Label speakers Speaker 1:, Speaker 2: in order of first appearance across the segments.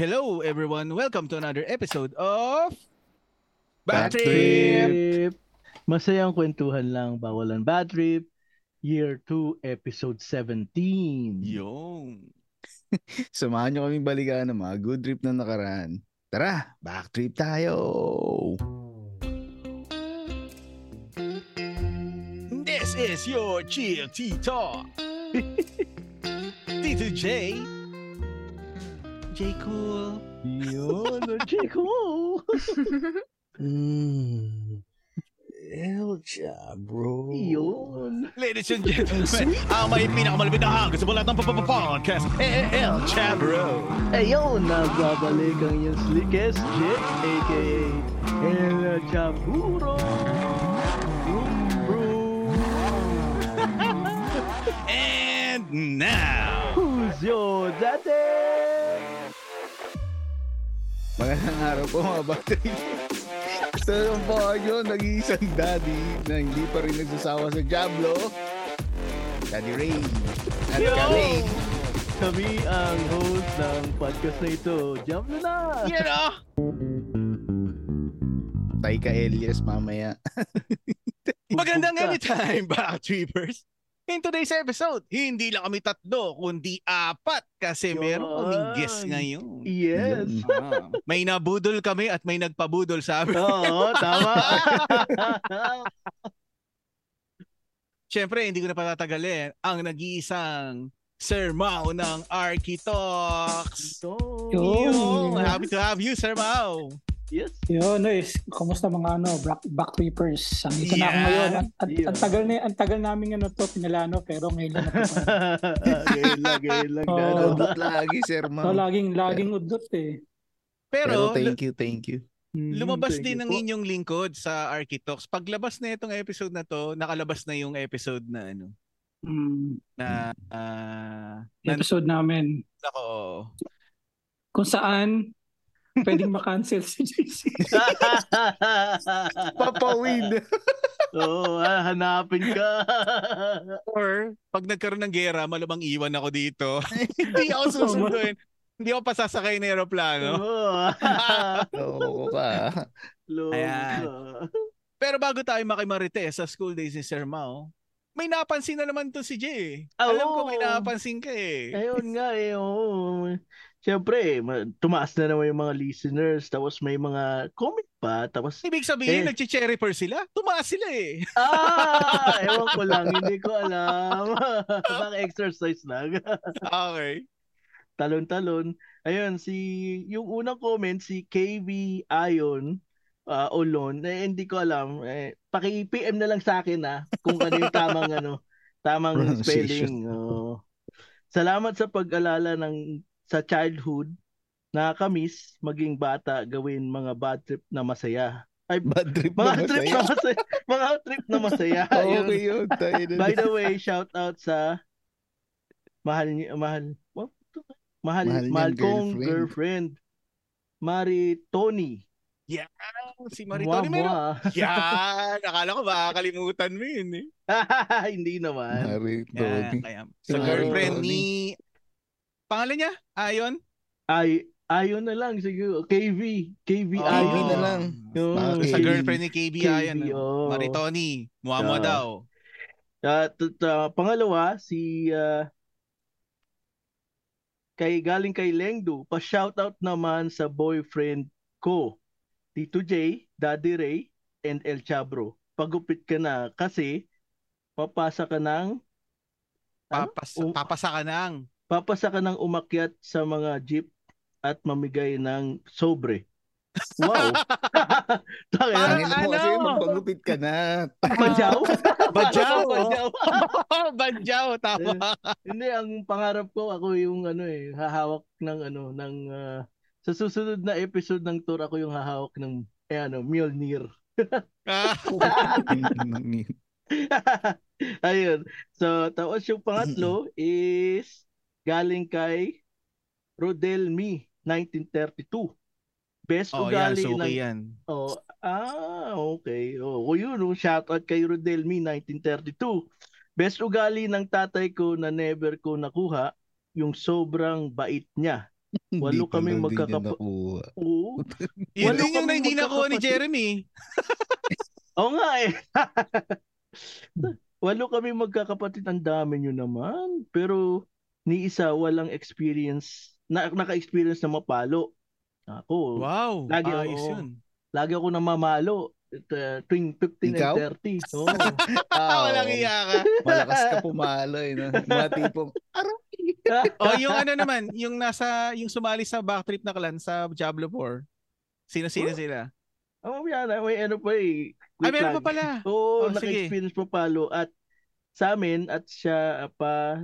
Speaker 1: Hello everyone, welcome to another episode of
Speaker 2: Bad Trip! Masayang kwentuhan lang, bawalan bad trip. Year 2, episode 17.
Speaker 1: Yung.
Speaker 3: Samahan nyo kaming balikan ng mga good trip na nakaraan. Tara, back trip tayo!
Speaker 1: This is your chill tea talk. Tito J. J Cool.
Speaker 2: Yun, oh, Chico!
Speaker 4: Mm. Hell job, bro.
Speaker 2: Yun.
Speaker 1: Ladies and gentlemen, ang may pinakamalapit na hanggang sa lahat ng papapapodcast, El Chabro.
Speaker 2: Ayun, nagbabalik ang yung slickest jet, aka El Chaburo. Vroom, vroom.
Speaker 1: And now,
Speaker 2: Who's your daddy?
Speaker 3: Magandang araw po mga back trip! Sa naman po kayo, nag-iisang daddy na hindi pa rin nagsasawa sa Diablo. Daddy Ray! At
Speaker 2: Yo!
Speaker 3: kami!
Speaker 2: Kami ang host ng podcast na ito. Jump na na!
Speaker 1: you know,
Speaker 3: Tay ka Elias mamaya.
Speaker 1: magandang anytime, back trippers. In today's episode, hindi lang kami tatlo, kundi apat kasi meron kaming guest
Speaker 2: Yun.
Speaker 1: ngayon.
Speaker 2: Yes!
Speaker 3: Yun.
Speaker 1: Ah, may nabudol kami at may nagpabudol sa amin.
Speaker 2: Oo, tama.
Speaker 1: Siyempre, hindi ko na patatagalin ang nag-iisang Sir Mao ng Archie Talks.
Speaker 2: so,
Speaker 4: Yo.
Speaker 2: Oh.
Speaker 1: Yo, happy to have you, Sir Mao.
Speaker 2: yes.
Speaker 4: Yo, nois. eh, Kumusta mga ano, back, back trippers? Andito na ako
Speaker 1: Yeah.
Speaker 4: ngayon. Ang, ang,
Speaker 2: Yeah.
Speaker 4: ang tagal na, ang tagal namin ano to, pinalano, pero ngayon lang natin.
Speaker 2: gail lang, gail lang.
Speaker 4: Oo.
Speaker 2: Dado.
Speaker 3: Naludot Ano, lagi, Sir
Speaker 4: so,
Speaker 3: Ma'am.
Speaker 4: laging, laging udot eh.
Speaker 1: Pero,
Speaker 3: Pero thank you, thank you.
Speaker 2: Mm,
Speaker 1: lu- lumabas
Speaker 2: thank
Speaker 1: din
Speaker 2: you
Speaker 1: ang
Speaker 2: po.
Speaker 1: inyong lingkod sa Archie Talks. Paglabas na itong episode na to, nakalabas na yung episode na ano,
Speaker 4: Mm,
Speaker 1: na,
Speaker 2: Hmm.
Speaker 1: ah, na,
Speaker 4: episode namin.
Speaker 1: ako,
Speaker 4: Kung saan, pwedeng makancel si JC.
Speaker 3: Papawid!
Speaker 2: Oo, ah, hanapin ka.
Speaker 1: or pag nagkaroon ng gera, malamang iwan ako dito. hindi ako susunduin. hindi ako pasasakay ng aeroplano.
Speaker 2: Oo.
Speaker 3: Oo ka.
Speaker 2: Loko.
Speaker 1: Ayan. Pero bago tayo makimarites sa school days ni Sir Mao, may napansin na naman to si Jay.
Speaker 2: Ah,
Speaker 1: Alam ko
Speaker 2: oo.
Speaker 1: may napansin ka eh.
Speaker 2: Ayun nga eh, oo. Siyempre, ma- tumaas na naman yung mga listeners, tapos may mga comment pa, tapos
Speaker 1: Ibig sabihin,
Speaker 2: Eh.
Speaker 1: nagche-cherry pear sila? Tumaas sila eh.
Speaker 2: Ah! Ewan ko lang, hindi ko alam. Baka exercise lang.
Speaker 1: okay.
Speaker 2: Talon-talon. Ayun, si, yung unang comment, si KV Ayon ah, Olon, eh, hindi ko alam. Eh, Paki-PM na lang sa akin ah, kung ano yung tamang, ano, tamang spelling.
Speaker 3: Pronunciation.
Speaker 2: Oo. Salamat sa pag-alala ng sa childhood na kamis maging bata gawin mga bad trip na masaya.
Speaker 3: Bad trip
Speaker 2: Mga
Speaker 3: naman
Speaker 2: trip
Speaker 3: tayo.
Speaker 2: na masaya. mga trip na masaya. Ayun.
Speaker 3: Okay yun. tayo na.
Speaker 2: By the way, shout out sa mahal ni mahal what? mahal
Speaker 3: Mahal
Speaker 2: mahal,
Speaker 3: niyang
Speaker 2: kong
Speaker 3: girlfriend.
Speaker 2: girlfriend. Mari Tony.
Speaker 1: Ah, Si Maritoni meron.
Speaker 2: Mwa, mwa.
Speaker 1: Yan. Akala ko baka kalimutan mo yun eh.
Speaker 2: Hindi naman.
Speaker 3: Marit,
Speaker 1: Yan,
Speaker 3: Tony.
Speaker 1: kaya.
Speaker 3: Si
Speaker 1: Sa
Speaker 2: Maritoni.
Speaker 1: girlfriend ni... Pangalan niya? Ayon?
Speaker 2: Ay ayon na lang siguro KV, KV
Speaker 1: Oo.
Speaker 2: ayon.
Speaker 3: na lang.
Speaker 2: Yun,
Speaker 3: Bakit?
Speaker 1: Sa
Speaker 3: KV.
Speaker 1: girlfriend ni KB,
Speaker 2: KV,
Speaker 1: Ayon. ano?
Speaker 2: oo.
Speaker 1: ah. Maritoni. Muamua
Speaker 2: oh. Ah.
Speaker 1: daw.
Speaker 2: Ah, t- t- pangalawa si ah, kay galing kay Lengdu, pa shout out naman sa boyfriend ko. Tito J, Daddy Ray, and El Chabro. Pagupit ka na kasi papasa ka ng Ano?
Speaker 1: Papas,
Speaker 2: Oo.
Speaker 1: papasa ka nang.
Speaker 2: papasa ka ng umakyat sa mga jeep at mamigay ng sobre. Wow. Tangina,
Speaker 1: Parang
Speaker 3: Tangin mo kasi
Speaker 1: ano?
Speaker 3: magpagupit ka na.
Speaker 2: Badyaw?
Speaker 1: Badyaw.
Speaker 2: Badyaw. Eh.
Speaker 1: Oh, Badyaw. Tama.
Speaker 2: Hindi, ang pangarap ko, ako yung ano eh, hahawak ng ano, ng, ah, sa susunod na episode ng tour, ako yung hahawak ng, eh ano, Mjolnir.
Speaker 1: Ah,
Speaker 2: Ayun. So, tapos yung pangatlo is galing kay Rodelmi, 1932. Best
Speaker 1: oh, yan.
Speaker 2: ugali ng...
Speaker 1: Suki yan.
Speaker 2: Oh, ah, okay. Oh, oh, yun, oh, shoutout kay Rodelmi, 1932. Best ugali ng tatay ko na never ko nakuha, yung sobrang bait niya.
Speaker 3: Hindi
Speaker 2: Walo
Speaker 3: pa lang
Speaker 2: kaming
Speaker 3: din
Speaker 2: magkakapa-
Speaker 3: niya nakuha.
Speaker 2: Oo.
Speaker 1: Yun
Speaker 2: Walo
Speaker 1: din yung
Speaker 2: kaming
Speaker 1: na hindi nakuha ni
Speaker 2: magkakapatid.
Speaker 1: Jeremy.
Speaker 2: Oo nga eh. Walo kami magkakapatid, ang dami nyo naman. Pero ni isa walang experience, na, naka-experience na mapalo. Ako,
Speaker 1: Wow,
Speaker 2: Lagi,
Speaker 1: ayos
Speaker 2: oo.
Speaker 1: yun.
Speaker 2: lagi ako namamalo At, uh, tuwing 15
Speaker 3: Ikaw?
Speaker 2: and 30. Oo.
Speaker 1: Ah,
Speaker 3: Ah,
Speaker 1: walang
Speaker 3: oo.
Speaker 1: iya ka.
Speaker 3: Malakas ka pumalo eh. No? Mga tipong, aray!
Speaker 2: Ah,
Speaker 1: O yung ano naman, yung nasa, yung sumali sa backtrip na clan sa Diablo 4. Sino-sino sila?
Speaker 2: Oh, yan, ah, may ano pa eh.
Speaker 1: Ah,
Speaker 2: Quick
Speaker 1: meron
Speaker 2: lang.
Speaker 1: pa pala. Oh,
Speaker 2: Oo,
Speaker 1: sige.
Speaker 2: naka-experience pa palo at sa amin at siya ah, pa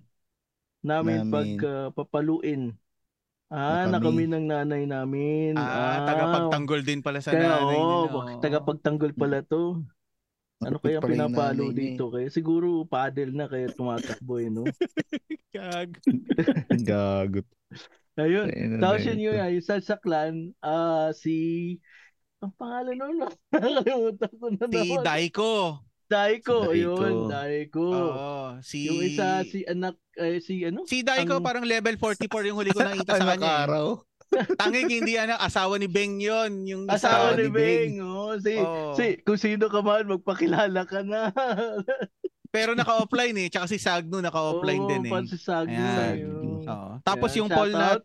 Speaker 3: Takbuhan.
Speaker 2: namin,
Speaker 3: Namin.
Speaker 2: pag ah, papaluin. Ah,
Speaker 3: Na
Speaker 2: na
Speaker 3: kami.
Speaker 2: kami ng nanay namin.
Speaker 1: Ah, tagapagtanggol din pala sa
Speaker 2: Kaya
Speaker 1: nanay
Speaker 2: oo,
Speaker 1: nila.
Speaker 2: bak-
Speaker 1: oo.
Speaker 2: tagapagtanggol pala to. Ano
Speaker 3: Kapit
Speaker 2: kaya
Speaker 3: Hmm. pala yung
Speaker 2: pinapalo
Speaker 3: nanay niya eh.
Speaker 2: dito? Kaya siguro paddle na kaya tumatakbo eh, no?
Speaker 1: Gag.
Speaker 3: eh. Ang Gagot.
Speaker 2: Ayun.
Speaker 3: Ayun na
Speaker 2: Tapos
Speaker 3: na
Speaker 2: yun
Speaker 3: ito.
Speaker 2: yun, ayun, sa, sa clan, ah, si... Ang pangalan nun, nakakalimutan ko na oh.
Speaker 1: Si
Speaker 2: naman.
Speaker 1: Daiko.
Speaker 3: Si
Speaker 2: Daiko,
Speaker 3: Daiko.
Speaker 2: yun, Daiko.
Speaker 1: Oo, Ah, si
Speaker 2: Yung isa, si anak, eh, si ano?
Speaker 1: Si Daiko
Speaker 2: ang- Ano,
Speaker 1: parang level 44 yung huli ko nakita sa
Speaker 3: Anak
Speaker 1: kanya. eh.
Speaker 3: araw.
Speaker 1: Tangig hindi anak asawa ni Beng 'yon, yung
Speaker 2: Asawa
Speaker 3: ni Beng.
Speaker 2: ni Beng, oh, si,
Speaker 1: Oo.
Speaker 2: si, kung sino ka man, magpakilala ka na.
Speaker 1: Pero naka-offline eh, tsaka si Sagno naka-offline
Speaker 2: Oo,
Speaker 1: din eh.
Speaker 2: pansasagi na
Speaker 1: Ayan.
Speaker 2: yun.
Speaker 1: Oo. Tapos
Speaker 2: Ayan,
Speaker 1: yung poll
Speaker 2: shout
Speaker 1: na
Speaker 2: out.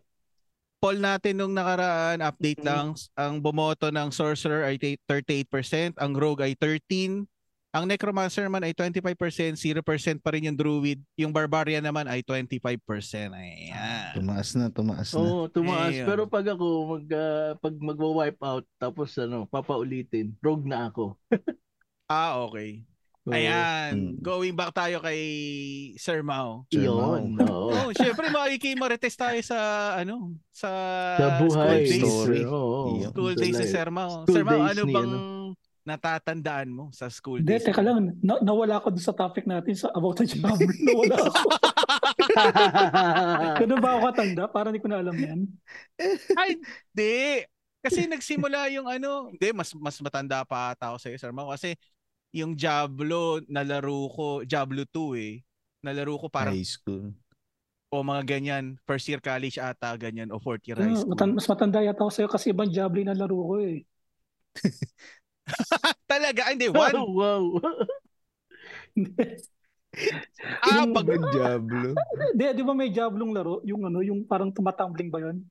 Speaker 1: poll natin nung nakaraan, update
Speaker 2: Mhm.
Speaker 1: lang, ang bumoto ng sorcerer ay 38%, ang rogue ay 13, ang necromancer man ay 25%, 0% pa rin yung druid, yung barbarian naman ay 25%.
Speaker 2: Ah,
Speaker 1: Ayan.
Speaker 3: Tumaas na, tumaas na.
Speaker 2: Oo, tumaas.
Speaker 1: Ayun.
Speaker 2: Pero pag ako, mag, ah, pag magwa-wipe out, tapos ano, papaulitin, rogue na ako.
Speaker 1: Ah, okay.
Speaker 2: Oo.
Speaker 1: Ayan,
Speaker 3: Mm.
Speaker 1: going back tayo kay Sir Mao.
Speaker 3: Sir
Speaker 2: Yun, oo.
Speaker 1: Oh, syempre makikimarites tayo sa ano, sa,
Speaker 2: Sa buhay.
Speaker 1: school days.
Speaker 3: Story.
Speaker 2: Oo.
Speaker 3: Yun.
Speaker 1: School days ni Sir Mao.
Speaker 2: School
Speaker 1: Sir Mao,
Speaker 2: days
Speaker 1: ano
Speaker 2: ni
Speaker 1: bang natatandaan mo sa school
Speaker 4: Hindi,
Speaker 1: days?
Speaker 4: teka lang. Na- nawala ako dun sa topic natin sa about the job. nawala ako. Ganun ba ako katanda? Parang hindi ko na alam yan.
Speaker 1: Ay, hindi. Kasi nagsimula yung ano, hindi, mas, mas matanda pa ata ako sa'yo, Sir Mau. Kasi yung Diablo, nalaro ko, Diablo 2 eh, nalaro ko parang,
Speaker 3: High school.
Speaker 1: o mga ganyan, first year college ata, ganyan, o fourth year high
Speaker 4: Ah,
Speaker 1: school.
Speaker 4: matan- mas matanda yata ako sa'yo kasi ibang Javelin na laro ko eh.
Speaker 1: Talaga, hindi,
Speaker 2: Wow,
Speaker 4: ano,
Speaker 1: one,
Speaker 2: wow.
Speaker 1: ah, pag,
Speaker 3: Ang Diablo.
Speaker 4: Hindi, di ba may Javelin laro? Yung ano, yung parang tumatumbling ba yun?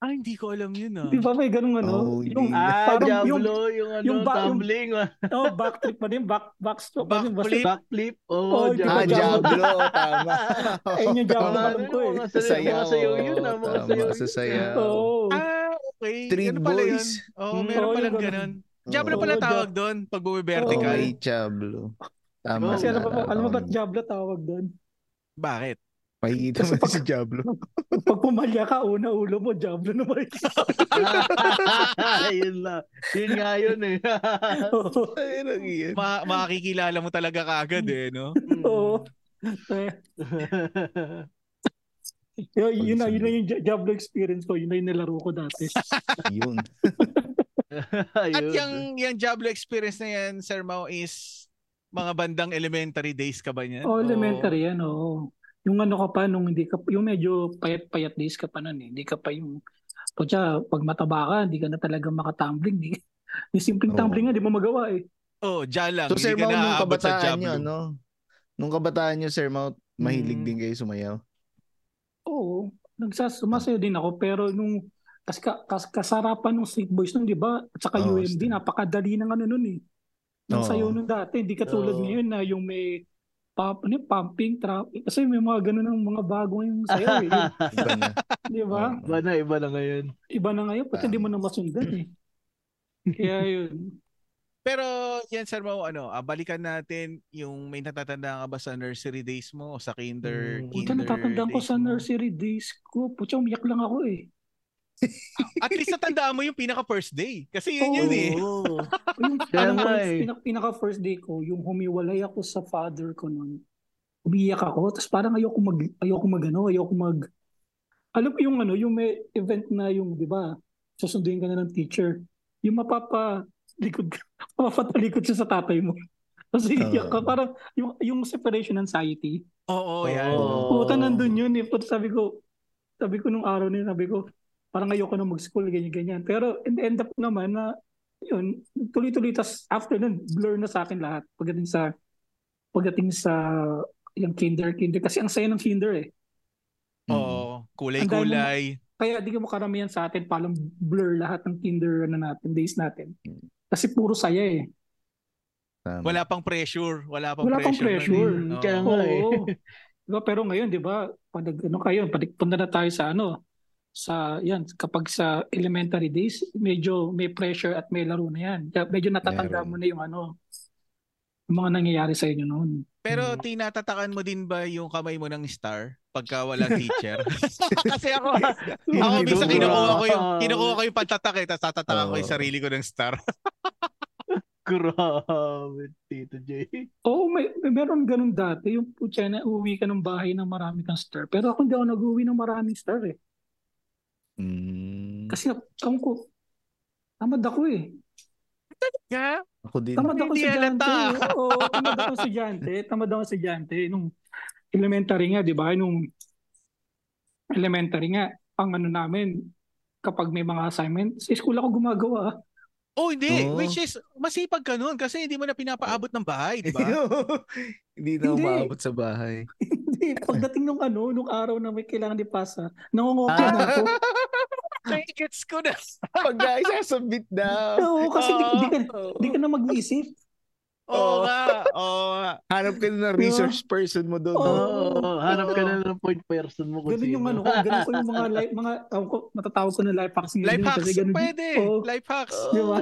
Speaker 1: ah, hindi ko alam yun ah.
Speaker 4: Di ba may ganun ano?
Speaker 3: Oh, hindi.
Speaker 4: yung,
Speaker 2: Ah,
Speaker 4: parang yung,
Speaker 2: Diablo, yung, ano,
Speaker 4: yung ba- yung-
Speaker 2: tumbling. ah.
Speaker 4: oh, backtrip ba din? Back, backstroke ba din? Basta-
Speaker 1: Backflip.
Speaker 2: Backflip. Oo,
Speaker 4: Oh, di
Speaker 3: Ah,
Speaker 4: ba
Speaker 3: Diablo. Tama.
Speaker 4: Ayun yung Diablo
Speaker 2: Mga,
Speaker 4: alam
Speaker 2: ano,
Speaker 4: ko eh.
Speaker 2: mga sayo, mga sayo yun. ah, Mga
Speaker 3: Tama,
Speaker 2: sayo
Speaker 3: sa sayaw.
Speaker 4: Oo.
Speaker 1: Ah, okay.
Speaker 3: Street
Speaker 1: Ganun pala yun.
Speaker 3: Boys.
Speaker 1: Oo,
Speaker 2: Mm,
Speaker 1: meron
Speaker 4: Hmm. oo,
Speaker 1: palang
Speaker 4: yung ganun.
Speaker 1: ganun. Diablo
Speaker 4: Oo,
Speaker 1: pala
Speaker 4: Diab-
Speaker 1: tawag doon pag
Speaker 3: Vertical.
Speaker 1: bumivertical.
Speaker 3: Okay, Diablo. Tama.
Speaker 4: Kasi alam mo ba,
Speaker 3: naalala
Speaker 4: alam mo
Speaker 3: ko
Speaker 4: ano ba
Speaker 3: na.
Speaker 4: Diablo tawag doon?
Speaker 1: Bakit?
Speaker 3: Makikita
Speaker 4: Kasi
Speaker 3: mo
Speaker 4: pag-
Speaker 3: si Diablo.
Speaker 4: Pag pumalya ka, una ulo mo, Diablo na may
Speaker 2: Ah, yun lang. Yun nga yun eh.
Speaker 4: Oo.
Speaker 3: Ay, nang iyan.
Speaker 1: Ma- makikilala mo talaga kaagad eh, no?
Speaker 4: Oo. Eh, yun, yun, na, yun na yung Di- Diablo experience ko. Yun na yung nilaro ko dati.
Speaker 3: Yun.
Speaker 1: At
Speaker 2: Ayun.
Speaker 1: yung, yung Diablo experience na yan, Sir Mau, is mga bandang elementary days ka ba niyan?
Speaker 4: Oh, elementary yan, oo. Yung ano ka pa, nung hindi ka, yung medyo payat-payat days ka pa nun eh. Hindi ka pa yung, putya, pag mataba ka, hindi ka na talaga makatumbling. Di, yung simpleng
Speaker 3: Oo.
Speaker 4: tumbling nga, di mo magawa eh.
Speaker 1: Oh, dyan lang.
Speaker 3: So, Sir
Speaker 1: hindi ka
Speaker 3: Mau, nung
Speaker 1: naaabot sa
Speaker 3: kabataan
Speaker 1: Diablo.
Speaker 3: nyo, ano? Nung kabataan nyo, Sir Mau, mahilig
Speaker 4: Hmm.
Speaker 1: Mm.
Speaker 3: din kayo sumayaw.
Speaker 4: Oo, nagsasumasayo din ako, pero nung, kas, kas, kasarapan ng Street Boys nun, di ba? At saka
Speaker 3: Oo,
Speaker 4: UMD,
Speaker 3: Street.
Speaker 4: napakadali ng ano nun eh. Ng
Speaker 3: Oo.
Speaker 4: sayo nun dati, hindi katulad
Speaker 2: Oo.
Speaker 4: ngayon na yung may pump, ano, yun, pumping, trap. Kasi may mga ganun ng mga bago yung sayo eh.
Speaker 3: Iba na.
Speaker 4: di ba?
Speaker 2: Iba na, iba na ngayon.
Speaker 4: Iba na ngayon, pati
Speaker 3: Tama.
Speaker 4: hindi mo na masundan eh. Kaya yun.
Speaker 1: Pero yan, Sir Mau, ano, ah, balikan natin yung may natatandaan ka ba sa nursery days mo o sa kinder,
Speaker 2: Mm.
Speaker 4: Puta,
Speaker 1: kinder
Speaker 4: Hmm. natatandaan ko
Speaker 1: days
Speaker 4: sa
Speaker 1: mo?
Speaker 4: nursery days ko. Puta, umiyak lang ako eh.
Speaker 1: At least natandaan mo yung pinaka first day. Kasi yun yun eh.
Speaker 2: Oo.
Speaker 4: Yung
Speaker 2: Kaya
Speaker 4: alam ko,
Speaker 2: nga
Speaker 4: yung
Speaker 2: eh.
Speaker 4: pinak- pinaka first day ko, yung humiwalay ako sa father ko noon. Umiyak ako, tapos parang ayoko mag ayoko magano, ayoko mag Alam mo yung ano, yung may event na yung, 'di ba? Susunduin ka na ng teacher. Yung mapapalikod ka, mapapatalikod siya sa tatay mo. Kasi
Speaker 3: Oo.
Speaker 4: iyak ka, parang yung, yung separation anxiety.
Speaker 1: Oo, Oh, yan.
Speaker 2: Oo.
Speaker 4: Puta, nandun yun eh. Puta, sabi ko, sabi ko nung araw na yun, sabi ko, parang ayoko na mag-school, ganyan-ganyan. Pero in the end up naman na, yun, tuloy-tuloy, tas after nun, blur na sa akin lahat. Pagdating sa, pagdating sa, yung kinder, kinder. Kasi ang saya ng kinder eh.
Speaker 3: Hmm.
Speaker 1: Oo, kulay-kulay.
Speaker 4: Kaya di ko makaramihan sa atin, palang blur lahat ng kinder na natin, days natin. Kasi puro saya eh.
Speaker 3: Tama.
Speaker 1: Wala pang pressure. Wala pang
Speaker 4: Wala pang
Speaker 1: pressure.
Speaker 4: pressure.
Speaker 1: nun eh.
Speaker 2: Kaya
Speaker 1: Oo.
Speaker 2: nga eh.
Speaker 4: Oo. Diba, pero ngayon, di ba, pag ano kayo, pag- punta na tayo sa ano, sa yan, kapag sa elementary days, medyo may pressure at may laro na yan. Kaya Medyo natatanda
Speaker 3: Meron.
Speaker 4: mo na yung ano, yung mga nangyayari sa inyo noon.
Speaker 1: Pero
Speaker 4: Hmm.
Speaker 1: tinatatakan mo din ba yung kamay mo ng star pagka walang teacher? Kasi ako, ako
Speaker 2: Hindi
Speaker 1: minsan
Speaker 2: daw,
Speaker 1: kinukuha
Speaker 2: bro.
Speaker 1: ko yung, kinukuha ko yung pantatak eh, tapos tatatakan ko yung
Speaker 3: Oo.
Speaker 1: sarili ko ng star.
Speaker 2: Grabe, Tito J.
Speaker 4: Oo, may, may meron ganun dati. Yung putya na uwi ka ng bahay ng marami kang star. Pero ako hindi ako nag-uwi ng maraming star eh.
Speaker 3: Mm.
Speaker 4: Kasi ako ko, tamad ako eh.
Speaker 1: Yeah.
Speaker 3: Ako din.
Speaker 4: Tamad ako
Speaker 1: Hindi
Speaker 4: sa estudyante. eh.
Speaker 1: halata.
Speaker 4: Oo, tamad ako sa estudyante. Tamad ako sa estudyante. Nung elementary nga, di ba? Nung elementary nga, ang ano namin, kapag may mga assignment, sa school ako gumagawa.
Speaker 1: Oh, hindi.
Speaker 3: Oo.
Speaker 1: Which is, masipag ka nun kasi hindi mo na pinapaabot ng bahay, di ba?
Speaker 3: Hindi na
Speaker 4: Hindi.
Speaker 3: umabot sa bahay.
Speaker 4: Hindi, pagdating nung ano, nung araw na may kailangan ipasa, nangungopia na ako.
Speaker 1: Ay, gets ko na.
Speaker 3: Pag guys, sasabit na.
Speaker 4: Oo, kasi di, di, ka,
Speaker 3: Oo.
Speaker 4: di ka na mag-iisip.
Speaker 1: Oo nga. Oo nga.
Speaker 3: Hanap ka na ng resource person mo doon.
Speaker 4: Diba? Oo.
Speaker 3: no?
Speaker 2: Oo, hanap ka
Speaker 1: Oo.
Speaker 2: na ng point person mo kung
Speaker 4: Ganun yung
Speaker 2: sino.
Speaker 4: ano ko, ganun ko yung mga, life, mga tawag ko, matatawag ko na life hacks. ngayon
Speaker 1: Life
Speaker 4: din, kasi
Speaker 1: hacks.
Speaker 4: ganun din.
Speaker 1: Pwede.
Speaker 4: Oo.
Speaker 1: Life hacks.
Speaker 4: Di ba?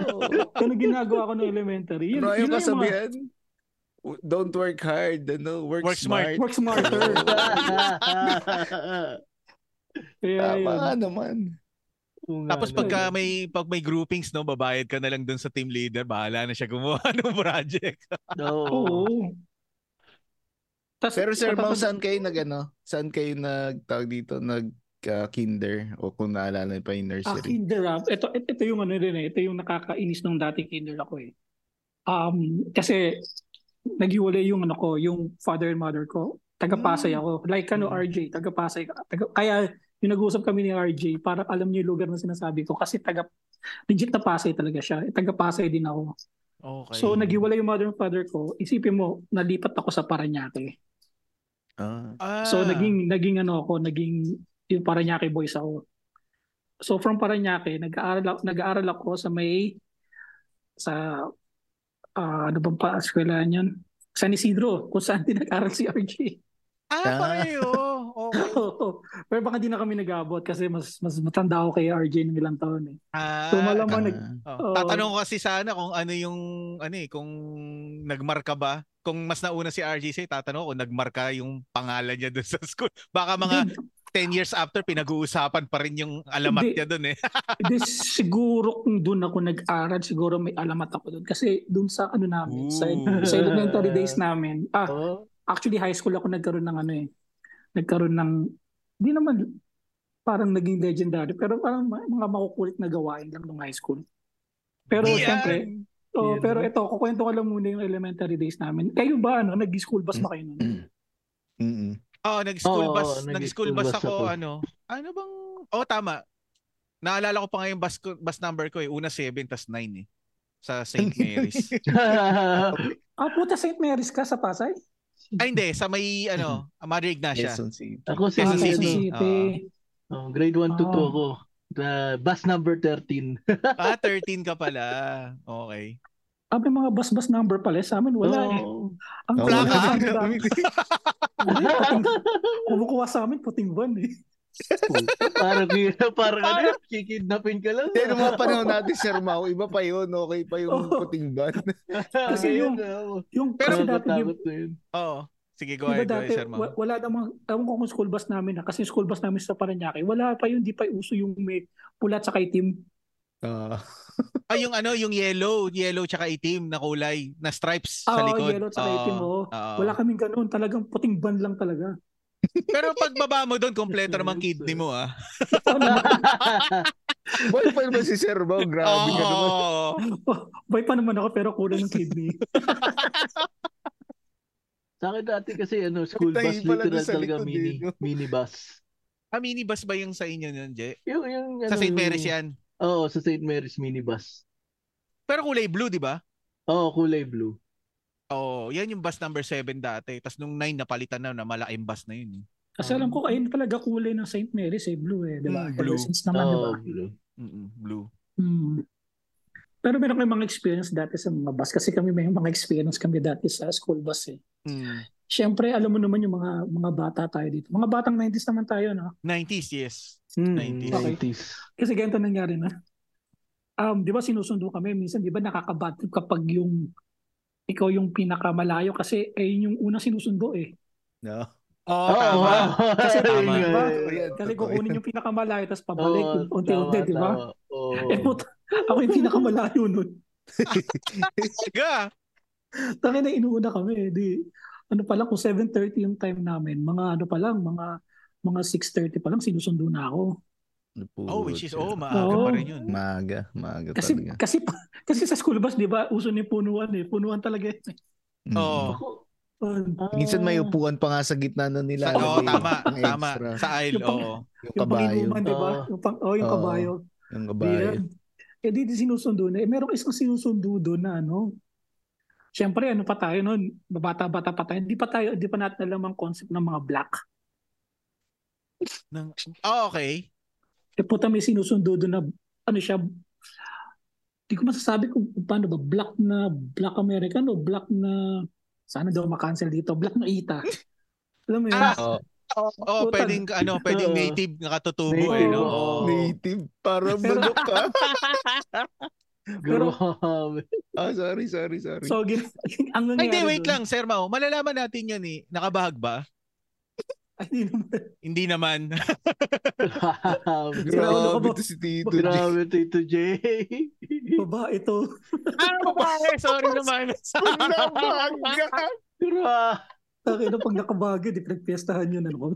Speaker 4: Ganun ginagawa ko nung elementary. Yun,
Speaker 3: Ano
Speaker 4: yun
Speaker 3: yung
Speaker 4: lang yung mga-
Speaker 3: kasabihan? W- Don't work hard, ano, work,
Speaker 1: Work smart.
Speaker 3: smart.
Speaker 4: Work smarter. Kaya
Speaker 3: Tama
Speaker 4: yun.
Speaker 3: nga naman.
Speaker 2: Oo nga,
Speaker 1: Tapos
Speaker 2: no?
Speaker 1: pagka may pag may groupings no, babayad ka na lang dun sa team leader, bahala na siya gumawa ng project.
Speaker 2: Oo.
Speaker 4: Oo. Tas,
Speaker 3: Pero Sir Mau,
Speaker 4: tatanda-
Speaker 3: saan kayo nag, ano? Saan kayo nag, tawag dito, nag ah, kinder o kung naalala pa yung
Speaker 4: Ah,
Speaker 3: nursery.
Speaker 4: kinder ah. Ito, ito, ito yung ano rin eh. Ito yung nakakainis nung dati kinder ako eh. Um, kasi naghiwalay yung ano ko, yung father and mother ko. Taga-Pasay ako. Like
Speaker 2: Mm.
Speaker 4: ano, RJ, taga-Pasay. ka- Taga, kaya yung nag-uusap kami ni RJ, parang alam niyo yung lugar na sinasabi ko. Kasi taga, legit na Pasay talaga siya. Eh, Taga-Pasay din ako.
Speaker 1: Okay.
Speaker 4: So, naghiwalay yung mother and father ko. Isipin mo, nalipat ako sa Paranaque.
Speaker 3: Ah.
Speaker 1: Ah.
Speaker 4: So naging naging ano ako, naging yung Paranaque boys ako. So from Paranaque, nag-aaral ako- nag-aaral ako sa may sa ah, ano bang pa eskwelahan yun? San Isidro, kung saan din nag-aral si RJ.
Speaker 1: ah, pareho. Okay.
Speaker 4: Oo. Pero baka di na kami nag-abot kasi mas mas matanda ako kay RJ ng ilang taon eh.
Speaker 1: Ah,
Speaker 4: So malamang nag
Speaker 3: Ah.
Speaker 1: oh. Tatanong ko kasi sana kung ano yung ano eh, kung nagmarka ba? Kung mas nauna si RJ sa'yo, tatanong ko kung nagmarka yung pangalan niya doon sa school. Baka mga 10
Speaker 4: Hindi-
Speaker 1: years after, pinag-uusapan pa rin yung alamat
Speaker 4: Hindi.
Speaker 1: niya doon eh.
Speaker 4: hindi, siguro kung doon ako nag-aral, siguro may alamat ako doon kasi doon sa ano namin, sa,
Speaker 1: Ooh.
Speaker 4: sa elementary days namin. Ah,
Speaker 2: Oo.
Speaker 4: actually high school ako nagkaroon ng ano eh. Nagkaroon ng di naman parang naging legendary pero parang ma- mga makukulit na gawain lang nung high school. Pero
Speaker 1: Yan!
Speaker 4: syempre, oh,
Speaker 2: Yan.
Speaker 4: pero ito kukwento ko lang muna yung elementary days namin. Kayo ba ano, nag-school bus ba kayo nun?
Speaker 3: Mm-mm.
Speaker 1: Oo, Oh, nag-school
Speaker 2: Oo,
Speaker 1: bus,
Speaker 2: oo,
Speaker 1: nag-school
Speaker 2: nag-school
Speaker 1: bus
Speaker 2: bus
Speaker 1: ako,
Speaker 2: ako.
Speaker 1: ano. Ano bang Oh, tama. Naalala ko pa nga yung bus, ko- bus number ko eh. Una 7 tas 9 eh. Sa St. Mary's.
Speaker 4: Ah, puta St. Mary's ka sa Pasay?
Speaker 1: Ay hindi, sa may ano, Mother Ignacia.
Speaker 3: Quezon City.
Speaker 2: Ako si
Speaker 1: Quezon
Speaker 4: Ah,
Speaker 1: City.
Speaker 2: Oh, grade 1 to
Speaker 4: Ah.
Speaker 2: 2 ako. The bus number 13.
Speaker 1: Ah, 13 ka pala. Okay.
Speaker 4: Ah, may mga bus-bus number pala. Sa amin, wala eh.
Speaker 2: Oo.
Speaker 4: Ang
Speaker 3: Oo,
Speaker 1: Plaka?
Speaker 4: sa amin,
Speaker 3: wala.
Speaker 4: Hindi, puting- Kumukuha sa amin, puting van eh.
Speaker 2: parang parang ano, kikidnapin ka lang.
Speaker 3: Hindi, nung mga panahon natin, Sir Mau, iba pa yun. Okay pa yung
Speaker 4: Oo.
Speaker 3: puting ban.
Speaker 4: Kasi
Speaker 2: Ayun,
Speaker 4: yung-
Speaker 2: oo.
Speaker 4: Yung
Speaker 2: Pero
Speaker 4: kasi dati, di-
Speaker 2: takot na yun.
Speaker 1: Oo. Oh, Sige, go
Speaker 4: Diba
Speaker 1: ahead, go
Speaker 4: dati,
Speaker 1: ahead, Sir Ma'am.
Speaker 4: wa- wala namang, ewan ko kung school bus namin na, kasi school bus namin sa Paranaque, wala pa yun, di pa uso yung may pula at saka itim.
Speaker 3: Ah.
Speaker 1: Ah, yung ano, yung yellow, yellow tsaka itim na kulay, na stripes sa
Speaker 4: Ah, Oo,
Speaker 1: likod. Ah.
Speaker 4: yellow at saka
Speaker 1: Oo,
Speaker 4: itim, oo.
Speaker 1: oo.
Speaker 4: Wala kaming ganun, talagang puting ban lang talaga.
Speaker 1: Pero pagbaba mo doon, kompleto naman kidney mo ah.
Speaker 3: Boy pa ba si Sir Mau? Grabe ka naman.
Speaker 1: Oo.
Speaker 4: Boy pa naman ako, pero kulang ng kidney.
Speaker 2: Sa akin dati kasi ano, school
Speaker 3: Tahi
Speaker 2: bus
Speaker 3: pala doon
Speaker 2: literal
Speaker 3: sa
Speaker 2: talaga
Speaker 3: likod eh,
Speaker 2: mini,
Speaker 3: no?
Speaker 2: mini bus.
Speaker 1: Ah, minibus ba yung sa inyo nun, Je?
Speaker 2: Yung, yung,
Speaker 1: Sa St.
Speaker 2: ano, yung-
Speaker 1: Mary's yan.
Speaker 2: Oo, sa St. Mary's minibus.
Speaker 1: Pero kulay blue, di ba?
Speaker 2: Oo, kulay blue.
Speaker 1: Oo, yan yung bus number 7 dati. Tapos nung 9 napalitan na na malaking bus na yun. eh.
Speaker 4: Kasi alam ko, ayun talaga kulay ng St. Mary's, eh, blue eh, di ba?
Speaker 1: Mm, blue. Oh.
Speaker 4: Ever since naman, di ba?
Speaker 2: Oo, blue.
Speaker 1: eh. Mm-mm, blue.
Speaker 4: Hmm. Pero meron kami mga experience dati sa mga bus kasi kami may mga experience kami dati sa school bus eh.
Speaker 1: Mm.
Speaker 4: Siyempre, alam mo naman yung mga mga bata tayo dito. Mga batang 90s naman tayo, no?
Speaker 1: 90s, yes.
Speaker 4: Hmm,
Speaker 1: 90s.
Speaker 2: 90s.
Speaker 4: Kasi ganito nangyari na. Um, di ba sinusundo kami? Minsan, di ba nakakabad trip kapag yung ikaw yung pinakamalayo kasi ayun yung unang sinusundo eh.
Speaker 3: No.
Speaker 1: Oo, Oh,
Speaker 3: Ah,
Speaker 2: Oo, eh.
Speaker 1: tama.
Speaker 2: Kasi
Speaker 1: tama.
Speaker 4: Kasi kukunin yung pinakamalayo tapos pabalik unti-unti, di ba?
Speaker 2: Oo.
Speaker 4: Eh, puta, ako yung pinakamalayo nun.
Speaker 1: Aga!
Speaker 4: Tangin na inuuna kami. eh. Di, ano pa lang, kung 7.30 yung time namin, mga ano pa lang, mga mga 6.30 pa lang, sinusundo na ako.
Speaker 1: Oh, which is, oh, maaga pa
Speaker 4: Oo.
Speaker 1: rin yun.
Speaker 3: Ano Maaga, maaga
Speaker 4: Kasi,
Speaker 3: talaga.
Speaker 4: kasi, kasi sa school bus, di ba, uso ni punuan eh. Punuan talaga eh.
Speaker 3: Mm.
Speaker 1: Oo.
Speaker 4: Punuan.
Speaker 3: Minsan
Speaker 4: Ah.
Speaker 3: may upuan pa nga sa gitna na nila.
Speaker 1: Sa- Oo,
Speaker 3: Ano ba yun?
Speaker 1: tama,
Speaker 3: Ang
Speaker 1: tama.
Speaker 3: extra.
Speaker 1: Sa aisle,
Speaker 4: Yung pang-
Speaker 1: oo.
Speaker 3: Yung
Speaker 4: Yung
Speaker 3: kabayo.
Speaker 4: panginuman, di ba?
Speaker 2: Oo.
Speaker 4: Yung, pang, oh, yung
Speaker 3: Oo.
Speaker 4: kabayo.
Speaker 3: Yung
Speaker 4: Di
Speaker 3: kabayo.
Speaker 4: yan. Eh, di, di sinusundo na. Eh, merong isang sinusundo doon na ano. Siyempre, ano pa tayo noon? Mabata-bata pa tayo. Di pa tayo, di pa natin alam ang concept ng mga black.
Speaker 1: Nang, oh, okay.
Speaker 4: Eh puta may sinusundo doon na ano siya di ko masasabi kung kung paano ba black na black American o black na sana daw makancel dito black na ita alam mo yun
Speaker 1: Ah,
Speaker 3: Oo.
Speaker 1: Oo, oh,
Speaker 4: Puta.
Speaker 1: pwedeng, ano, pwedeng
Speaker 2: Oo.
Speaker 1: native nakatutubo, eh, no?
Speaker 2: Oo.
Speaker 1: Oo.
Speaker 3: Native. Parang
Speaker 4: Pero-
Speaker 3: manok ka.
Speaker 4: Pero-
Speaker 2: Grabe.
Speaker 3: Ah, sorry, sorry, sorry.
Speaker 4: so gin- ang nangyari
Speaker 1: Ay, hindi, wait
Speaker 4: doon-
Speaker 1: lang, Sir Mau. Malalaman natin yan, eh. Nakabahag ba?
Speaker 4: ay, hindi naman.
Speaker 1: Hindi naman.
Speaker 2: Grabe.
Speaker 4: Sinauna ko
Speaker 3: Grabe
Speaker 4: ba?
Speaker 3: to si Tito. G.
Speaker 2: Grabe, Tito J.
Speaker 4: babae to
Speaker 1: ah, babae, sorry naman.
Speaker 3: Paglabaga.
Speaker 2: Grabe.
Speaker 4: Taki na pag nakabagyo di pinagpiestahan yun ano ko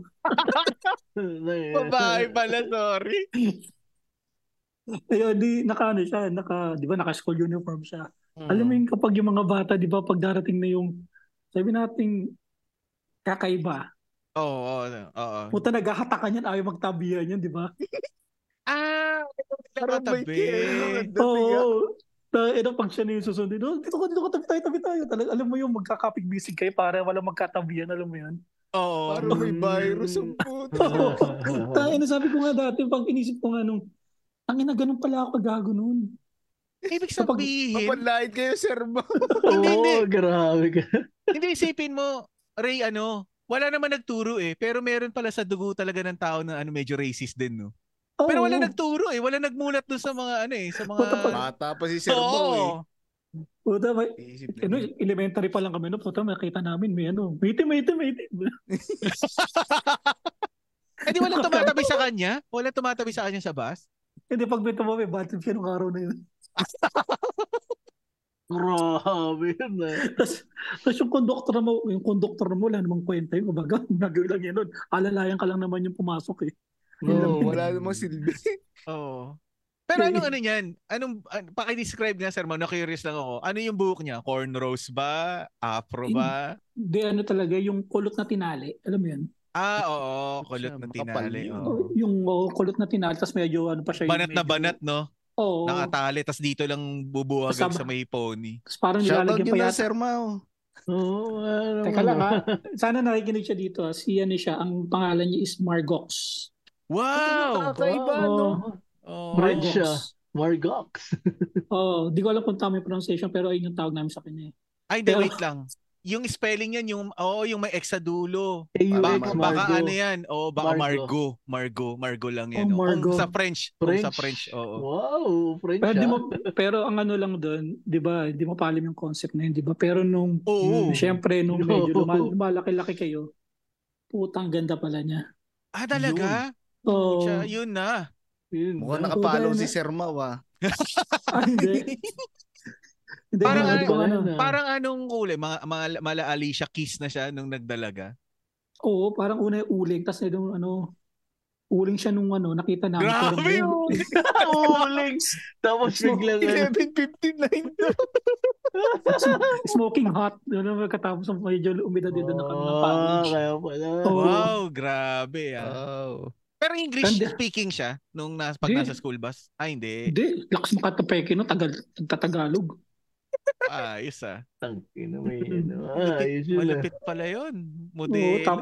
Speaker 1: babae pala, sorry.
Speaker 4: ayun di naka ano siya naka di ba naka school uniform siya
Speaker 1: Mm.
Speaker 4: alam mo yun kapag yung mga bata di ba pag darating na yung sabi nating kakaiba
Speaker 1: Oo, oo, oo.
Speaker 4: puta naghahatakan yan ayaw magtabihan yan di ba
Speaker 1: Ah, ito nila
Speaker 3: Parang may
Speaker 1: katabi.
Speaker 3: kaya.
Speaker 4: Oo. Na, eh, pag siya na yung susundin, oh, dito ko, dito ko, tabi tayo, tabi tayo. Talaga, alam mo yung magkakapig-bisig kayo para walang magkatabihan, alam mo yun?
Speaker 1: Oo.
Speaker 3: Parang may virus ang puto.
Speaker 4: Oo. Tayo na eh, sabi ko nga dati, pag inisip ko nga nung, ang ina, ganun pala ako gago noon.
Speaker 1: Ibig
Speaker 4: Kapag-
Speaker 1: sabihin,
Speaker 3: Mapanlait kayo, sir. Mo.
Speaker 1: Hindi, hindi.
Speaker 2: Oo, grabe ka.
Speaker 1: hindi isipin mo, Ray, ano, wala naman nagturo eh, pero meron pala sa dugo talaga ng tao na ano, medyo racist din, no?
Speaker 4: Oo.
Speaker 1: Pero wala nagturo eh, wala nagmulat doon sa mga ano eh, sa mga...
Speaker 4: Puta, pag-
Speaker 3: Bata pa si Sir Mo
Speaker 1: Oo.
Speaker 4: Puta, may,
Speaker 3: eh. Isip
Speaker 4: ano,
Speaker 3: na.
Speaker 4: elementary pa lang kami, no? Puta, makita namin, may ano, may itim, may itim, may itim.
Speaker 1: Eh di walang tumatabi sa kanya? Walang tumatabi sa kanya sa bus?
Speaker 4: Hindi, pag may tumawa, may bad trip siya nung araw na yun.
Speaker 2: Grabe yun ah.
Speaker 4: Tapos, tapos yung conductor mo, yung conductor mo, wala namang kwenta yun. Kumbaga, nagawin lang yan nun. Alalayan ka lang naman yung pumasok eh.
Speaker 3: Oo, wala namang silbi.
Speaker 1: Oo. Pero anong ano niyan? Anong, an, paki-describe nga sir, na curious lang ako. Ano yung buhok niya? Cornrows ba? Afro ba?
Speaker 4: Hindi, ano talaga, yung kulot na tinali. Alam mo yun?
Speaker 1: Ah, oo, kulot na
Speaker 3: Makapal
Speaker 1: tinali.
Speaker 3: yun.
Speaker 1: oo.
Speaker 4: Yung oh, kulot na tinali, tapos medyo ano pa siya. yung
Speaker 1: Banat na
Speaker 4: medyo-
Speaker 1: banat, no?
Speaker 4: Oo.
Speaker 1: Nakatali, tas dito lang bubuwag
Speaker 4: Kasama-
Speaker 1: sa may pony.
Speaker 4: Tapos parang
Speaker 3: Shoutout
Speaker 4: nilalagyan
Speaker 3: nyo
Speaker 4: pa
Speaker 3: na,
Speaker 4: yata.
Speaker 3: Sir Mao.
Speaker 2: Oo, ano
Speaker 4: Teka lang
Speaker 2: naman.
Speaker 4: ha. Sana nakikinig siya dito. ah. Si ano siya, ang pangalan niya is Margox.
Speaker 1: Wow!
Speaker 3: Kakaiba, no?
Speaker 4: Oo,
Speaker 1: Oh.
Speaker 2: Right
Speaker 4: Margox.
Speaker 2: siya. Margox.
Speaker 4: Oo, di ko alam kung tama yung pronunciation pero ayun yung tawag namin sa kanya. eh.
Speaker 1: Ay, hindi,
Speaker 4: Pero-
Speaker 1: wait lang. Yung spelling niyan, yung, oo, yung may X sa dulo.
Speaker 2: AUX
Speaker 1: Baka,
Speaker 3: Margo.
Speaker 1: baka ano
Speaker 2: Margo.
Speaker 1: yan. Oo, baka Margo.
Speaker 2: Margo.
Speaker 1: Margo. Margo lang yan. oo. Kung
Speaker 4: Oh, Margo.
Speaker 1: sa French. Kung sa French, oo.
Speaker 2: Wow, French
Speaker 4: Pero, di
Speaker 2: ah.
Speaker 4: mo, pero ang ano lang doon, di ba, di mo palim yung concept na yun, di ba? Pero nung,
Speaker 1: Oo.
Speaker 2: Hmm,
Speaker 4: syempre, nung
Speaker 2: No.
Speaker 4: medyo lumal- lumalaki-laki kayo, putang ganda pala niya.
Speaker 1: Ah, talaga?
Speaker 4: Oo.
Speaker 1: Siya, yun na.
Speaker 2: Yun. ah.
Speaker 3: Mukhang
Speaker 4: Ang
Speaker 3: nakapalo
Speaker 4: puta
Speaker 3: si
Speaker 4: na.
Speaker 3: Sir Mao, ah.
Speaker 4: Ah, hindi. Hindi,
Speaker 1: Parang
Speaker 4: hindi
Speaker 1: ano,
Speaker 4: ko ano.
Speaker 2: Ah.
Speaker 1: Parang anong kulay? Mga, mga mala Alicia Keys na siya nung nagdalaga.
Speaker 4: Oo, parang una yung uling, tapos nung ano, uling siya nung ano, nakita namin.
Speaker 1: Grabe
Speaker 4: Parang,
Speaker 1: yun!
Speaker 2: Uling. Tapos biglang ano.
Speaker 3: 11.59 na.
Speaker 4: sm- Smoking hot. Ano, katapos ang medyo umidad din na ng
Speaker 2: Ah,
Speaker 4: pangit.
Speaker 2: kaya pala.
Speaker 4: Oo.
Speaker 1: Wow, grabe ah.
Speaker 3: Wow.
Speaker 1: Pero English
Speaker 4: Tanda.
Speaker 1: speaking siya nung nas, pag
Speaker 4: Hindi.
Speaker 1: nasa school bus. Ay, hindi.
Speaker 4: Hindi, lakas ng katapeke no, tagal, tatagalog.
Speaker 1: Ayos ah.
Speaker 2: Tangkina mo yun.
Speaker 1: Malupit,
Speaker 2: Ayos yun. ano, ah.
Speaker 1: malupit pala yun. Modelo.
Speaker 4: tama.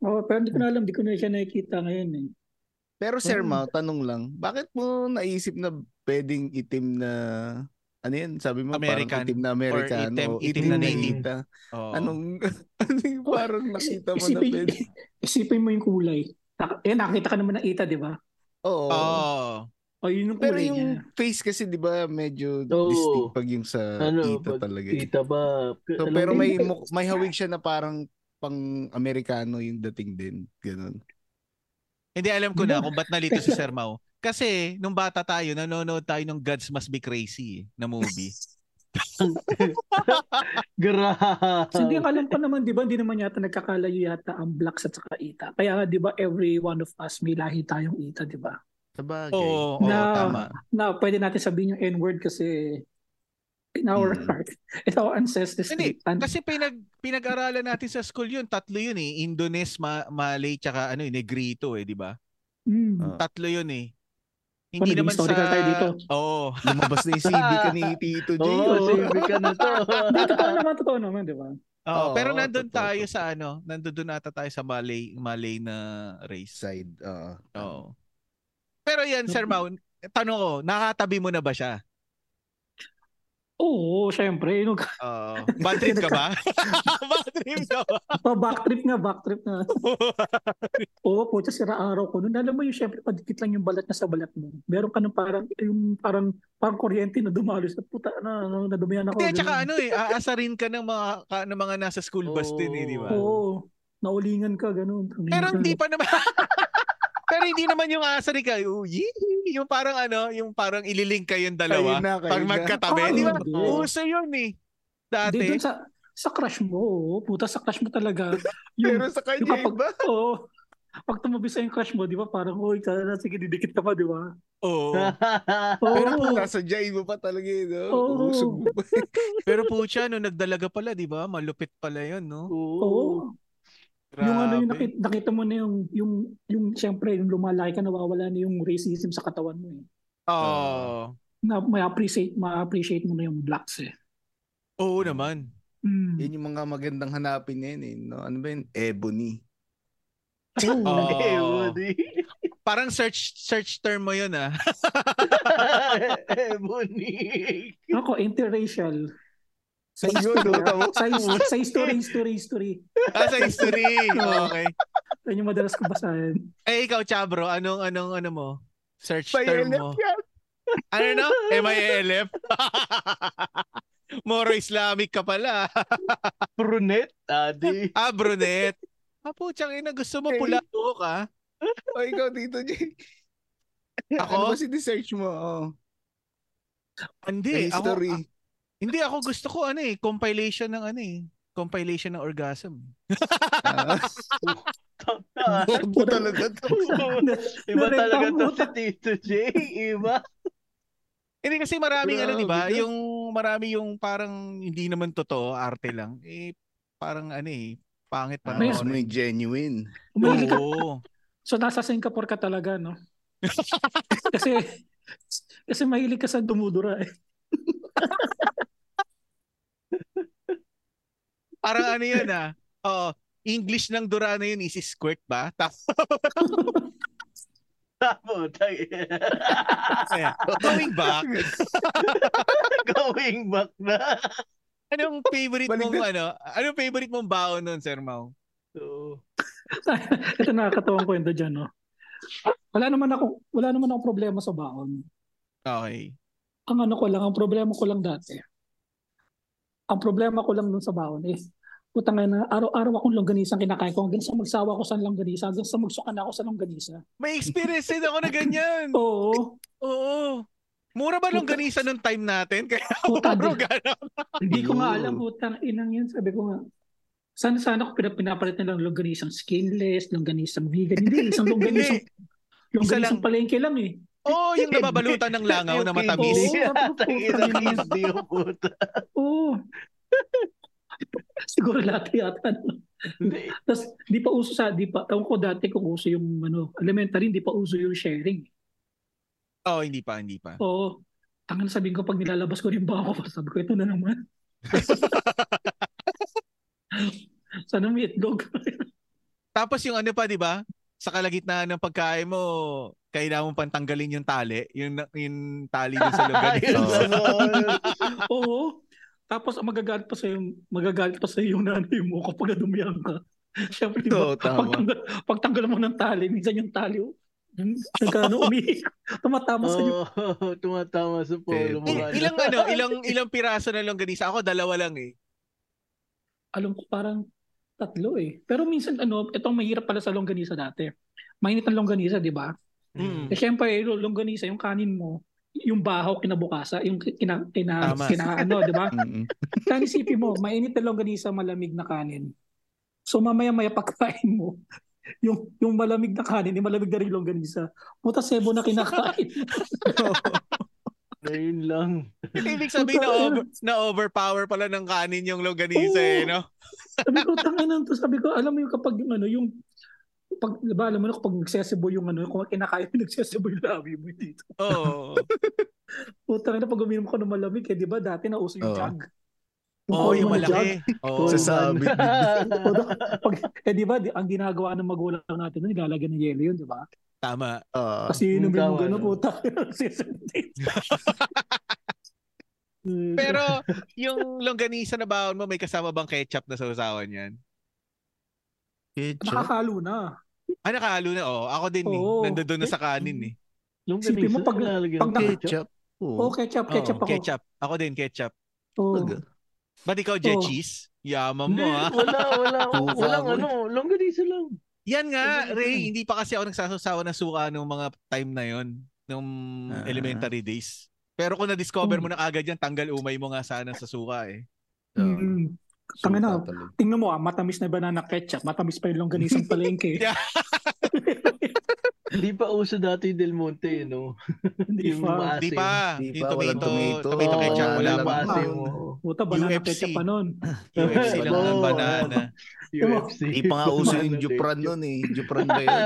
Speaker 4: Oh, pero hindi ko na alam, hindi ko na siya nakikita ngayon eh.
Speaker 3: Pero Sir
Speaker 4: Hmm.
Speaker 3: Mau, tanong lang, bakit mo naisip na pwedeng itim na ano yan? Sabi mo
Speaker 1: American
Speaker 3: parang itim na American
Speaker 1: itim-
Speaker 3: o
Speaker 1: itim
Speaker 4: na native.
Speaker 3: nakita.
Speaker 1: Oo.
Speaker 3: Anong ano yung parang nakita mo na
Speaker 4: isipin,
Speaker 3: pwede?
Speaker 4: isipin mo yung kulay. Nak- Eh, nakita ka naman ng ita, di ba?
Speaker 3: Oo.
Speaker 1: Oo.
Speaker 4: O, yun yung
Speaker 3: Pero
Speaker 4: kulay niya.
Speaker 3: yung face kasi 'di ba medyo
Speaker 2: Oo.
Speaker 3: distinct pag yung sa
Speaker 2: Ano,
Speaker 3: kita
Speaker 2: pag
Speaker 3: talaga. eh.
Speaker 2: Kita ba?
Speaker 3: So,
Speaker 2: Alam
Speaker 3: pero
Speaker 2: mo
Speaker 3: may
Speaker 2: yun?
Speaker 3: mu- may hawig siya na parang pang Amerikano yung dating din, ganun.
Speaker 1: Hindi, alam ko na kung ba't nalito si Sir Mau. Kasi, nung bata tayo, nanonood tayo ng Gods Must Be Crazy eh, na movie.
Speaker 2: Grabe.
Speaker 4: So, hindi,
Speaker 3: Oh.
Speaker 4: ang alam ko naman, di ba, hindi naman yata nagkakalayo yata ang blacks at saka ita. Kaya nga, di ba, every one of us may lahi tayong ita, di ba?
Speaker 3: Sa bagay.
Speaker 1: Oo, oo,
Speaker 4: Na-
Speaker 1: tama.
Speaker 4: Na pwede natin sabihin yung N-word kasi in our
Speaker 3: Hmm.
Speaker 4: heart, in our ancestry.
Speaker 1: Hindi, Kasi pinag pinag-aralan natin sa school yun, tatlo yun eh, Indones, Ma- Malay, tsaka ano, eh, Negrito eh, di ba?
Speaker 4: mm,
Speaker 3: Ah.
Speaker 1: Tatlo yun eh.
Speaker 4: Oh, naging historical tayo dito.
Speaker 1: Oo.
Speaker 3: Lumabas na yung CV ka ni Tito J.
Speaker 2: Oo,
Speaker 3: oh.
Speaker 2: save ka na to.
Speaker 4: hindi, totoo naman, totoo naman, di ba?
Speaker 1: Oo,
Speaker 3: Oo,
Speaker 1: pero nandun
Speaker 3: totoo,
Speaker 1: tayo
Speaker 3: totoo.
Speaker 1: sa ano, nandun doon ata tayo sa Malay, Malay na race.
Speaker 3: Side. Oo.
Speaker 1: Oo. Pero yan, Sir Mau, tanong ko, nakatabi mo na ba siya?
Speaker 4: Oo, syempre. Yung,
Speaker 1: Oo. Bad trip ka ba? Bad trip ka ba?
Speaker 4: oh, back trip nga, back trip nga. Oo, po, kasi araw ko nun. Alam mo yung syempre, padikit lang yung balat na sa balat mo. Meron ka ng parang, yung parang, parang kuryente na dumalo sa puta na, na, nadumihan ako.
Speaker 1: Hindi, tsaka
Speaker 4: Oh, ganun.
Speaker 1: ano eh, aasarin ka ng mga, ka- ng mga nasa school bus din eh, di ba?
Speaker 4: Oo, naulingan ka, ganun. Tangina
Speaker 1: Pero
Speaker 4: ka.
Speaker 1: hindi pa naman. Pero hindi naman yung aasarin ka, "Oh, yee." yung parang ano, yung parang ililing kayong dalawa.
Speaker 3: Kayo na, kayo
Speaker 1: pag
Speaker 3: na.
Speaker 1: magkatabi,
Speaker 4: Ah,
Speaker 1: di ba?
Speaker 4: hindi.
Speaker 1: Uso yun eh. Dati.
Speaker 4: Hindi, dun sa, sa crush mo, oo. puta, sa crush mo talaga.
Speaker 3: Pero
Speaker 4: Yung,
Speaker 3: sa kanya
Speaker 4: kapag-
Speaker 3: iba.
Speaker 4: oo, pag tumabi sa yung crush mo, di ba, parang, uy, tara na, sige, didikit ka pa, di ba?
Speaker 1: Oo.
Speaker 4: Oo,
Speaker 3: Pero kung sasadyain mo pa talaga yun, no?
Speaker 4: Oo.
Speaker 3: Uusog mo pa.
Speaker 1: Pero putya, no, nagdalaga pala, di ba? Malupit pala yun, no?
Speaker 4: oo.
Speaker 1: Grabe.
Speaker 4: Yung ano yung nakita, nakita mo na yung yung yung syempre yung lumalaki ka nawawala na yung racism sa katawan mo eh.
Speaker 1: Oo.
Speaker 4: Na may appreciate ma-appreciate mo na yung blacks eh.
Speaker 1: Oo naman.
Speaker 4: Mm.
Speaker 3: Yun yung mga magandang hanapin na yun, eh, no? Ano ba yun? Ebony.
Speaker 4: Oo.
Speaker 1: Oo.
Speaker 2: Eh, Woody.
Speaker 1: Parang search search term mo yun, ah.
Speaker 2: Eh, Bonnie.
Speaker 4: Ako interracial. Sa
Speaker 3: Ayun,
Speaker 4: history,
Speaker 3: no? Tama.
Speaker 4: ah. sa, his- sa history, history, history.
Speaker 1: ah sa history. okay.
Speaker 4: Yan yung madalas ko basahin.
Speaker 1: Eh, ikaw, Chabro, anong, anong, ano mo? Search
Speaker 3: May
Speaker 1: term
Speaker 3: elep
Speaker 1: mo.
Speaker 3: yan.
Speaker 1: Ano no? M-I-A-L-F? Moro Islamic ka pala.
Speaker 2: Brunette, Adi.
Speaker 1: Ah, brunette. Ah, putya, ina, gusto mo
Speaker 3: Okay.
Speaker 1: pula buhok, ah.
Speaker 3: O Oh, ikaw, Tito J.
Speaker 1: Ako?
Speaker 3: Ano ba sinesearch mo? Oh,
Speaker 1: Hindi, ako, ah.
Speaker 3: history.
Speaker 1: Hindi ako gusto ko ano eh, compilation ng ano eh, compilation ng orgasm.
Speaker 3: Ah, bobo talaga to.
Speaker 2: Iba
Speaker 4: Direct
Speaker 2: talaga to
Speaker 4: ang
Speaker 2: si Tito J. Iba.
Speaker 1: Hindi kasi maraming ano, 'di ba?
Speaker 3: Grabe ka.
Speaker 1: Yung marami yung parang hindi naman totoo, arte lang. Eh parang ano eh, pangit pa
Speaker 3: Parang gusto mo
Speaker 1: naman.
Speaker 3: yung genuine.
Speaker 4: Umili ka.
Speaker 1: Oo.
Speaker 4: So nasa Singapore ka talaga no. kasi kasi mahilig ka sa dumudura eh.
Speaker 1: Parang ano 'yun ah. Oo. English ng Durana yun is squirt ba? Tapos
Speaker 2: Tamo, tayo.
Speaker 1: eh, going back,
Speaker 2: Going back na.
Speaker 1: anong favorite
Speaker 3: Balik
Speaker 1: mong ano? Anong favorite mong baon nun, Sir Mau?
Speaker 2: So,
Speaker 4: Ito nakakatawang kwento dyan, no? Wala naman ako, wala naman ako problema sa baon.
Speaker 1: Okay.
Speaker 4: Ang ano ko lang, ang problema ko lang dati. Ang problema ko lang dun sa baon is, putang na, araw-araw akong longganisa ang kinakain ko. Hanggang sa magsawa ko sa longganisa, hanggang sa magsukan ako sa longganisa.
Speaker 1: May experience din ako na ganyan.
Speaker 4: Oo.
Speaker 1: Oo. Mura ba nung ganisa nung time natin? Kaya
Speaker 4: Puta,
Speaker 1: puro
Speaker 4: di-
Speaker 1: ganun.
Speaker 4: Hindi ko nga
Speaker 3: Ayun.
Speaker 4: alam, putang inang yun. Sabi ko nga, sana sana ko pinap- pinapalit nilang longganisang skinless, longganisang vegan. Hindi, isang longganisang, longganisang
Speaker 1: lang.
Speaker 4: palengke lang eh.
Speaker 1: Oo, oh, yung nababalutan ng langaw na matamis.
Speaker 4: Oo.
Speaker 2: Tangina kisdi yung puta.
Speaker 4: Oo. Siguro lahat yata. ano? no?
Speaker 2: Hindi.
Speaker 4: Tapos, di pa uso sa, di pa, tawag ko dati kung uso yung, ano, elementary, di pa uso yung sharing.
Speaker 1: Oh, hindi pa, hindi pa.
Speaker 4: Oo. Tangan sabihin ko, pag nilalabas ko rin ba ako, sabi ko, ito na naman. Sana may itlog.
Speaker 1: Tapos yung ano pa, 'di ba? Sa kalagitnaan ng pagkain mo, kailangan mo pang tanggalin yung tali, yung yung tali dun sa lugar.
Speaker 2: Ayun,
Speaker 1: Oo.
Speaker 2: sabon.
Speaker 4: Oo. Tapos ang magagalit pa sa yung magagalit pa sa yung nanay mo kapag nadumihan ka. Siyempre, di ba?
Speaker 1: Oo, tama.
Speaker 4: Pagtanggal, pagtanggal mo ng tali, minsan yung tali, oh, nagkano umi, tumatama sa iyo.
Speaker 2: Oo, tumatama sa polo mo.
Speaker 1: Eh, Il-
Speaker 2: ano.
Speaker 1: ilang ano, ilang ilang piraso na longganisa? Ako dalawa lang eh.
Speaker 4: Alam ko parang tatlo eh. Pero minsan ano, itong mahirap pala sa longganisa dati. Mainit ang longganisa, di ba?
Speaker 2: Hmm.
Speaker 1: Mm.
Speaker 4: Eh, syempre, yung longganisa, yung kanin mo, yung bahaw kinabukasa, yung kina, kina,
Speaker 1: Tama.
Speaker 4: kina ano, di ba?
Speaker 3: Mm-mm.
Speaker 4: Kaya isipin mo, mainit na longganisa, malamig na kanin. So mamaya-maya pagkain mo, yung yung malamig na kanin, yung malamig na rin yung longganisa. Puta sebo na kinakain.
Speaker 2: Ayun lang.
Speaker 1: Ibig sabihin na, over, na overpower pala ng kanin yung longganisa eh, no?
Speaker 4: sabi ko, tangan to. Sabi ko, alam mo yung kapag yung ano, yung pag, di ba, alam mo na kapag nagsesebo yung ano, kung kinakain mo, nagsesebo yung labi mo dito.
Speaker 1: Oo.
Speaker 4: Puta na, pag uminom ko ng malamig, eh, di ba, dati nauso yung
Speaker 3: Oo.
Speaker 4: jug.
Speaker 1: Oo, yung
Speaker 3: Oh
Speaker 4: Uminom ng jug.
Speaker 1: malaki. Oo.
Speaker 3: Sa sabit.
Speaker 4: Pag, eh, di ba, di- ang ginagawa ng magulang natin, nun, nilalagyan ng yelo yun, di ba?
Speaker 1: Tama.
Speaker 3: Ah,
Speaker 4: Kasi inumin mo
Speaker 2: tama,
Speaker 4: gano'n,
Speaker 2: no?
Speaker 4: puta. nagsisentate.
Speaker 1: Pero yung longganisa na baon mo, may kasama bang ketchup na sausawan yan?
Speaker 3: ketchup.
Speaker 4: Nakakalo na.
Speaker 1: Ah, nakahalo na. Oo, ako din eh.
Speaker 3: Oh.
Speaker 4: Oo.
Speaker 1: Nandoon na sa kanin eh.
Speaker 2: Nung
Speaker 4: Isipin mo, pag- pag naka-
Speaker 3: Ketchup.
Speaker 4: Oo,
Speaker 3: Oo.
Speaker 4: Oh, ketchup,
Speaker 1: Oo,
Speaker 4: ketchup ako. Oh.
Speaker 1: Ketchup. Ako din, ketchup.
Speaker 4: Oo.
Speaker 3: Talaga.
Speaker 1: Ba't ikaw,
Speaker 3: Oh.
Speaker 1: Je
Speaker 4: Oo.
Speaker 1: Cheese? Yaman
Speaker 2: Hindi,
Speaker 1: mo ah.
Speaker 2: wala, wala.
Speaker 3: Tufa
Speaker 2: Walang
Speaker 3: ako.
Speaker 2: ano, longganisa lang.
Speaker 1: Yan nga,
Speaker 2: Wala
Speaker 1: Ray,
Speaker 2: yun.
Speaker 1: hindi pa kasi ako nagsasawsawa ng suka nung mga time na yon nung
Speaker 3: Ah.
Speaker 1: elementary days. Pero kung na-discover
Speaker 4: Hmm.
Speaker 1: mo na agad yan, tanggal umay mo nga sana sa suka eh.
Speaker 3: Ah,
Speaker 4: Mm. Tangin na.
Speaker 3: suka talaga.
Speaker 4: Tingnan mo ah, matamis na banana ketchup, matamis pa yung longganisang palengke.
Speaker 1: Yeah.
Speaker 2: Hindi pa uso dati Del Monte, eh, no?
Speaker 4: Hindi
Speaker 2: Yung
Speaker 4: pa.
Speaker 2: maasim.
Speaker 1: Hindi pa.
Speaker 3: Hindi
Speaker 1: Yung ah,
Speaker 3: pa, walang
Speaker 1: tomato, tomato,
Speaker 3: tomato.
Speaker 2: Oo,
Speaker 1: ketchup, wala pa.
Speaker 2: yung
Speaker 3: lang.
Speaker 2: maasim,
Speaker 4: Ah.
Speaker 2: oo.
Speaker 4: Puta, banana
Speaker 1: UFC.
Speaker 4: ketchup pa nun.
Speaker 1: UFC lang
Speaker 2: Oo,
Speaker 1: ng
Speaker 2: wala
Speaker 1: banana.
Speaker 2: pa. UFC.
Speaker 3: Hindi pa nga uso yung
Speaker 2: Banana
Speaker 3: Jupran
Speaker 2: day.
Speaker 3: nun eh. Jupran ba yun?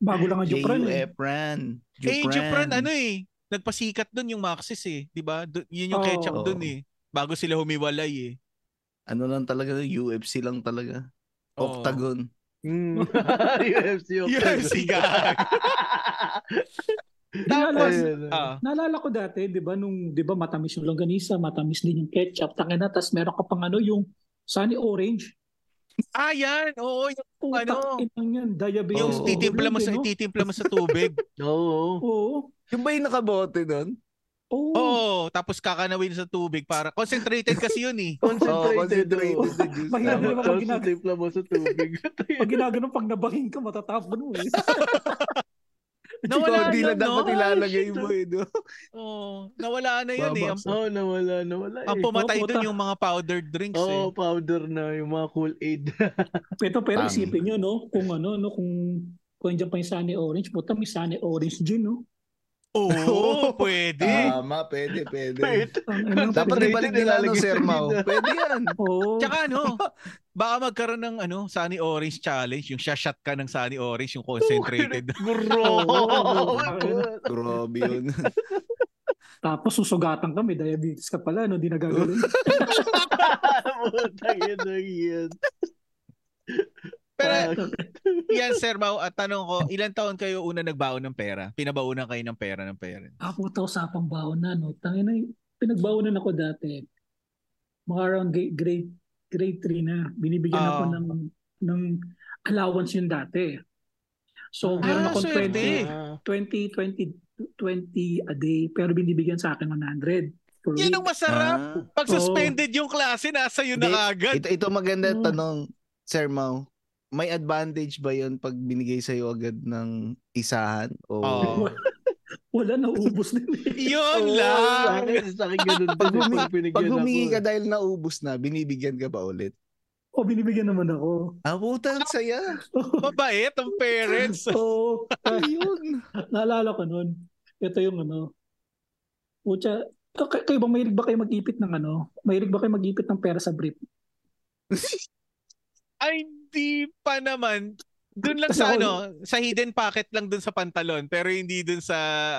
Speaker 4: Bago lang ang Jupran eh.
Speaker 3: J-U-F-RAN.
Speaker 1: Eh, Jupran, ano eh. Nagpasikat dun yung Maxis eh. Di ba? Dun- Yun yung
Speaker 4: Oo.
Speaker 1: ketchup dun eh. Bago sila humiwalay eh.
Speaker 3: Ano lang talaga, UFC lang talaga.
Speaker 1: Oo. Hmm.
Speaker 3: Octagon.
Speaker 2: Mm. UFC.
Speaker 1: UFC gag.
Speaker 4: Tapos,
Speaker 1: Ah,
Speaker 4: Naalala ko dati, 'di ba, nung 'di ba matamis yung longganisa, matamis din yung ketchup, tangin na tas meron ka pang ano yung sunny orange.
Speaker 1: ah, yan. Oo, yung, Ano?
Speaker 4: Puta, inang yan, diabetes.
Speaker 1: yung
Speaker 3: Oo.
Speaker 1: titimpla mo sa
Speaker 4: Overload, eh, no?
Speaker 1: ititimpla mo sa tubig.
Speaker 2: Oo.
Speaker 4: Oo.
Speaker 3: Yung ba yung nakabote nun?
Speaker 4: Oo.
Speaker 1: Oo, tapos kakanawin sa tubig para concentrated kasi yun eh.
Speaker 3: Oo,
Speaker 2: Concentrated.
Speaker 3: concentrated
Speaker 2: oo.
Speaker 3: na juice.
Speaker 4: Mahirap
Speaker 3: Tama.
Speaker 4: naman pag
Speaker 2: Tapos
Speaker 4: ginag-
Speaker 2: timpla mo sa tubig.
Speaker 4: Pag ginagano, pag nabangin ka, matatapon mo eh.
Speaker 1: Nawala
Speaker 3: Konti
Speaker 1: yun,
Speaker 3: lang dapat
Speaker 1: no?
Speaker 3: ilalagay
Speaker 2: Ay, shit.
Speaker 3: mo eh. no?
Speaker 1: Oo, nawala na yun eh. Ang,
Speaker 3: Babaksak.
Speaker 2: Oo, nawala, nawala.
Speaker 1: ang
Speaker 2: eh.
Speaker 1: pumatay
Speaker 4: puta.
Speaker 1: dun yung mga powdered drinks eh.
Speaker 2: Oo, powder na yung mga Kool-Aid.
Speaker 4: Pero, pero
Speaker 3: Tang.
Speaker 4: isipin nyo, no? Kung ano, no? Kung kung andyan pa yung sunny orange, puta, may sunny orange gin, no?
Speaker 1: Oo,
Speaker 3: Oo.
Speaker 1: pwede.
Speaker 3: Tama, pwede, pwede.
Speaker 2: Wait.
Speaker 4: Ang ano,
Speaker 3: Dapat
Speaker 4: pwede-
Speaker 2: Pwede,
Speaker 3: ibalik nila no,
Speaker 2: nilalagay
Speaker 3: Sir
Speaker 2: sa
Speaker 3: Mau.
Speaker 2: gilid.
Speaker 3: Pwede yan.
Speaker 4: Oo.
Speaker 1: Tsaka ano, baka magkaroon ng ano, Sunny Orange Challenge, yung shashot ka ng Sunny Orange, yung concentrated.
Speaker 2: Gross!
Speaker 3: Grabe yun.
Speaker 4: Tapos susugatan ka, may diabetes ka pala, no? Di nagagaling.
Speaker 2: Putang ina yun.
Speaker 1: Pero
Speaker 2: Fuck.
Speaker 1: yan, Sir Mau, at tanong ko, ilan taon kayo una nagbaon ng pera? Pinabaunan kayo ng pera ng parents?
Speaker 4: ah, puta, usapang baon na, no? Tangin na, pinagbaonan ako dati. Mga around gra- grade, grade 3 na, binibigyan
Speaker 1: Ah.
Speaker 4: ako ng, ng allowance yun dati. So,
Speaker 1: Ah,
Speaker 4: meron akong
Speaker 1: swerte.
Speaker 4: 20, 20, 20, 20 a day, pero binibigyan sa akin 100 per
Speaker 1: Yan
Speaker 4: week.
Speaker 1: ang masarap.
Speaker 3: Ah.
Speaker 1: Pag suspended yung klase, nasa yun na
Speaker 3: Hindi.
Speaker 1: agad.
Speaker 3: Ito, ito maganda
Speaker 4: Mm.
Speaker 3: tanong, Sir Mau. May advantage ba yun pag binigay sa'yo agad ng isahan? O
Speaker 1: Oo.
Speaker 4: Wala, naubos na yun.
Speaker 1: Oh.
Speaker 4: eh.
Speaker 1: Yun
Speaker 2: Oo, Sa
Speaker 1: lang.
Speaker 2: akin, sa akin ganun din.
Speaker 3: Pag humi-
Speaker 2: Pag pinigyan
Speaker 3: pag
Speaker 2: ako,
Speaker 3: humingi ka
Speaker 2: eh.
Speaker 3: dahil naubos na, binibigyan ka ba ulit?
Speaker 4: O, binibigyan naman ako.
Speaker 3: Ah, puta, ang saya.
Speaker 1: Mabait ang parents.
Speaker 4: Oh. Oo,
Speaker 3: Ayun.
Speaker 4: naalala ko nun. Ito yung ano. Pucha, kayo, kayo ba, mahilig ba kayo mag-ipit ng ano? Mahilig ba kayo mag-ipit ng pera sa brief?
Speaker 1: Ay, hindi pa naman. Doon lang
Speaker 4: Tas
Speaker 1: sa
Speaker 4: ako-
Speaker 1: ano, sa hidden pocket lang doon sa pantalon, pero hindi doon sa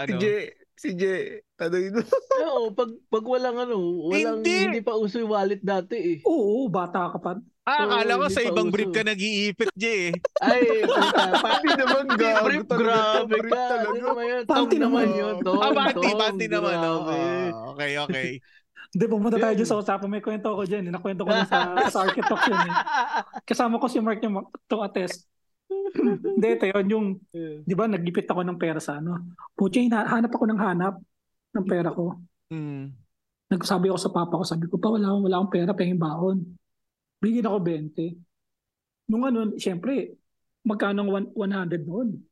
Speaker 3: Si
Speaker 1: ano.
Speaker 3: Jay, si Jay, tanongin mo.
Speaker 2: Oo, oh, pag, pag walang ano, walang,
Speaker 1: Hindi.
Speaker 2: hindi. pa uso yung wallet dati eh.
Speaker 4: Oo, bata ka pa.
Speaker 1: Ah, akala ko
Speaker 2: Oo, hindi
Speaker 1: sa
Speaker 2: pa
Speaker 1: ibang
Speaker 2: uso.
Speaker 1: brief ka nag-iipit, Jay. eh.
Speaker 2: Ay, puta, pa-
Speaker 3: Hindi naman gago.
Speaker 2: Brief,
Speaker 3: talaga,
Speaker 2: grabe
Speaker 3: brief
Speaker 2: ka. Ano
Speaker 3: talaga.
Speaker 2: naman yun?
Speaker 4: Panty
Speaker 2: Tom naman
Speaker 3: naman.
Speaker 2: yun. Tom,
Speaker 1: Ah, panty,
Speaker 2: Tom,
Speaker 1: panty naman. Oh,
Speaker 2: grabe.
Speaker 1: Ah, okay, okay.
Speaker 4: Hindi, pumunta tayo
Speaker 2: Yun.
Speaker 4: dyan sa usapan. May kwento ako dyan. eh. Nakwento ko na sa, sa Architect Talks yun. eh. Kasama ko si Mark yung mag- to attest. Hindi, ito yun. Yung, di ba, nagipit ako ng pera sa ano. Puche, hanap ako ng hanap ng pera ko.
Speaker 1: Mm.
Speaker 4: Nagsabi ako sa papa ko, sabi ko pa, wala akong, wala akong pera, pengin baon. Bigyan ako 20. Nung ano, siyempre, magkano ang one- 100 noon?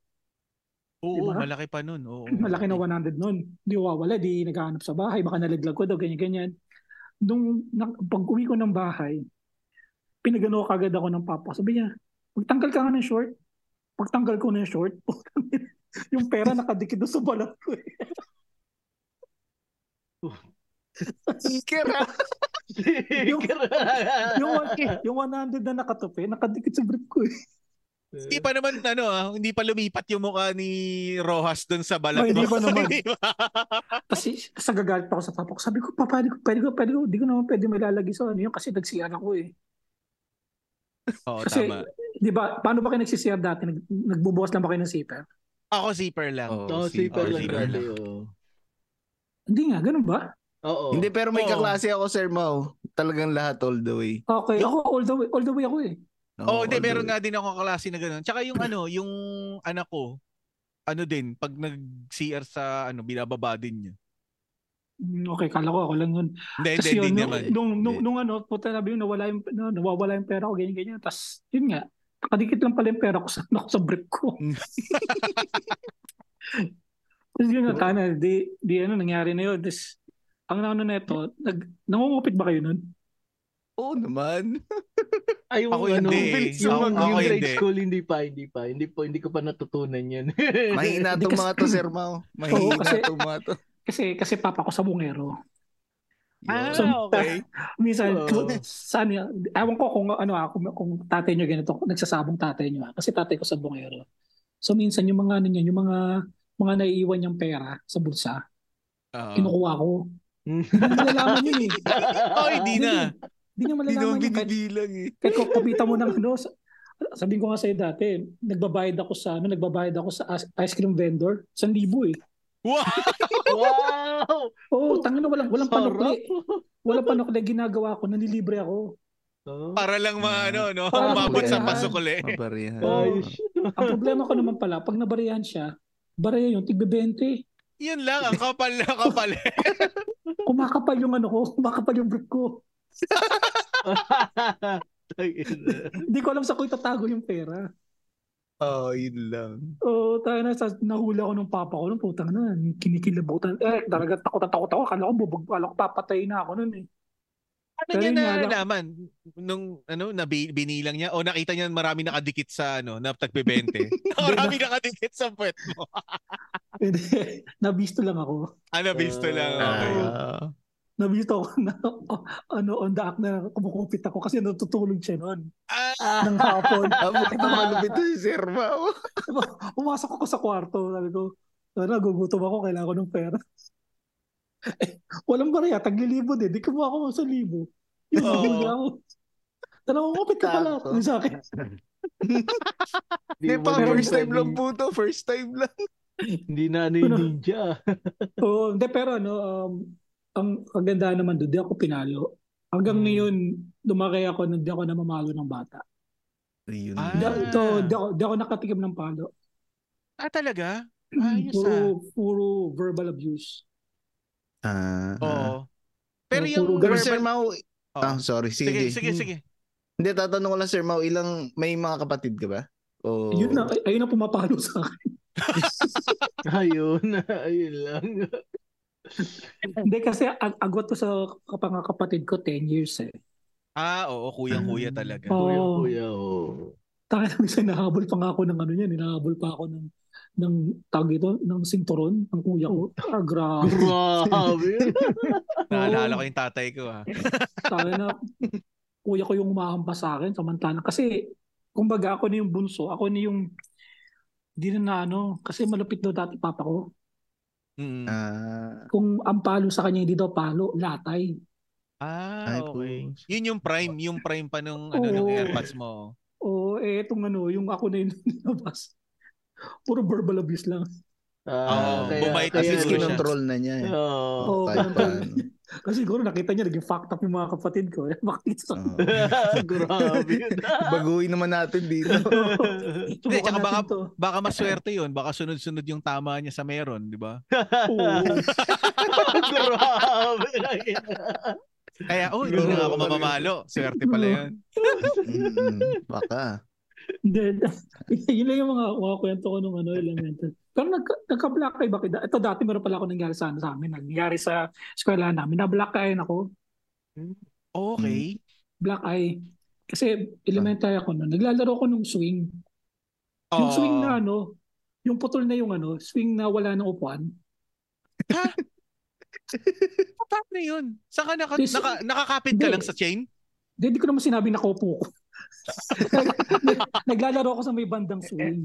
Speaker 1: Oo,
Speaker 4: Diba?
Speaker 1: malaki pa nun. Oo,
Speaker 4: Malaki na 100 noon. Di wawala, di naghahanap sa bahay, baka nalaglag ko daw, ganyan-ganyan. Nung na- pag uwi ko ng bahay, pinagano ko kagad ako ng papa. Sabi niya, magtanggal ka nga ng short. Pagtanggal ko ng short, yung pera nakadikit doon sa balat ko. eh.
Speaker 3: Sticker, ah.
Speaker 4: Yung, yung 100 na nakatupi, nakadikit sa brief ko. eh.
Speaker 1: Hindi pa naman ano, ah, hindi pa lumipat yung mukha ni Rojas doon sa balat.
Speaker 4: Oh, hindi
Speaker 1: mo.
Speaker 4: pa naman.
Speaker 1: Di ba?
Speaker 4: Kasi tas nagagalit pa ako sa papa ko. Sabi ko, pa, pwede ko, pwede ko, pwede ko, di ko naman pwede malalagay sa ano yun kasi nag-CR ako eh.
Speaker 1: Oo,
Speaker 4: kasi,
Speaker 1: tama.
Speaker 4: di ba, paano ba kayo nag-CR dati? Nag, nagbubukas lang ba kayo ng zipper?
Speaker 1: Ako zipper lang.
Speaker 2: Oo,
Speaker 3: si-
Speaker 2: sipa
Speaker 1: oh,
Speaker 2: lang
Speaker 1: sipa
Speaker 2: dati.
Speaker 1: lang.
Speaker 2: oo.
Speaker 4: Hindi nga, ganun ba?
Speaker 2: Oo.
Speaker 3: Hindi, pero may
Speaker 1: Oo.
Speaker 3: kaklase ako, Sir Mau. Talagang lahat all the way.
Speaker 4: Okay,
Speaker 1: Eh,
Speaker 4: ako all the way, all the way ako eh.
Speaker 1: Oo, oh, hindi,
Speaker 3: all the
Speaker 1: meron
Speaker 3: way.
Speaker 1: nga din ako klase na gano'n. Tsaka yung ano, yung anak ko, ano din, pag nag-CR sa ano, binababa din niya.
Speaker 4: Mm, Okay, kala ko ako lang yun.
Speaker 1: Hindi,
Speaker 4: Tapos
Speaker 1: hindi,
Speaker 4: yun,
Speaker 1: hindi
Speaker 4: nung,
Speaker 1: Eh, naman.
Speaker 4: nung, nung, nung ano, puta sabi yung nawala yung, no, nawawala yung pera ko, ganyan, ganyan. Tapos, yun nga, nakadikit lang pala yung pera ko sa, ako sa brief ko. Tapos yun nga, tana, di, di ano, nangyari na yun. Tapos, ang ano na ito, nag, nangungupit ba kayo nun?
Speaker 3: Oo naman.
Speaker 2: Ay, yung
Speaker 1: Ako
Speaker 2: ano,
Speaker 1: hindi eh.
Speaker 2: yung, yung,
Speaker 1: Ako- ako
Speaker 2: grade
Speaker 1: hindi.
Speaker 2: school, hindi pa, hindi pa. Hindi po, hindi ko pa natutunan yan.
Speaker 3: Mahina tong
Speaker 4: Hindi kasi-
Speaker 3: mga to, Sir Mau. Mahina
Speaker 4: Oo, kasi-
Speaker 3: tong mga to.
Speaker 4: Kasi, kasi papa ko sa bungero.
Speaker 1: Ah,
Speaker 3: Yun.
Speaker 1: okay.
Speaker 4: Minsan,
Speaker 2: Oo.
Speaker 4: saan yun? Ewan ko kung, ano, ah, kung, kung tatay nyo ganito, nagsasabong tatay nyo. ah. Kasi tatay ko sa bungero. So, minsan, yung mga ano niya, yung mga, mga naiiwan niyang pera sa bulsa,
Speaker 1: Oo.
Speaker 4: kinukuha ko.
Speaker 2: Hmm.
Speaker 4: Hindi niya malalaman yun eh.
Speaker 1: Oh, hindi
Speaker 4: Ano
Speaker 1: na.
Speaker 4: Hindi niya
Speaker 3: Hindi naman
Speaker 4: malalaman yun. Kahit,
Speaker 3: binibilang eh.
Speaker 4: kahit kung kapita mo ng ano, sa- sabihin ko nga sa'yo dati, nagbabayad ako sa, ano, nagbabayad ako sa as- ice cream vendor, 1,000 eh.
Speaker 1: Wow!
Speaker 2: wow!
Speaker 4: Oo, oh, tangin na walang, walang
Speaker 2: Sarap.
Speaker 4: panukli. Walang panukli, ginagawa ko, nanlilibre ako.
Speaker 2: Oo.
Speaker 1: Para lang mga ano, no?
Speaker 4: Para
Speaker 1: Umabot sa
Speaker 4: mabarihan.
Speaker 1: pasukuli.
Speaker 3: Mabarihan.
Speaker 2: Ay,
Speaker 4: Oo. Ang problema ko naman pala, pag nabarihan siya, bariya yung tigbe 20.
Speaker 1: Yun lang, ang kapal na kapal.
Speaker 4: Kumakapal yung ano ko, kumakapal yung brief ko. Hindi ko alam sa ko itatago yung pera.
Speaker 3: Oo, Ah, yun lang.
Speaker 4: Oo, tayo na, sa, nahula ko ng papa ko, nung putang na, kinikilabutan. Eh, talaga takot na takot ako, akala ko bubog, akala ko papatay na ako nun eh.
Speaker 1: Ano
Speaker 4: Pero
Speaker 1: niya
Speaker 4: yun nga lang.
Speaker 1: nalalaman? Nung ano, na binilang niya? O nakita niya marami nakadikit sa ano, na tagpibente? marami nakadikit sa puwet mo.
Speaker 4: Hindi, nabisto lang ako.
Speaker 1: Ano, bisto lang. Okay.
Speaker 3: Ah.
Speaker 4: Nabisto ako na, ano, on the act na kumukupit ako kasi natutulog siya noon
Speaker 1: Ah,
Speaker 4: ng hapon.
Speaker 3: Ah, puta malupit to si Sir Mau.
Speaker 4: Pumasok ako sa kwarto, sabi ko, Tara, gugutom ako, kailangan ko ng pera. Eh, walang bariya, taglilibo din. Di kumuha ako sa libo. Yun,
Speaker 1: Oo.
Speaker 4: nahuli ako. Tanong ko, kapit ka pala.
Speaker 3: Takot.
Speaker 4: Yun sa akin.
Speaker 3: Hindi pa,
Speaker 4: Pero
Speaker 3: first time lang po to. First time lang.
Speaker 2: Hindi na ano yung ninja.
Speaker 4: Oo, hindi, pero ano, um, ang kaganda naman doon, di ako pinalo. Hanggang
Speaker 1: Hmm.
Speaker 4: ngayon, lumaki ako, hindi ako namamalo ng bata.
Speaker 3: Ayun.
Speaker 1: Ah.
Speaker 4: Di, ito, di, ako, di ako nakatikim ng palo.
Speaker 1: ah talaga? Ayos ah.
Speaker 4: puro, puro verbal abuse.
Speaker 3: Ah.
Speaker 1: Oo. Pero yung
Speaker 4: Puro
Speaker 3: Pero
Speaker 4: ganun. eh.
Speaker 3: Sir
Speaker 1: verbal...
Speaker 3: Mau,
Speaker 1: Oo.
Speaker 3: ah, sorry.
Speaker 1: Sige,
Speaker 3: Sige, Jay.
Speaker 1: sige,
Speaker 4: Hmm.
Speaker 1: sige.
Speaker 3: Hindi, tatanong ko lang, Sir Mau, ilang, may mga kapatid ka ba?
Speaker 1: Oh.
Speaker 3: O...
Speaker 4: Yun na, ay- ayun na pumapalo sa akin.
Speaker 2: Ayun, ayun lang.
Speaker 4: Hindi kasi ag- agwat ko sa kap- mga kapatid ko 10 years eh.
Speaker 1: Ah, oo, kuyang-kuya talaga.
Speaker 4: Oo.
Speaker 2: Kuya, kuya, oh. oo.
Speaker 4: Taka na minsan nahabol pa nga ako ng ano niya, ninahabol pa ako ng ng tawag ito, ng sinturon ng kuya ko. Ah, grabe.
Speaker 2: Grabe.
Speaker 1: Naalala ko yung tatay ko ah.
Speaker 4: Taka na kuya ko yung umahampa sa akin samantala. Kasi, kumbaga, ako na yung bunso. Ako na yung, hindi na na ano, kasi malupit daw dati papa ko.
Speaker 1: Mm.
Speaker 3: Ah,
Speaker 4: Kung ang palo sa kanya, hindi daw palo, latay.
Speaker 1: ah,
Speaker 3: ay,
Speaker 1: okay.
Speaker 3: puso.
Speaker 1: Yun yung prime, yung prime pa nung ano
Speaker 4: Oo.
Speaker 1: nung AirPods mo.
Speaker 4: O, eh, etong ano, yung ako na yung nilabas. Puro verbal abuse lang.
Speaker 1: Oo,
Speaker 2: Ah,
Speaker 1: bumait
Speaker 3: at
Speaker 1: Kaya
Speaker 3: least
Speaker 1: siguro siya.
Speaker 3: kinontrol na niya eh.
Speaker 2: Oo.
Speaker 4: Oo,
Speaker 3: Kahit
Speaker 4: kinontrol.
Speaker 3: paano.
Speaker 4: Kasi siguro nakita niya, naging fucked up yung mga kapatid ko. Bakit sa...
Speaker 3: Oo.
Speaker 2: Grabe yun.
Speaker 3: Baguhin naman natin dito.
Speaker 1: Hindi,
Speaker 4: Subukan
Speaker 1: tsaka
Speaker 4: natin
Speaker 1: baka-
Speaker 4: to.
Speaker 1: Baka maswerte yun. Baka sunod-sunod yung tama niya sa meron, di ba?
Speaker 4: Oo.
Speaker 2: Grabe.
Speaker 1: Kaya, oh, hindi na ako
Speaker 2: Oo.
Speaker 1: mamamalo. Swerte pala yun.
Speaker 3: Mm, Baka.
Speaker 4: Then, yun lang yung mga mga kwento ko nung ano, elemental. Pero nag, nagka-black eye ba kayo? Ito dati meron pala ako nangyari sa, ano sa amin. Nangyari sa eskwela namin. Na-black eye ako. Hmm.
Speaker 1: Okay.
Speaker 4: Black eye. Kasi elementary ako noon. Naglalaro ako ng swing. Yung
Speaker 1: Oo.
Speaker 4: swing na ano, yung putol na yung ano, swing na wala ng upuan.
Speaker 1: Ah, Paano yun? Saan ka naka,
Speaker 4: This-
Speaker 1: naka, nakakapit ka
Speaker 4: Hindi.
Speaker 1: lang sa chain?
Speaker 4: Then, Hindi ko naman sinabi nakaupo ko. Nag- nag- Naglalaro ako sa may bandang swing.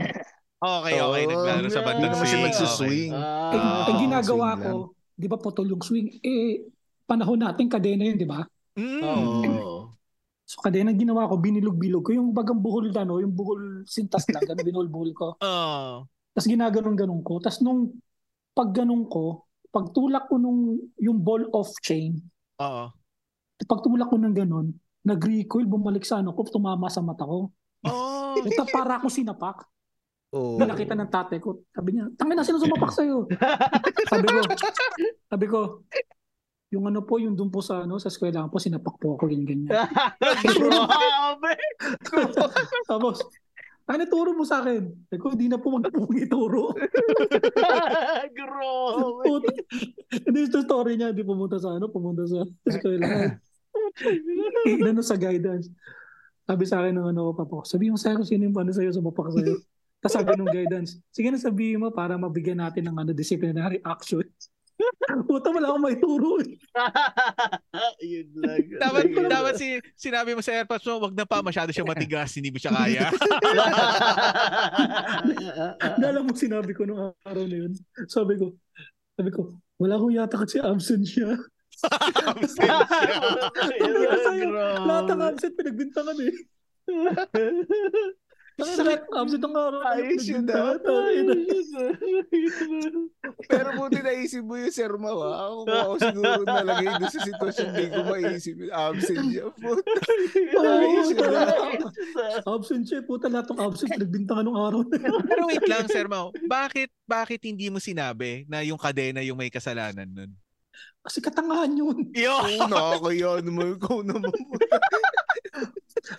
Speaker 1: Okay, okay.
Speaker 3: Oo.
Speaker 1: Naglaro sa
Speaker 3: Hindi
Speaker 1: bandang
Speaker 3: naman siya
Speaker 1: swing. Okay.
Speaker 3: nagsuswing.
Speaker 4: Eh,
Speaker 2: Ah,
Speaker 4: ang ginagawa
Speaker 3: swing
Speaker 4: ko, di ba putol yung swing? Eh, panahon natin, kadena yun, di ba?
Speaker 1: Mm.
Speaker 2: Oo.
Speaker 4: So kadena ginawa ko, binilog-bilog ko. Yung bagang buhol na, no? yung buhol sintas lang, ganun binuhol-buhol ko.
Speaker 1: Oo.
Speaker 4: Tapos ginaganon-ganon ko. Tapos nung pag ganon ko, pagtulak ko nung yung ball off chain,
Speaker 1: Oo.
Speaker 4: pagtulak ko ng ganon, nag-recoil, bumalik sa ano ko, tumama sa mata ko.
Speaker 1: Oo.
Speaker 4: Puta, para ako sinapak.
Speaker 3: Oo.
Speaker 4: Nung nakita ng tatay ko, sabi niya, tangin na sino sumapak sa'yo. sabi ko, sabi ko, yung ano po, yung doon po sa, ano, sa eskwela po, sinapak po ako, ganyan, ganyan.
Speaker 2: Grabe.
Speaker 4: Tapos, ano turo mo sa akin? Sabi ko, hindi na po magpupong ituro.
Speaker 2: Grabe.
Speaker 4: Puta. Hindi, ito story niya, hindi pumunta sa ano, pumunta sa eskwela. Eh, Inano sa guidance. Sabi sa akin ng ano ko pa po, sabi mo sa akin sino yung ano sa'yo, sumapak sa'yo. Tapos sabi nung guidance, sige na sabihin mo para mabigyan natin ng ano, disciplinary action. Puta, wala akong maituro. eh.
Speaker 2: Yun lang.
Speaker 1: Dapat, dapat si, sinabi mo sa AirPods mo, wag na pa, masyado siya matigas, hindi mo siya kaya.
Speaker 4: Dala mo sinabi ko nung araw na yun. Sabi ko, sabi ko, wala ko yata kasi absent siya. Lahat
Speaker 3: Um,
Speaker 4: ng absent, pinagbintangan eh. Sakit, absent ang araw.
Speaker 3: Ayos yun,
Speaker 4: pinagbintangan. Ay,
Speaker 3: Pero buti naisip mo yung Sir Mau, ah. Ako kung ako siguro nalagay doon sa sitwasyon, hindi ko maisip. Absent siya. Puta. Ayos yun, ah.
Speaker 4: Absent siya, puta lahat ng absent, pinagbintangan nung araw na yun.
Speaker 1: Pero wait lang, Sir Mau. Bakit, bakit hindi mo sinabi na yung kadena yung may kasalanan nun?
Speaker 4: Kasi katangahan yun.
Speaker 1: Yo!
Speaker 3: Oo, nakakayan mo. Ikaw naman.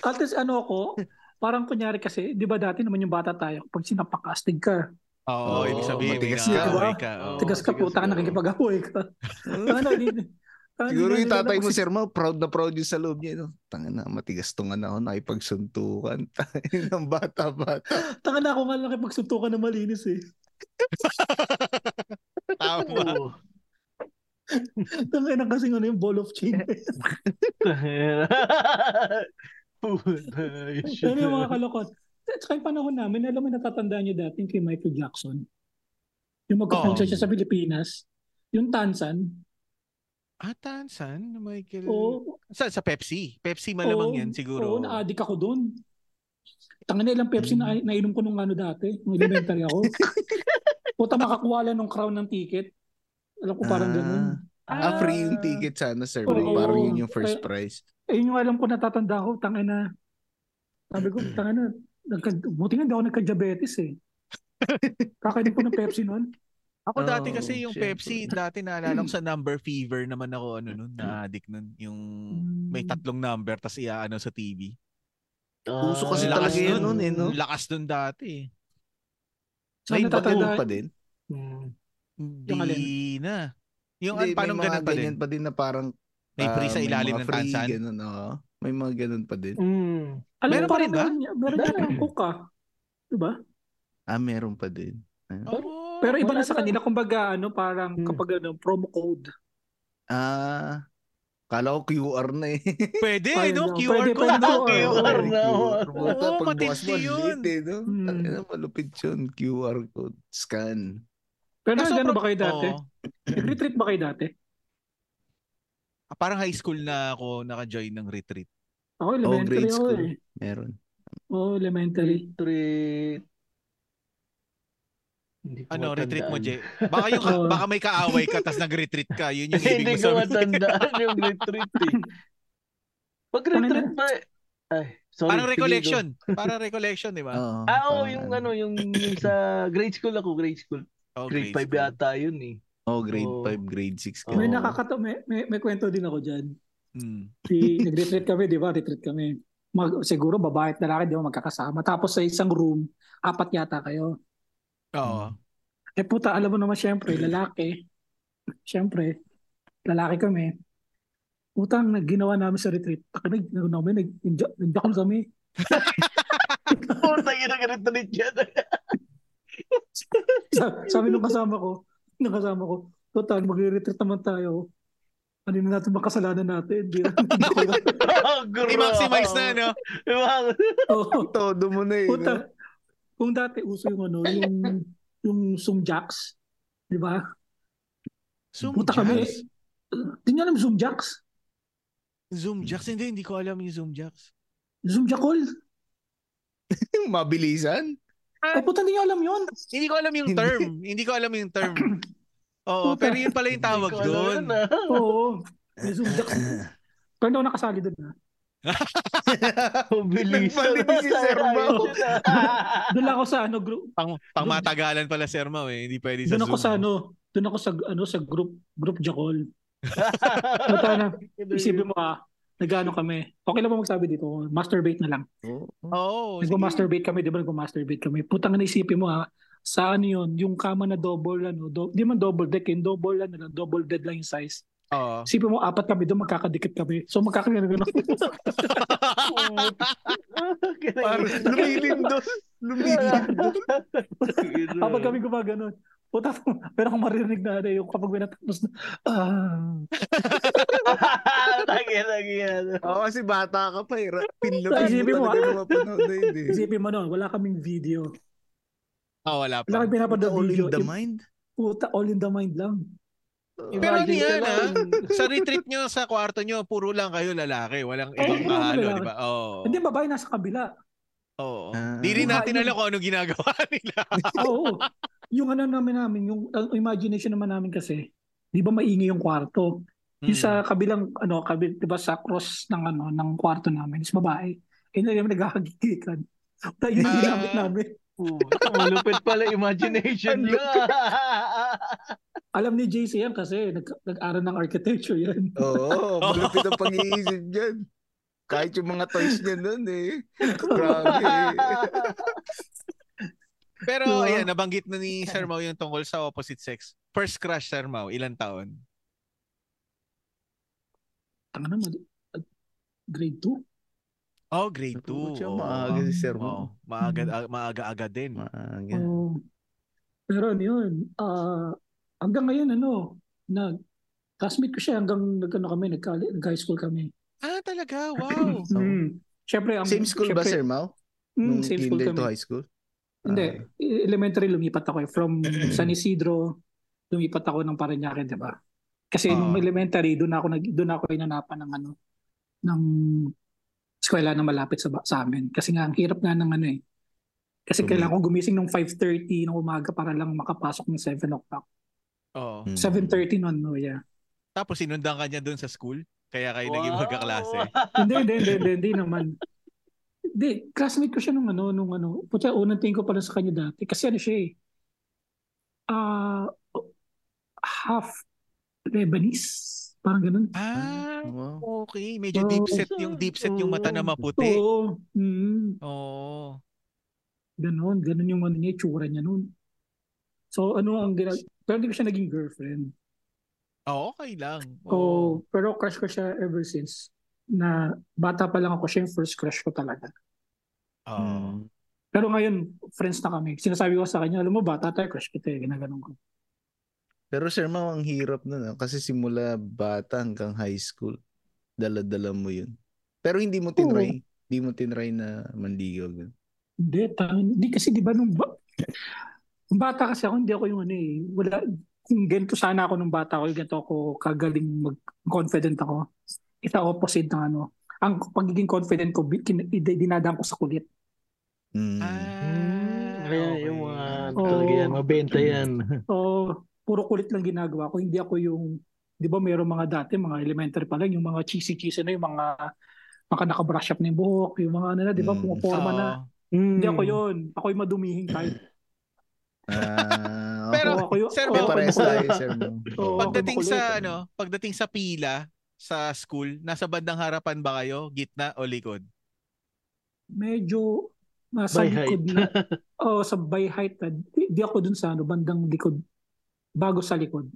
Speaker 4: At least ano ako, parang kunyari kasi, di ba dati naman yung bata tayo, pag sinapakastig ka,
Speaker 1: Oo,
Speaker 3: Oo,
Speaker 1: ibig sabihin, may
Speaker 3: matigas
Speaker 4: ka.
Speaker 1: naamoy ka. Oo.
Speaker 2: Oo.
Speaker 4: tigas ka
Speaker 2: tigas
Speaker 4: puta ka,
Speaker 2: ka.
Speaker 4: nakikipag-apoy ka. Ano, hindi- ano,
Speaker 3: Siguro
Speaker 4: hindi-
Speaker 3: yung tatay mo,
Speaker 4: hindi-
Speaker 3: Sir Mau, proud na proud yung sa loob niya. No? Tanga na, matigas to nga na ako. Nakipagsuntukan. Tangin ng bata-bata.
Speaker 4: Tanga na ako nga nakipagsuntukan na malinis eh.
Speaker 1: Tama.
Speaker 4: Tanga na kasi ano yung ball of chain. ano yung mga kalokot. At saka yung panahon namin, alam mo natatandaan niyo dati yung kay Michael Jackson. Yung magkakonsert siya sa Pilipinas. Yung Tansan.
Speaker 1: Ah, Tansan? Michael?
Speaker 4: Oo,
Speaker 1: Sa, sa Pepsi. Pepsi Hmm. malamang
Speaker 4: Oo,
Speaker 1: yan siguro. Hmm.
Speaker 4: Oo, na-addict ako doon. Tanga na ilang Pepsi na nainom ko nung ano dati, nung elementary ako. Puta makakuha lang ng crown ng ticket. Alam ko parang
Speaker 3: Ah.
Speaker 4: ganun.
Speaker 3: Ah, free yung ticket sana, Sir
Speaker 4: Oo.
Speaker 3: Mau. Parang yun yung first prize.
Speaker 4: Ayun yung alam ko natatanda ko, tanga na. Sabi ko, tanga na. Nagka, buti nga hindi ako nagka-diabetes eh. Kakainom ko ng Pepsi noon.
Speaker 1: Ako dati
Speaker 3: Oo,
Speaker 1: kasi yung
Speaker 3: Oh, syempre.
Speaker 1: Pepsi, dati naalala ko sa number fever naman ako ano nun, na-addict nun. Yung may
Speaker 3: Hmm.
Speaker 4: Hmm.
Speaker 1: tatlong number tapos iaano sa TV.
Speaker 3: Uso kasi
Speaker 1: Ang
Speaker 3: talaga yun nun eh, no?
Speaker 1: ang Lakas nun dati. eh.
Speaker 4: So, ano Hmm.
Speaker 1: May
Speaker 4: natatanda,
Speaker 3: Bago pa din.
Speaker 1: Hindi
Speaker 4: alin?
Speaker 1: na. Yung an,
Speaker 3: Hindi,
Speaker 1: paano
Speaker 3: may mga
Speaker 1: ganun pa
Speaker 3: ganyan
Speaker 1: din?
Speaker 3: pa din na parang
Speaker 1: May free
Speaker 3: ah,
Speaker 1: sa ilalim
Speaker 3: mga
Speaker 1: ng
Speaker 3: free,
Speaker 1: tansan?
Speaker 3: Ganun, oo. May mga ganun pa din.
Speaker 2: Mm.
Speaker 4: alam
Speaker 1: Meron
Speaker 4: meron
Speaker 1: pa
Speaker 4: pa
Speaker 1: rin ba?
Speaker 4: Meron, meron yan ang Coke ah. Diba?
Speaker 3: Ah, meron pa din.
Speaker 1: Oh, Oo.
Speaker 4: Pero iba
Speaker 2: wala
Speaker 4: na sa
Speaker 2: na.
Speaker 4: kanila, kumbaga ano, parang
Speaker 2: Hmm.
Speaker 4: kapag ano, promo code.
Speaker 3: Ah, Kala ko QR na eh.
Speaker 1: Pwede,
Speaker 4: Ay,
Speaker 1: no?
Speaker 4: no. Ano,
Speaker 1: QR
Speaker 4: Pwede
Speaker 1: code.
Speaker 4: pa
Speaker 1: ah,
Speaker 4: yung
Speaker 1: QR.
Speaker 2: QR. na,
Speaker 3: Puta,
Speaker 1: oo,
Speaker 3: pag bukas
Speaker 1: matindi
Speaker 3: mo, ang
Speaker 1: yun.
Speaker 3: liit eh, no?
Speaker 4: Hmm.
Speaker 3: Ang ina, malupit yun. QR code. Scan.
Speaker 4: Pero
Speaker 1: Kaso Ah,
Speaker 4: nagano
Speaker 1: pro-
Speaker 4: ano ba kayo dati?
Speaker 1: Oo.
Speaker 4: Nag-retreat ba kayo dati?
Speaker 1: Ah, Parang high school na ako naka-join ng retreat.
Speaker 4: Ako
Speaker 3: Oh,
Speaker 4: elementary
Speaker 3: grade
Speaker 4: ako
Speaker 3: school.
Speaker 4: eh.
Speaker 3: Meron.
Speaker 4: Oo, elementary.
Speaker 2: Retreat. Hindi ko
Speaker 1: Ano, retreat mo,
Speaker 2: matandaan.
Speaker 1: Jay? Baka, yung,
Speaker 4: Oo.
Speaker 1: baka may kaaway ka tapos nag-retreat ka. Yun yung
Speaker 2: Hindi
Speaker 1: ibig
Speaker 2: ko
Speaker 1: mo sabihin.
Speaker 2: matandaan yung retreat eh. Pag retreat ba Ay, sorry.
Speaker 1: Ano Parang
Speaker 2: sige, go.
Speaker 1: recollection. Parang recollection, di ba?
Speaker 3: Oo,
Speaker 2: Ah,
Speaker 3: parang
Speaker 2: oo, yung ano, yung, yung sa grade school ako, grade school.
Speaker 1: Oh,
Speaker 2: Grade 5
Speaker 1: grade school.
Speaker 2: yata yun eh.
Speaker 3: Oh, grade
Speaker 2: Oo.
Speaker 3: 5, grade 6.
Speaker 2: Oo.
Speaker 4: May
Speaker 2: Oh.
Speaker 4: nakakato may, may, may kwento din ako diyan.
Speaker 1: Mm.
Speaker 4: Si nag-retreat kami, 'di ba? Retreat kami. Mag, siguro babae at lalaki, 'di ba, magkakasama. Tapos sa isang room, apat yata kayo.
Speaker 1: Oo.
Speaker 4: Eh puta, alam mo naman siyempre, lalaki. Siyempre, lalaki kami. Putang nagginawa namin sa retreat. Takinig, nag ano namin, nag-jackal kami.
Speaker 2: Oo, tayo nag-retreat yan.
Speaker 4: Sa- sabi nung kasama ko, nung kasama ko, total, magre-retreat naman tayo. Ano na natin bang kasalanan natin? Hindi na
Speaker 2: oh, gross.
Speaker 1: I-maximize na, ano? no?
Speaker 2: Ibang-
Speaker 4: Oo.
Speaker 3: Todo mo na eh.
Speaker 4: Puta,
Speaker 3: no?
Speaker 4: kung dati uso yung ano, yung, yung Zoom Jacks, di ba?
Speaker 1: Zoom
Speaker 4: Puta kami.
Speaker 1: jacks.
Speaker 4: Hindi nyo alam Zoom Jacks?
Speaker 1: Zoom jacks. Hindi, hindi ko alam yung Zoom jacks.
Speaker 4: Zoom Jackal?
Speaker 3: Yung mabilisan.
Speaker 4: Ay, puta, hindi nyo alam yun.
Speaker 1: Hindi ko alam yung
Speaker 3: Hindi.
Speaker 1: term. Hindi ko alam yung term. Oo,
Speaker 4: Puta.
Speaker 1: pero yun pala yung tawag
Speaker 2: Hindi ko alam
Speaker 1: doon.
Speaker 2: yun, ah.
Speaker 4: Oo. May Zoom Jacks. Pero hindi ako nakasali doon. ah.
Speaker 2: Ang bilis.
Speaker 3: Nagmalinis si Sir Mau.
Speaker 4: Doon lang ako sa ano, group,
Speaker 1: Pang, pang matagalan pala, Sir Mau, eh. Hindi pwede sa
Speaker 4: doon ako
Speaker 1: Zoom.
Speaker 4: sa ano, doon ako sa ano sa group group Jackal. Puta na, Isipin mo ah, nagano kami. Okay lang ba magsabi dito? Masturbate na lang.
Speaker 3: Oo.
Speaker 1: Oo. Oh, sige.
Speaker 4: Nagpa-masturbate kami, di ba? Nagpa-masturbate kami. Putang na isipin mo ha, sa ano yun, yung kama na double, ano, do, di man double deck, yung double, ano, lang, double bed lang yung size.
Speaker 1: Oo.
Speaker 4: Isipin mo, apat kami doon, magkakadikit kami. So magkakagano
Speaker 3: Parang lumilim doon. Lumilim doon.
Speaker 4: Kapag kami gumaganon. Puta, pero kung maririnig na ano, yung kapag may natapos na, ah,
Speaker 3: Oo, kasi bata ka pa eh. Ra- Pinlo.
Speaker 4: Ay, isipin mo, ah.
Speaker 3: talaga mapanood na yun eh.
Speaker 4: isipin mo no, wala kaming video.
Speaker 1: Ah, wala pa.
Speaker 4: Wala kaming pinapad
Speaker 3: Puta,
Speaker 4: na
Speaker 3: all in
Speaker 4: video.
Speaker 3: the
Speaker 4: Im-
Speaker 3: mind.
Speaker 4: Puta, all in the mind lang.
Speaker 1: Pero ano yan, ah? Sa retreat nyo, sa kwarto nyo, puro lang kayo lalaki. Walang
Speaker 4: Oo,
Speaker 1: ibang
Speaker 4: puro kami
Speaker 1: kahalo,
Speaker 4: lalaki.
Speaker 1: di ba?
Speaker 3: Oh.
Speaker 1: Oo.
Speaker 4: Hindi, babae nasa kabila.
Speaker 1: Oo.
Speaker 3: Ah.
Speaker 1: Di rin natin
Speaker 4: Buhay
Speaker 1: alam kung ano ginagawa nila.
Speaker 4: Oo. Yung ano namin namin, yung ang imagination naman namin kasi, di ba maingay yung kwarto? Yung
Speaker 1: Mm.
Speaker 3: Hmm.
Speaker 4: sa kabilang, ano, kabil, di ba sa cross ng ano, ng kwarto namin, is babae. Eh, na naman naghahagigikan. Tayo yung
Speaker 1: Ah.
Speaker 4: ginamit namin.
Speaker 2: Malupit pala imagination niyo.
Speaker 4: Alam ni JC yan kasi nag, nag-aral ng architecture yan.
Speaker 3: Oo, malupit ang pag-iisip dyan. Kahit yung mga toys niya nun eh. Grabe eh.
Speaker 1: Pero
Speaker 4: Diba?
Speaker 1: ayan, nabanggit na ni Sir Mau yung tungkol sa opposite sex. First crush, Sir Mau, ilang taon?
Speaker 4: Tanga na, mali- Ano grade 2.
Speaker 1: Oh, grade 2.
Speaker 3: Naku, siya, maaga Mm-hmm. si Sir
Speaker 1: Oh,
Speaker 3: Mau.
Speaker 1: maaga, ag- maaga-aga din.
Speaker 3: Maaga.
Speaker 4: Oo. Um, pero ano yun, ah, hanggang ngayon, ano, nag, classmate ko siya hanggang nag, ano, kami, nag, nag-high school kami.
Speaker 1: Ah, talaga? Wow.
Speaker 3: Oo.
Speaker 4: Mm. Siyempre, ang,
Speaker 3: Hmm. Same school ba,
Speaker 4: syempre-
Speaker 3: Sir Mau?
Speaker 4: Mm,
Speaker 3: Nung
Speaker 4: same school
Speaker 3: kinder
Speaker 4: kami.
Speaker 3: to high school?
Speaker 4: Hindi, e, elementary lumipat ako eh. From San Isidro, lumipat ako ng Parañaque, 'di ba? Kasi nung
Speaker 1: Ah.
Speaker 4: elementary, doon ako nag doon ako inanapan ng ano ng eskwela na malapit sa ba- sa amin kasi nga ang hirap nga ng ano eh. Kasi
Speaker 3: Tumi-
Speaker 4: kailangan kong gumising ng 5:30 ng umaga para lang makapasok ng 7 o'clock.
Speaker 1: Oh.
Speaker 4: Hmm.
Speaker 3: Mm.
Speaker 4: 7:30 noon, no, yeah.
Speaker 1: Tapos sinundan ka niya doon sa school? Kaya kayo naging
Speaker 2: Wow.
Speaker 1: magkaklase?
Speaker 4: hindi, hindi, hindi, hindi, hindi naman. Hindi, classmate ko siya nung ano, nung ano. Puta, unang tingin ko pala sa kanya dati. Kasi ano siya eh. Ah, half Lebanese. Parang ganun.
Speaker 1: Ah,
Speaker 3: Wow.
Speaker 1: okay. Medyo
Speaker 4: Oh.
Speaker 1: deep set yung deep set yung mata na maputi.
Speaker 4: Oo. Mm,
Speaker 1: Oo.
Speaker 4: ganun. Ganun yung ano niya, tsura niya nun. So ano ang ginag... Pero hindi ko siya naging girlfriend.
Speaker 1: Oh, okay lang.
Speaker 4: Oo. pero crush ko siya ever since na bata pa lang ako, siya yung first crush ko talaga.
Speaker 3: Mm-hmm.
Speaker 1: Oh.
Speaker 3: Hmm.
Speaker 4: Pero ngayon, friends na kami. Sinasabi ko sa kanya, alam mo, bata tayo, crush kita eh. Ginaganon ko.
Speaker 3: Pero Sir Mau, ang hirap nun. ah. Kasi simula bata hanggang high school. dala-dala mo yun. Pero hindi mo tinry. Hindi mo tinry na manligaw. ganun.
Speaker 4: Hindi, tangin. Hindi kasi di ba nung, ba- nung bata kasi ako, hindi ako yung ano eh. Wala, kung ganito sana ako nung bata ako, ganito ako kagaling mag-confident ako. Ita opposite ng ano. Ang pagiging confident ko, bin- kin- id- dinadaan ko sa kulit.
Speaker 3: Mm.
Speaker 1: Ah,
Speaker 2: Mm-hmm. Ayan,
Speaker 1: okay.
Speaker 2: Hmm, yung mga
Speaker 4: Oo.
Speaker 2: talaga yan, mabenta yan.
Speaker 4: So, puro kulit lang ginagawa ko. Hindi ako yung, di ba mayroong mga dati, mga elementary pa lang, yung mga cheesy-cheesy na, yung mga, mga nakabrush up na yung buhok, yung mga ano na, di ba,
Speaker 3: Mm.
Speaker 4: pumuporma na. Hindi
Speaker 1: Mm.
Speaker 4: ako yun. Ako yung madumihing type.
Speaker 3: Ah,
Speaker 1: Pero,
Speaker 4: Oo, ako yun.
Speaker 1: sir,
Speaker 4: Oo,
Speaker 3: okay,
Speaker 1: may
Speaker 4: ako
Speaker 3: parehas
Speaker 4: yung-
Speaker 3: tayo, sir. no?
Speaker 4: Oo.
Speaker 3: Pag-
Speaker 1: Pagdating sa
Speaker 4: makulit.
Speaker 1: ano, pagdating sa pila sa school, nasa bandang harapan ba kayo? Gitna o likod?
Speaker 4: medyo nasa
Speaker 2: By
Speaker 4: likod na. Oo, sa by height na. Di, di ako dun sa ano, bandang likod. Bago sa likod.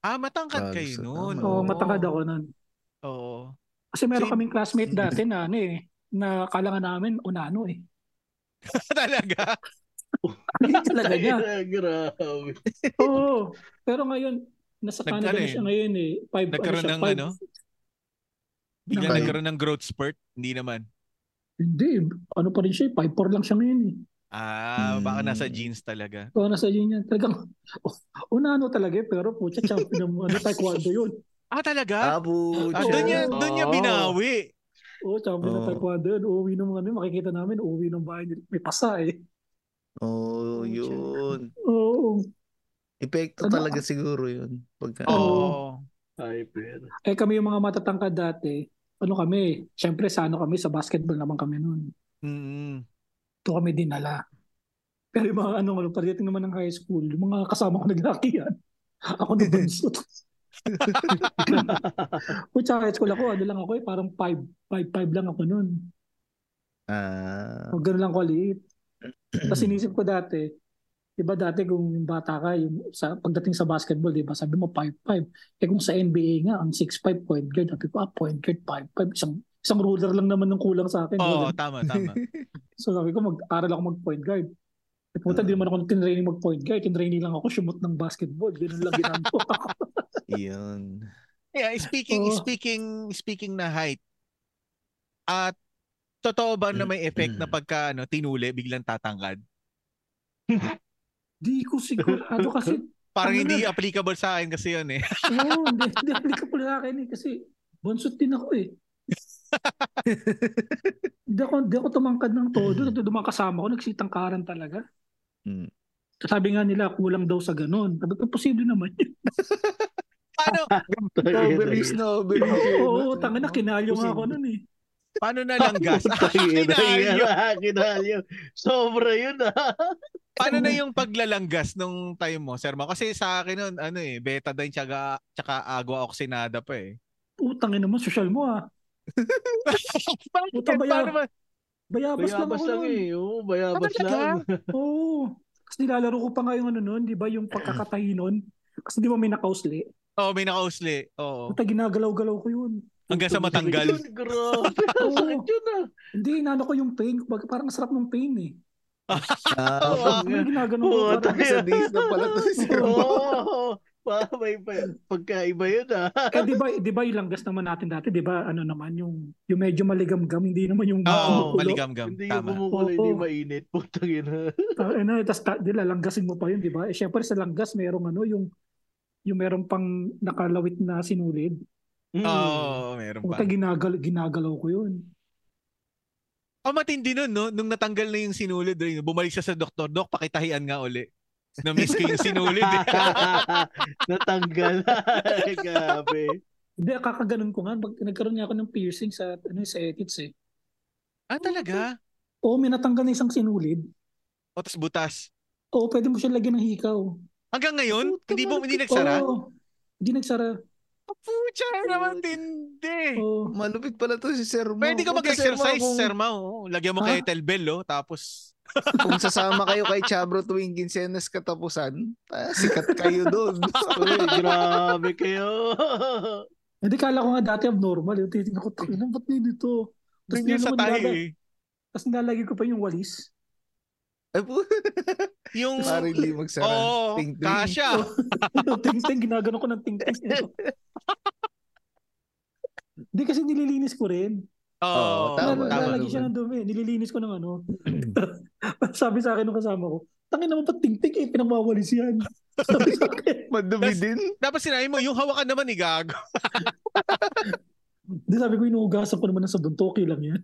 Speaker 1: Ah, matangkad
Speaker 3: Bago
Speaker 1: kayo
Speaker 3: sa-
Speaker 1: noon.
Speaker 3: tama.
Speaker 4: Oo,
Speaker 3: Oo.
Speaker 4: matangkad ako nun.
Speaker 1: Oo.
Speaker 4: Kasi meron
Speaker 1: Same.
Speaker 4: kaming classmate dati na ano eh, na kalangan namin unano eh.
Speaker 1: Talaga?
Speaker 4: Hindi talaga niya.
Speaker 2: Hmm. Ay, Grabe.
Speaker 4: Oo. Pero ngayon, nasa
Speaker 1: Nag-
Speaker 4: Canada
Speaker 1: ano
Speaker 4: na
Speaker 1: eh,
Speaker 4: siya ngayon eh. Five, ano
Speaker 1: nagkaroon
Speaker 4: siya,
Speaker 1: ng
Speaker 4: five-
Speaker 1: ano? Bigla
Speaker 4: Nakayo.
Speaker 1: nagkaroon ng growth spurt? Hindi naman.
Speaker 4: Hindi, ano pa rin siya eh. 5'4 lang siya ngayon eh.
Speaker 1: Ah, baka
Speaker 3: Hmm.
Speaker 1: nasa jeans talaga.
Speaker 4: So nasa yun yan. Talagang, unano talaga eh. Pero po, champion ng ano, taekwondo yun.
Speaker 1: Ah, talaga?
Speaker 3: Ah, pucha.
Speaker 1: Ah, doon niya, doon niya
Speaker 2: Oo.
Speaker 1: binawi.
Speaker 4: Oo, champion ng
Speaker 3: Oo.
Speaker 4: taekwondo yun. Uuwi ng mga ano, makikita namin, uuwi ng bahay nila. May pasa eh.
Speaker 3: Oo,
Speaker 4: Pucha.
Speaker 3: yun.
Speaker 4: Oo.
Speaker 3: Epekto
Speaker 4: Ano?
Speaker 3: talaga siguro yun. Pagka,
Speaker 4: Oo.
Speaker 2: Ay, pero.
Speaker 4: Eh kami yung mga matatangkad dati, ano kami, syempre sa ano kami, sa basketball naman kami noon.
Speaker 1: Mm-mm.
Speaker 4: Ito kami dinala. Pero yung mga ano, ano pagdating naman ng high school, yung mga kasama ko naglaki yan. Ako na bunso. Kung sa high school ako, ano lang ako eh, parang 5, 5 lang ako noon.
Speaker 3: ah,
Speaker 4: O ganun lang kaliit. Tapos inisip ko dati, di ba dati kung bata ka, yung sa, pagdating sa basketball, di ba, sabi mo 5'5". Eh kung sa NBA nga, ang 6'5 point guard, sabi ko, ah, point guard, 5'5". Isang, isang ruler lang naman ng kulang sa akin.
Speaker 1: Oo,
Speaker 4: Ganun.
Speaker 1: tama, tama.
Speaker 4: So sabi ko, mag-aral ako mag-point guard. Eh puta,
Speaker 3: Ah.
Speaker 4: di naman ako tinraining mag-point guard. Tinraining lang ako, sumot ng basketball. Ganun lang ginagawa ko.
Speaker 3: yun.
Speaker 1: Yeah, speaking
Speaker 4: Oo.
Speaker 1: speaking speaking na height. At totoo ba na may effect na pagka ano, tinuli biglang tatangkad?
Speaker 4: Di ko sigurado kasi,
Speaker 1: Parang
Speaker 4: Ano
Speaker 1: hindi applicable sa akin kasi yun eh.
Speaker 4: oo, hindi, hindi, hindi ka pala sa akin eh. Kasi, bonsot din ako eh. Hindi ako, hindi ako tumangkad ng todo.
Speaker 2: Mm.
Speaker 4: Dumang kasama ko, nagsitangkaran talaga.
Speaker 3: Mm.
Speaker 4: Sabi nga nila, kulang daw sa ganun. Sabi ko, posible naman yun.
Speaker 1: Paano
Speaker 3: Overuse na overuse. yun.
Speaker 4: Oo, tanga na, kinalyo nga ako nun eh.
Speaker 1: paano na lang gas?
Speaker 2: ah,
Speaker 1: Kinalyo.
Speaker 2: Kinalyo. Kinalyo. ah, Sobra yun ah.
Speaker 1: Paano na yung paglalanggas nung time mo, Sir Mau? Kasi sa akin nun, ano eh, betadine tsaka, tsaka agua oxinada pa eh.
Speaker 4: Utangin naman, social mo ah.
Speaker 1: Bakit?
Speaker 4: Puta, baya-
Speaker 1: Paano ba?
Speaker 4: Bayabas, lang
Speaker 2: Bayabas
Speaker 4: ako
Speaker 2: lang
Speaker 4: nun.
Speaker 2: eh. Oo, bayabas
Speaker 1: Ah, talaga?
Speaker 2: lang.
Speaker 4: Oo. Kasi nilalaro ko pa nga yung ano nun, di ba, yung pagkakatahi nun. Kasi di ba may nakausli?
Speaker 1: Oo, Oh, may nakausli. Oo.
Speaker 2: Oh.
Speaker 4: Puta, ginagalaw-galaw ko yun.
Speaker 1: Hanggang sa matanggal.
Speaker 2: Yun, grabe. Ang Sakit yun ah.
Speaker 4: Hindi, inano ko yung pain. Kumbaga, Parang sarap ng pain eh.
Speaker 3: Ah,
Speaker 2: Oo.
Speaker 4: Ano yung ginagano ko?
Speaker 2: Oo,
Speaker 4: Parang,
Speaker 2: tayo.
Speaker 3: sadist na pala to si Sir Mau.
Speaker 2: Oo. Pa, may pa, pagkaiba yun ah.
Speaker 4: eh, di ba, di ba yung langgas naman natin dati, di ba, ano naman, yung, yung medyo maligam-gam, hindi naman yung
Speaker 1: Oo,
Speaker 4: kumukulo.
Speaker 1: maligam-gam.
Speaker 2: Hindi yung
Speaker 1: Tama.
Speaker 2: kumukulo, hindi
Speaker 4: Oo.
Speaker 2: mainit. Putang ina.
Speaker 4: Ta- ano, tas ta, di lalanggasin mo pa yun, di ba? Eh, syempre sa langgas, merong ano, yung, yung merong pang nakalawit na sinulid.
Speaker 2: Mm.
Speaker 1: Oo, meron pa.
Speaker 4: Puta, ginagal, ginagalaw ko yun.
Speaker 1: Oh, matindi nun, no? Nung natanggal na yung sinulid, rin, bumalik siya sa doktor, Dok, pakitahian nga uli. Na-miss ko yung sinulid. eh.
Speaker 2: Natanggal. Grabe.
Speaker 4: Hindi, ah, kakaganon ko nga. Pag, nagkaroon nga ako ng piercing sa, ano, sa edits eh.
Speaker 1: ah, talaga?
Speaker 4: Oo, may natanggal na isang sinulid.
Speaker 1: O, tas butas.
Speaker 4: Oo, pwede mo siya lagyan ng hikaw.
Speaker 1: Hanggang ngayon?
Speaker 3: Puta,
Speaker 1: hindi mo, hindi
Speaker 3: malupit.
Speaker 1: nagsara?
Speaker 4: Oo, hindi nagsara.
Speaker 1: Pucha, naman tindi.
Speaker 4: Oo.
Speaker 3: Malupit pala to si Sir Mau.
Speaker 1: Pwede ka
Speaker 3: Puta,
Speaker 1: mag-exercise, Sir Mau.
Speaker 3: Mau,
Speaker 1: Lagyan mo
Speaker 4: Ha?
Speaker 1: kay kettlebell, oh, tapos
Speaker 3: Kung, kung sasama kayo kay Chabro tuwing Quincenas katapusan, ah, sikat kayo doon.
Speaker 2: Uy, grabe kayo.
Speaker 4: Hindi, Eh, kala ko nga dati abnormal. Yung titignan ko, takinan, ba't may dito? Tapos
Speaker 1: dun yun sa tahi. eh.
Speaker 4: Tapos nilalagay ko pa yung walis.
Speaker 3: Ay, puta,
Speaker 1: Yung,
Speaker 3: Parang hindi magsara.
Speaker 1: oo,
Speaker 3: Ting-ting.
Speaker 1: kasha.
Speaker 4: yung ting-ting, ginagano ko ng ting-ting. Hindi kasi nililinis ko rin.
Speaker 1: Oo,
Speaker 3: Oo,
Speaker 1: tama,
Speaker 3: tama,
Speaker 4: Lal-
Speaker 1: tama.
Speaker 4: Lalagay siya ng dumi. Nililinis ko ng ano. Sabi sa akin ng kasama ko, tangin naman pag tingting eh, pinagwawalis yan. Sabi sa akin.
Speaker 3: Madumi
Speaker 1: Tas-
Speaker 3: din.
Speaker 1: Dapat sinabi mo, yung hawakan naman ni Gago.
Speaker 4: Di sabi ko, inuugasan ko naman ng sabon, Tokyo lang yan.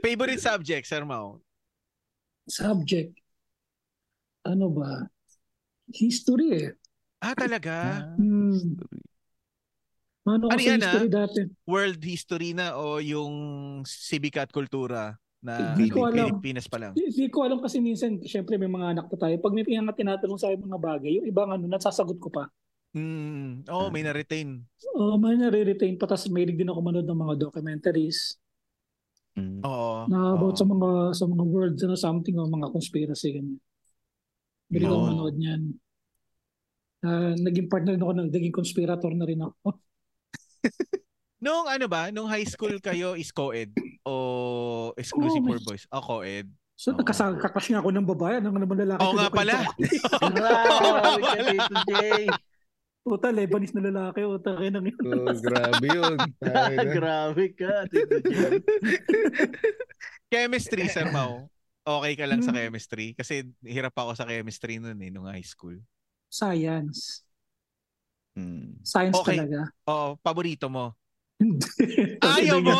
Speaker 1: Favorite subject, oh. Sir Mau?
Speaker 4: Subject. Ano ba? History eh.
Speaker 1: Ah, talaga?
Speaker 4: Hmm. Ano
Speaker 1: Ano
Speaker 4: kasi
Speaker 1: yan,
Speaker 4: history dati?
Speaker 1: World history na o yung civic at kultura na
Speaker 4: Hindi ko
Speaker 1: ano,
Speaker 4: alam.
Speaker 1: Pilipinas pa lang?
Speaker 4: Di, di ko alam kasi minsan, syempre may mga anak na tayo. Pag may mga tinatanong sa akin mga bagay, yung ibang ano, nasasagot ko pa.
Speaker 1: Mm, oh, may na-retain.
Speaker 4: Oh, may nare-retain pa. Tapos mahilig din ako manood ng mga documentaries
Speaker 1: Oo.
Speaker 4: na about
Speaker 1: oo.
Speaker 4: sa mga sa mga world ano, something o mga conspiracy ganyan. Mahilig ako
Speaker 1: Yun.
Speaker 4: manood niyan. Ah, naging partner din ako, ng- naging conspirator na rin ako.
Speaker 1: Nung ano ba, nung high school kayo is co-ed o exclusive
Speaker 4: Oo,
Speaker 1: for
Speaker 4: may-
Speaker 1: boys? O co-ed. Oo.
Speaker 4: So, nakasal- kakas nga ako ng babae. Ano nga naman lalaki?
Speaker 1: Oo nga pala.
Speaker 4: kinukwento ko?
Speaker 2: Grabe ka dito, Jay.
Speaker 4: Puta, Lebanese na lalaki. Puta, kaya nang yun.
Speaker 3: Oh, grabe yun. Ay, na.
Speaker 2: Grabe ka, Tito Jay.
Speaker 1: Chemistry, Sir Mau. Okay ka lang sa chemistry? Kasi hirap ako sa chemistry noon eh, nung high school.
Speaker 4: Science.
Speaker 3: Hmm.
Speaker 4: Science
Speaker 1: Okay.
Speaker 4: talaga.
Speaker 1: Oo, paborito mo.
Speaker 4: Hindi.
Speaker 1: Ayaw mo!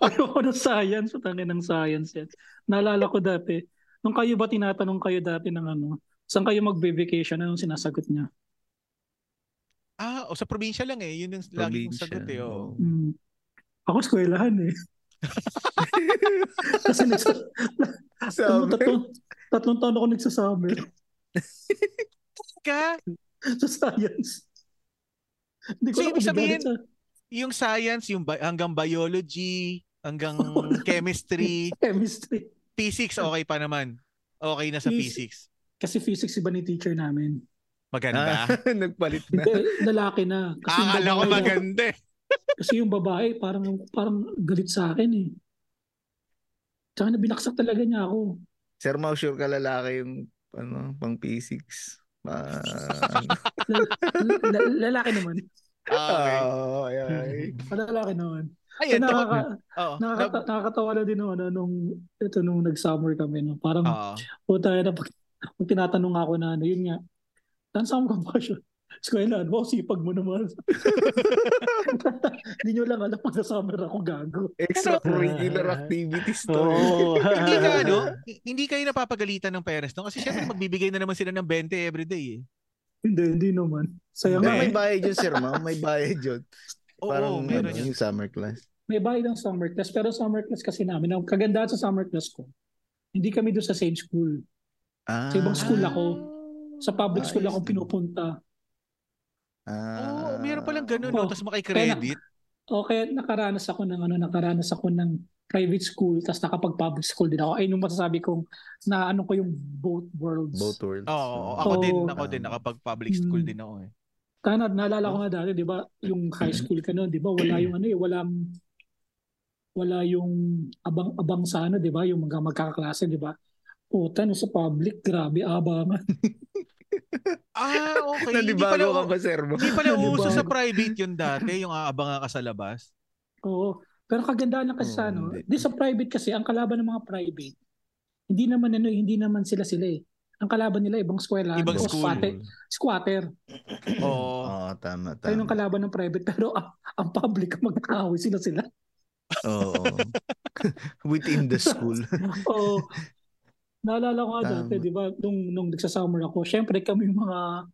Speaker 4: Ayaw ko ng science. Putangin ng science yan. Naalala ko dati, nung kayo ba tinatanong kayo dati ng ano, saan kayo magbe-vacation, anong sinasagot niya?
Speaker 1: ah, o sa probinsya lang eh. Yun yung lagi kong
Speaker 3: Probinsya,
Speaker 1: sagot eh. oo.
Speaker 3: oo.
Speaker 4: Hmm. Ako eskwelahan eh. Kasi nags- tatlong, tatlong, tatlong taon ako nagsasummer
Speaker 1: Ka,
Speaker 4: sa science. Hindi ko
Speaker 1: So,
Speaker 4: alam
Speaker 1: ibig
Speaker 4: kung
Speaker 1: sabihin,
Speaker 4: galing sa-
Speaker 1: yung science, yung bi- hanggang biology, hanggang chemistry,
Speaker 4: chemistry.
Speaker 1: physics okay pa naman. Okay na sa physics.
Speaker 4: Kasi physics iba ni teacher namin.
Speaker 1: Maganda.
Speaker 3: Ah, nagpalit na.
Speaker 4: Hindi, lalaki na. Kasi yung
Speaker 1: Akala ko
Speaker 4: babae-
Speaker 1: maganda eh.
Speaker 4: Kasi yung babae, parang parang galit sa akin eh. Tsaka na binaksak talaga niya ako.
Speaker 3: Sir Mau, sure ka lalaki yung ano, pang P6. Ma...
Speaker 4: L- l- lalaki naman. Ah,
Speaker 1: Okay.
Speaker 3: Oh, ay, ay.
Speaker 4: Lalaki naman.
Speaker 1: Ayun,
Speaker 4: So,
Speaker 1: tsaka-
Speaker 4: nakaka,
Speaker 1: oo.
Speaker 4: nakaka, nakakatawa na din nung, ano, nung, ito, nung nag-summer kami. No? Parang,
Speaker 1: Oo.
Speaker 4: puta na, pag, pag tinatanong ako na ano, yun nga, saan sa mga passion? Eskwela, wow, "Ano sipag mo naman. Hindi nyo lang alam pag summer ako gago.
Speaker 3: Extracurricular activities to. eh.
Speaker 2: Oo.
Speaker 1: hindi ka ano, hindi kayo napapagalitan ng parents no kasi syempre magbibigay na naman sila ng 20 everyday eh.
Speaker 4: Hindi, hindi naman. Sayang
Speaker 3: Ma,
Speaker 4: nga
Speaker 3: may
Speaker 4: eh.
Speaker 3: bayad yun, sir, ma'am. May bayad yun.
Speaker 1: Oo,
Speaker 3: Parang
Speaker 1: meron
Speaker 3: ano,
Speaker 1: yun.
Speaker 3: yung summer class.
Speaker 4: may bayad ng summer class pero summer class kasi namin ang kagandahan sa summer class ko hindi kami doon sa same school
Speaker 3: Ah,
Speaker 4: Sa ibang school ako. sa public
Speaker 3: Ah,
Speaker 4: school
Speaker 3: ayos
Speaker 4: ako
Speaker 3: din.
Speaker 4: pinupunta
Speaker 1: Oo,
Speaker 3: Ah,
Speaker 1: meron palang ganun no,
Speaker 4: Oo.
Speaker 1: tapos makikredit.
Speaker 4: o kaya nakaranas ako ng ano nakaranas ako ng private school tapos nakapag public school din ako ay nung masasabi kong na ano ko yung both worlds
Speaker 3: Both
Speaker 1: Oo,
Speaker 3: worlds. no?
Speaker 1: ako din,
Speaker 4: Oo.
Speaker 1: ako din nakapag public school
Speaker 4: Mm.
Speaker 1: din ako eh.
Speaker 4: kaya na, naalala ko nga dati di ba yung
Speaker 3: Mm-hmm.
Speaker 4: high school ka noon di ba wala yung ano eh walang wala yung abang-abang sa ano di ba yung mga magkakaklase di ba Puta, no, sa public, grabe, abangan.
Speaker 1: Ah, okay. Hindi
Speaker 3: Nanibago ka
Speaker 1: pala,
Speaker 3: ba, sir, ma'am?
Speaker 1: hindi pala
Speaker 4: Nanibago.
Speaker 1: uso sa private yun dati, yung aabangan ka sa labas.
Speaker 4: Oo. Pero kagandahan lang
Speaker 3: Oo,
Speaker 4: kasi sa ano,
Speaker 3: hindi.
Speaker 4: di sa private kasi, ang kalaban ng mga private, hindi naman ano, hindi naman sila sila eh. Ang kalaban nila ibang eskwela,
Speaker 1: Ibang
Speaker 4: o
Speaker 1: school.
Speaker 4: squatter. squatter.
Speaker 1: Oo.
Speaker 3: Oo, tama,
Speaker 4: Ayun ang
Speaker 3: tama.
Speaker 4: kalaban ng private. Pero ang, ang public, magkakaway sila sila.
Speaker 3: Oo. Within the school.
Speaker 4: Oo. Naalala ko nga
Speaker 3: Tama.
Speaker 4: dati, di ba, nung, nung nagsasummer ako, syempre kami yung mga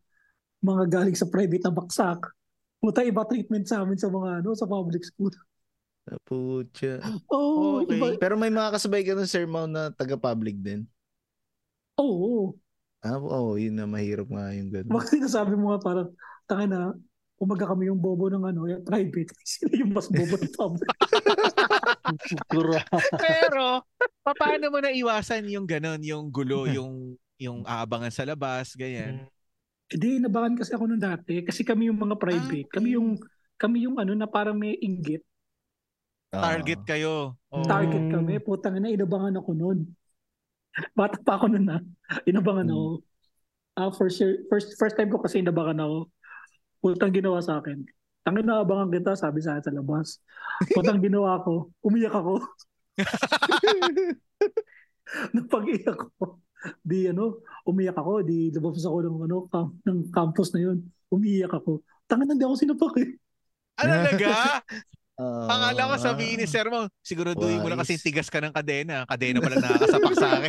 Speaker 4: mga galing sa private na baksak. Puta, iba treatment sa amin sa mga ano, sa public school.
Speaker 3: Putya.
Speaker 4: Oo,
Speaker 1: Okay.
Speaker 4: iba.
Speaker 3: Pero may mga kasabay ka ng Sir Mau na taga-public din.
Speaker 4: Oo. oo.
Speaker 3: Ah, oo, yun na mahirap nga yung ganun.
Speaker 4: Bakit sinasabi mo nga parang, tanga na, umaga kami yung bobo ng ano, yung private. Sila yung mas bobo ng public.
Speaker 2: Grabe.
Speaker 1: Pero, paano mo naiwasan yung ganun, yung gulo, yung yung aabangan sa labas, ganyan.
Speaker 4: Hindi, nabangan kasi ako nung dati. Kasi kami yung mga private.
Speaker 1: Ah, okay.
Speaker 4: Kami yung, kami yung ano na parang may inggit.
Speaker 3: Ah.
Speaker 1: Target kayo. Oo.
Speaker 4: Target
Speaker 2: Mm.
Speaker 4: kami. Putang na, inabangan ako nun. Bata pa ako nun na. Inabangan
Speaker 3: Mm.
Speaker 4: ako. Ah, first, year, first, first time ko kasi inabangan ako. putang ginawa sa akin. Tangin na abangan kita, sabi sa akin sa labas. Putang ginawa ko, umiyak ako. Napag-iyak ko. Di ano, umiyak ako, di lumabas ako ng, ano, camp, ng campus na yun. Umiyak ako. Tangin na hindi ako sinapak eh.
Speaker 1: Ano talaga?
Speaker 3: Uh,
Speaker 1: Akala ko
Speaker 4: Ah.
Speaker 1: sabihin ni Sir mo, siguraduhin mo na kasi
Speaker 3: Wise.
Speaker 1: tigas ka ng kadena. Kadena pala nakakasapak sa akin.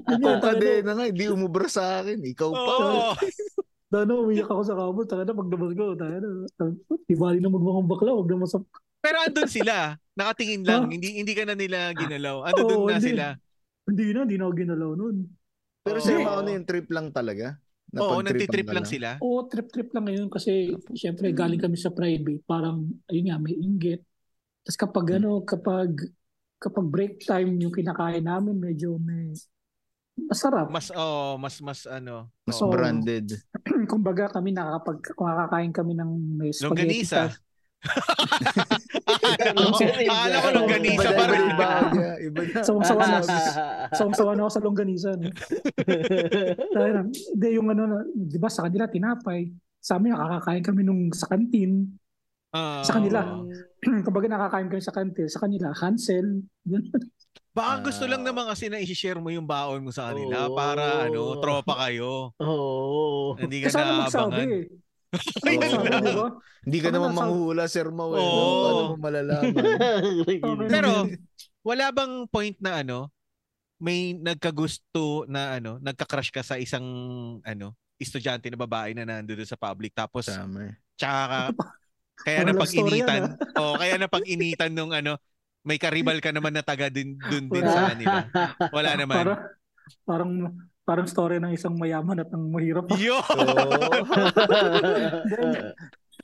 Speaker 3: Ang
Speaker 4: Umiyak ako,
Speaker 3: kadena nga, ano, hindi umubra sa akin. Ikaw pa.
Speaker 1: Oo.
Speaker 4: Tangina, ano, umiyak ako sa campus. Tangin na, pagdabas ko, tangin na. Di bali na magmukhang bakla, huwag na masap.
Speaker 1: Pero andun sila. Nakatingin lang.
Speaker 4: Huh?
Speaker 1: Hindi hindi ka na nila ginalaw. Andun
Speaker 4: Ah. Oo,
Speaker 1: na
Speaker 4: hindi.
Speaker 1: sila.
Speaker 4: Hindi na, hindi na ako ginalaw nun.
Speaker 3: Pero
Speaker 1: Oo.
Speaker 3: Sir Mao, ano yung trip lang
Speaker 1: Oo,
Speaker 3: talaga? Napag-tripan
Speaker 1: nagtitrip
Speaker 3: ka
Speaker 1: lang sila.
Speaker 4: Oo, trip-trip lang ngayon kasi syempre galing kami sa private, parang ayun nga may inggit. Tapos kapag ano, kapag kapag break time yung kinakain namin, medyo may masarap.
Speaker 1: Mas oh, mas mas ano.
Speaker 3: Mas
Speaker 1: oo.
Speaker 4: Oo.
Speaker 3: branded.
Speaker 4: Kumbaga kami nakakapag nakakain kami ng may spaghetti.
Speaker 1: Longganisa.
Speaker 4: tas-
Speaker 2: Longganisa.
Speaker 1: Akala ko longganisa pa
Speaker 3: Iba na,
Speaker 1: rin.
Speaker 3: Iba na, iba na.
Speaker 4: Sawang-sawa na. Sawang-sawa na ako sa longganisa. No? Dahil lang, hindi yung ano, na- di ba sa kanila tinapay. Sa amin nakakakain kami nung sa kantin.
Speaker 1: Ah.
Speaker 4: Sa kanila. Kumbaga nakakain kami sa kantin. Sa kanila, Hansel. Yun.
Speaker 1: Baka
Speaker 3: Ah.
Speaker 1: gusto lang naman kasi na i-share mo yung baon mo sa kanila
Speaker 2: Oo.
Speaker 1: para ano, tropa kayo.
Speaker 2: Oo.
Speaker 1: Hindi ka
Speaker 4: Kasi ano
Speaker 1: na
Speaker 4: magsabi
Speaker 1: abangan.
Speaker 4: eh.
Speaker 1: Ayun
Speaker 3: Oo.
Speaker 1: lang.
Speaker 4: Di ba?
Speaker 3: Hindi ka
Speaker 4: Ano
Speaker 3: naman
Speaker 4: nasa-
Speaker 3: manghuhula, Sir Mao. eh.
Speaker 1: Oo.
Speaker 3: Ano mo malalaman?
Speaker 1: Pero wala bang point na ano, may nagkagusto na ano, nagka-crush ka sa isang ano, estudyante na babae na nandoon sa public tapos
Speaker 3: Tama.
Speaker 1: tsaka ka- kaya na
Speaker 4: Parang love story yan, ah.
Speaker 1: pag-initan. oh, kaya na pag-initan nung ano, may karibal ka naman na taga din dun din
Speaker 4: Wala.
Speaker 1: sa kanila. Wala naman.
Speaker 4: Para, parang parang story ng isang mayaman at ng mahirap.
Speaker 1: Yo.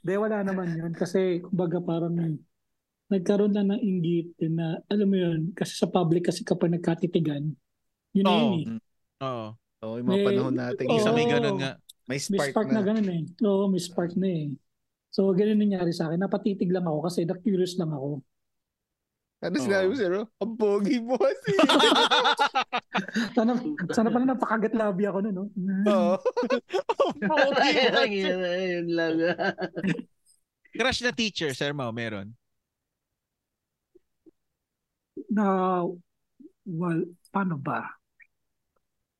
Speaker 4: Hindi, wala naman yun. Kasi, kumbaga, parang nagkaroon lang ng inggit din na, alam mo yun, kasi sa public kasi kapag nagkatitigan, yun na
Speaker 1: Oo.
Speaker 4: yun eh.
Speaker 1: Oo.
Speaker 3: Oo, yung mga
Speaker 4: May-
Speaker 3: panahon natin.
Speaker 1: Yung sa may
Speaker 4: Oo.
Speaker 1: ganun nga.
Speaker 3: May
Speaker 4: May
Speaker 3: spark,
Speaker 4: spark
Speaker 3: na.
Speaker 4: na. ganun eh. Oo, may spark na eh. So, ganun nangyari sa akin. Napatitig lang ako kasi na-curious lang ako.
Speaker 3: Ano sinabi mo, Sir Mao? Ang pogi mo kasi.
Speaker 4: Sana, sana pala napakagat labi ako nun, no?
Speaker 3: Oo. Oh.
Speaker 2: Ayun lang.
Speaker 1: Crush na teacher, Sir Mau, meron.
Speaker 4: Na, well, paano ba?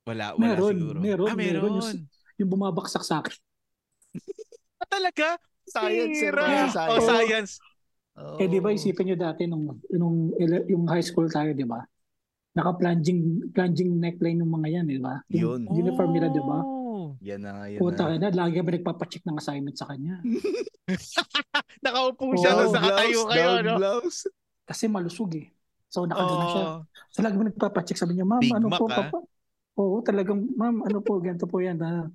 Speaker 1: Wala, wala
Speaker 4: Meron,
Speaker 1: siguro.
Speaker 4: meron,
Speaker 1: ah, meron.
Speaker 4: meron. Yung bumabaksak sa akin.
Speaker 1: Ah, talaga?
Speaker 3: Science, Sir
Speaker 1: Sira.
Speaker 3: Mau, science.
Speaker 1: Oh, science.
Speaker 4: Eh di ba
Speaker 3: Oo.
Speaker 4: isipin nyo dati nung, nung ele- yung high school tayo, di ba? Naka-plunging plunging neckline ng mga yan, di ba?
Speaker 3: Yun.
Speaker 4: Yung uniform nila, di ba?
Speaker 1: Oh.
Speaker 3: Yan na nga, yan
Speaker 4: Puta
Speaker 3: na.
Speaker 4: ka na, lagi kami nagpapacheck ng assignment sa kanya.
Speaker 1: Nakaupo siya,
Speaker 4: Oo,
Speaker 1: tapos nakatayo
Speaker 3: blouse,
Speaker 1: kayo,
Speaker 3: down
Speaker 1: no?
Speaker 3: blouse.
Speaker 4: Kasi malusog eh. So nakagana siya.
Speaker 1: Oh.
Speaker 4: So lagi kami nagpapacheck. Sabi niya, ma'am,
Speaker 1: Big
Speaker 4: ano
Speaker 1: Mac,
Speaker 4: po,
Speaker 1: ah."
Speaker 4: papa? Oo, talagang, ma'am, ano po, ganito po yan. Ah.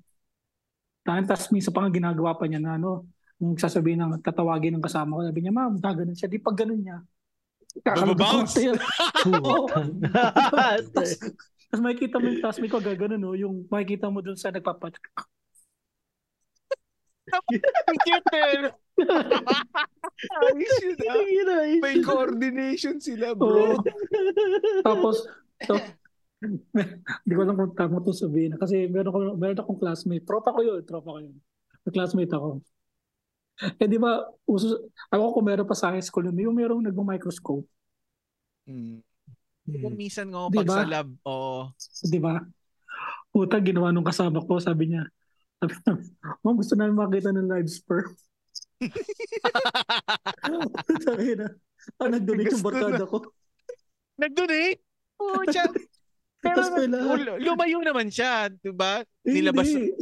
Speaker 4: Tahan, tapos minsan pa nga ginagawa pa niya na ano, nung sasabihin ng tatawagin ng kasama ko, sabi niya, ma'am, gaganon siya. Di pag ganun niya,
Speaker 1: Bababounce.
Speaker 4: kakalagot Tapos, tapos makikita mo yung classmate ko, gaganon, no? Yung makikita mo dun sa nagpapat.
Speaker 1: Computer.
Speaker 3: Ayos yun, ah. May
Speaker 2: May
Speaker 3: coordination sila, bro.
Speaker 4: Oo. Tapos, to, hindi ko alam kung tama itong sabihin. Kasi meron, ko, meron akong classmate. Tropa ko yun, tropa ko yun. May classmate ako. Eh di ba, uso, ako kung meron pa sa akin school yun, yung merong nagmamicroscope.
Speaker 3: Mm.
Speaker 1: Kung minsan nga ako
Speaker 4: Di
Speaker 1: pag
Speaker 4: ba?
Speaker 1: sa lab, Oh. oo.
Speaker 4: Di ba? Puta, ginawa nung kasama ko, sabi niya. Sabi niya, ma'am, gusto namin makita ng live sperm. Puta, na. Ah, nag-donate yung
Speaker 3: Gusto na.
Speaker 4: barkada ko.
Speaker 1: Nag-donate? Oo, eh. Oh, siya. Pero
Speaker 4: Tapos may lahat.
Speaker 1: lum- lumayo naman siya, di ba?
Speaker 4: Eh,
Speaker 1: nilabas-
Speaker 4: hindi.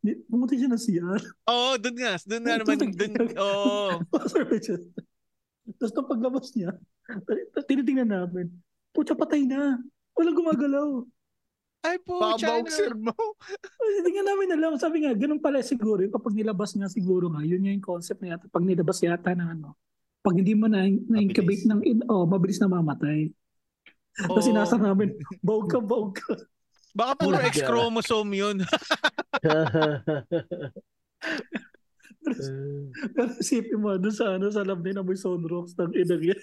Speaker 4: Ni- Pumunta siya ng CR.
Speaker 1: Oo, Oh, dun nga. Dun nga
Speaker 4: Ay,
Speaker 1: naman.
Speaker 4: tutag-
Speaker 1: Dun, oh. oo.
Speaker 4: Pastor Richard. Tapos nung paglabas niya, tinitingnan namin. Pucha, patay na. Walang gumagalaw.
Speaker 1: Ay po,
Speaker 3: Pabaw,
Speaker 1: Oh, China.
Speaker 3: Sir Mao.
Speaker 4: Tinitingnan namin na lang. Sabi nga, ganun pala siguro. Yung kapag nilabas nga siguro nga, yun nga yung concept na yata. Pag nilabas yata ng ano, pag hindi mo na, na-incubate ng, in, oh, mabilis na mamatay. Tapos
Speaker 1: Oo.
Speaker 4: sinasa namin, baog ka, baog
Speaker 1: Oh.
Speaker 4: ka.
Speaker 1: Baka puro X
Speaker 2: Talaga.
Speaker 1: chromosome yun.
Speaker 4: Pero isipin mo, doon sa, ano, sa lab na yun, amoy sunrocks ng inang yan.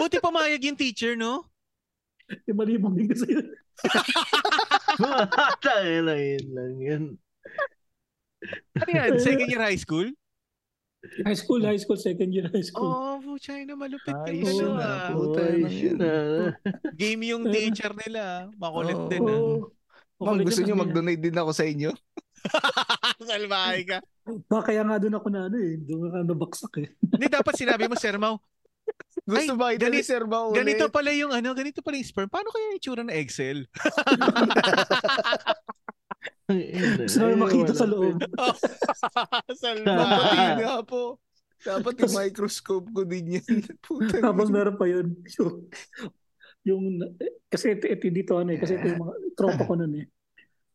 Speaker 1: Buti pumayag yung teacher, no?
Speaker 4: Yung malibog din kasi yun.
Speaker 2: Matangin lang yun lang yun.
Speaker 1: Ano yan? Second year high school?
Speaker 4: High school, high school, second year high
Speaker 1: Oo,
Speaker 4: school.
Speaker 1: oh, puchay na malupit ka
Speaker 3: Ay,
Speaker 1: na.
Speaker 3: yun
Speaker 1: nun,
Speaker 3: na
Speaker 1: ah.
Speaker 3: po. Puta,
Speaker 2: Oy,
Speaker 3: ano
Speaker 2: shit,
Speaker 3: yun?
Speaker 2: ah.
Speaker 1: Game yung teacher nila. Makulit
Speaker 3: Oo.
Speaker 1: din.
Speaker 4: Oo.
Speaker 1: ah.
Speaker 3: Ma'am,
Speaker 4: Makulit
Speaker 3: gusto
Speaker 4: na
Speaker 3: niyo
Speaker 4: kanila.
Speaker 3: mag-donate din ako sa inyo?
Speaker 1: Salbahay ah. ka.
Speaker 4: Ba, kaya nga doon ako na ano eh. Doon ako nabaksak eh.
Speaker 1: Hindi, dapat sinabi mo, Sir Mau,
Speaker 3: Gusto
Speaker 1: Ay,
Speaker 3: ba ito ni
Speaker 1: ganit-
Speaker 3: Sir Bao ulit?
Speaker 1: ganito pala yung ano, ganito pala yung sperm. Paano kaya yung itsura ng Excel?
Speaker 4: Gusto namin
Speaker 2: Ayun,
Speaker 4: makita
Speaker 2: wala.
Speaker 4: sa loob.
Speaker 3: Dapat
Speaker 4: Ah.
Speaker 1: Salbahay.
Speaker 3: yun nga po. Dapat yung microscope ko din yan. Puta.
Speaker 4: Tapos meron pa yun. Yung, yung eh, kasi ito, ito dito ano eh. Kasi ito yung mga tropa ko nun eh.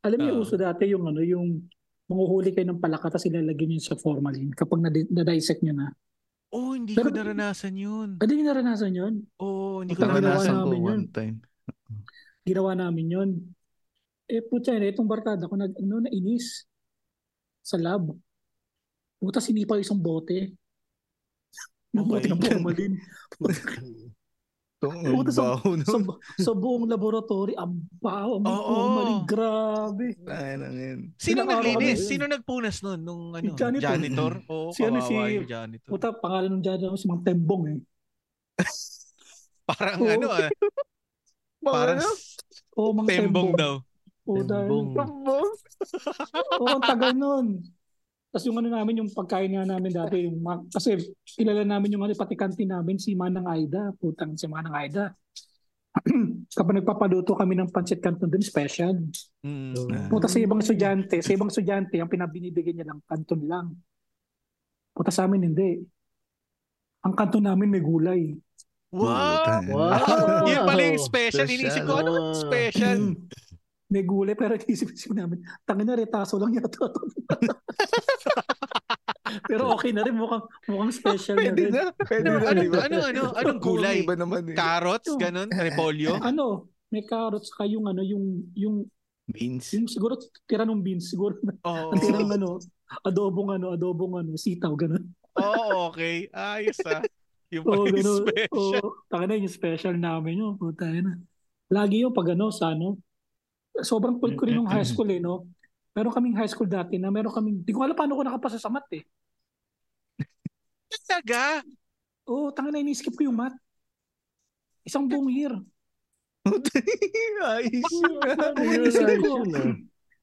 Speaker 4: Alam niyo,
Speaker 1: Oo.
Speaker 4: uso dati yung ano, yung manguhuli kayo ng palaka tapos ilalagay niyo sa formalin kapag nadi- na-dissect niyo na.
Speaker 1: Oh, hindi ko
Speaker 4: Pero-
Speaker 1: naranasan yun.
Speaker 4: Ah, di niyo naranasan yun?
Speaker 1: Oh, hindi ko
Speaker 4: Putang ina,
Speaker 1: naranasan.
Speaker 3: Naranasan
Speaker 4: ginawa
Speaker 3: ko
Speaker 4: namin
Speaker 3: one time.
Speaker 4: ginawa namin yun. Eh, putya na, itong barkada ko, nag, ano, nainis sa lab. Puta, sinipa yung isang bote. Ng bote ng
Speaker 1: Okay.
Speaker 4: formalin.
Speaker 3: Itong
Speaker 4: Puta, sa-
Speaker 3: baho
Speaker 4: sa,
Speaker 3: nun.
Speaker 4: sa buong laboratory, ang baho, ang
Speaker 1: Oo.
Speaker 4: formalin, grabe.
Speaker 3: Ay, nang yun.
Speaker 1: Sino
Speaker 4: Pinakaano
Speaker 1: naglinis?
Speaker 4: yun.
Speaker 1: Sino nagpunas nun? Nung ano?
Speaker 4: Yung janitor.
Speaker 1: Oo,
Speaker 4: Si ano,
Speaker 1: kawawa
Speaker 4: si-
Speaker 1: yung janitor.
Speaker 4: Puta, pangalan ng dyan, si Mang Tembong eh.
Speaker 1: Parang
Speaker 4: Oo.
Speaker 1: ano ah, parang
Speaker 3: Parang
Speaker 1: s-
Speaker 4: Oo, Mang
Speaker 1: tembong daw.
Speaker 4: Puta,
Speaker 2: Tembong.
Speaker 4: Oo, Oh, ang tagal nun. Tapos yung ano namin, yung pagkain nga namin dati, yung ma- kasi kilala namin yung ano, pati kantin namin, si Manang Aida. Putang si Manang Aida. Kapag nagpapaluto kami ng pancit canton doon, special.
Speaker 1: Mm.
Speaker 4: Puta sa ibang estudyante, sa ibang estudyante, ang pinabinibigyan niya lang, kanton lang. Puta sa amin, hindi. Ang kanton namin may gulay.
Speaker 1: Wow!
Speaker 2: Wow!
Speaker 1: Yun pala yung special. Inisip ko, ano
Speaker 2: Ah.
Speaker 1: special?
Speaker 4: Mm. May gulay, pero isip-isip namin, tangin na retaso lang yata. to. pero okay na rin, mukhang, mukhang special na
Speaker 3: Pwede
Speaker 4: rin.
Speaker 3: na. Pwede
Speaker 1: Ano,
Speaker 3: na,
Speaker 1: ano,
Speaker 3: di ba?
Speaker 1: ano, ano, anong gulay?
Speaker 3: Iba naman eh.
Speaker 1: Carrots, ganun, repolyo.
Speaker 4: Ano, may carrots saka yung ano, yung, yung,
Speaker 3: Beans.
Speaker 4: yung siguro tira ng beans, siguro
Speaker 1: Oo,
Speaker 4: ang tira ng ano, adobong ano, adobong ano, sitaw, ganun.
Speaker 1: Oo, okay. Ayos ah. Yung pala
Speaker 4: Oo,
Speaker 1: yung
Speaker 4: ganun. Oo,
Speaker 1: special.
Speaker 4: tangin na yung special namin yun, puta na. Lagi yun pag ano, sa ano, sobrang cool ko rin nung high school eh, no? Meron kaming high school dati na meron kaming, di ko alam paano ko nakapasa sa mat eh.
Speaker 1: Talaga?
Speaker 4: Oo, oh, tanga na ini-skip ko yung math. Isang buong year.
Speaker 1: Ah,
Speaker 3: Ay,
Speaker 4: Isip ko.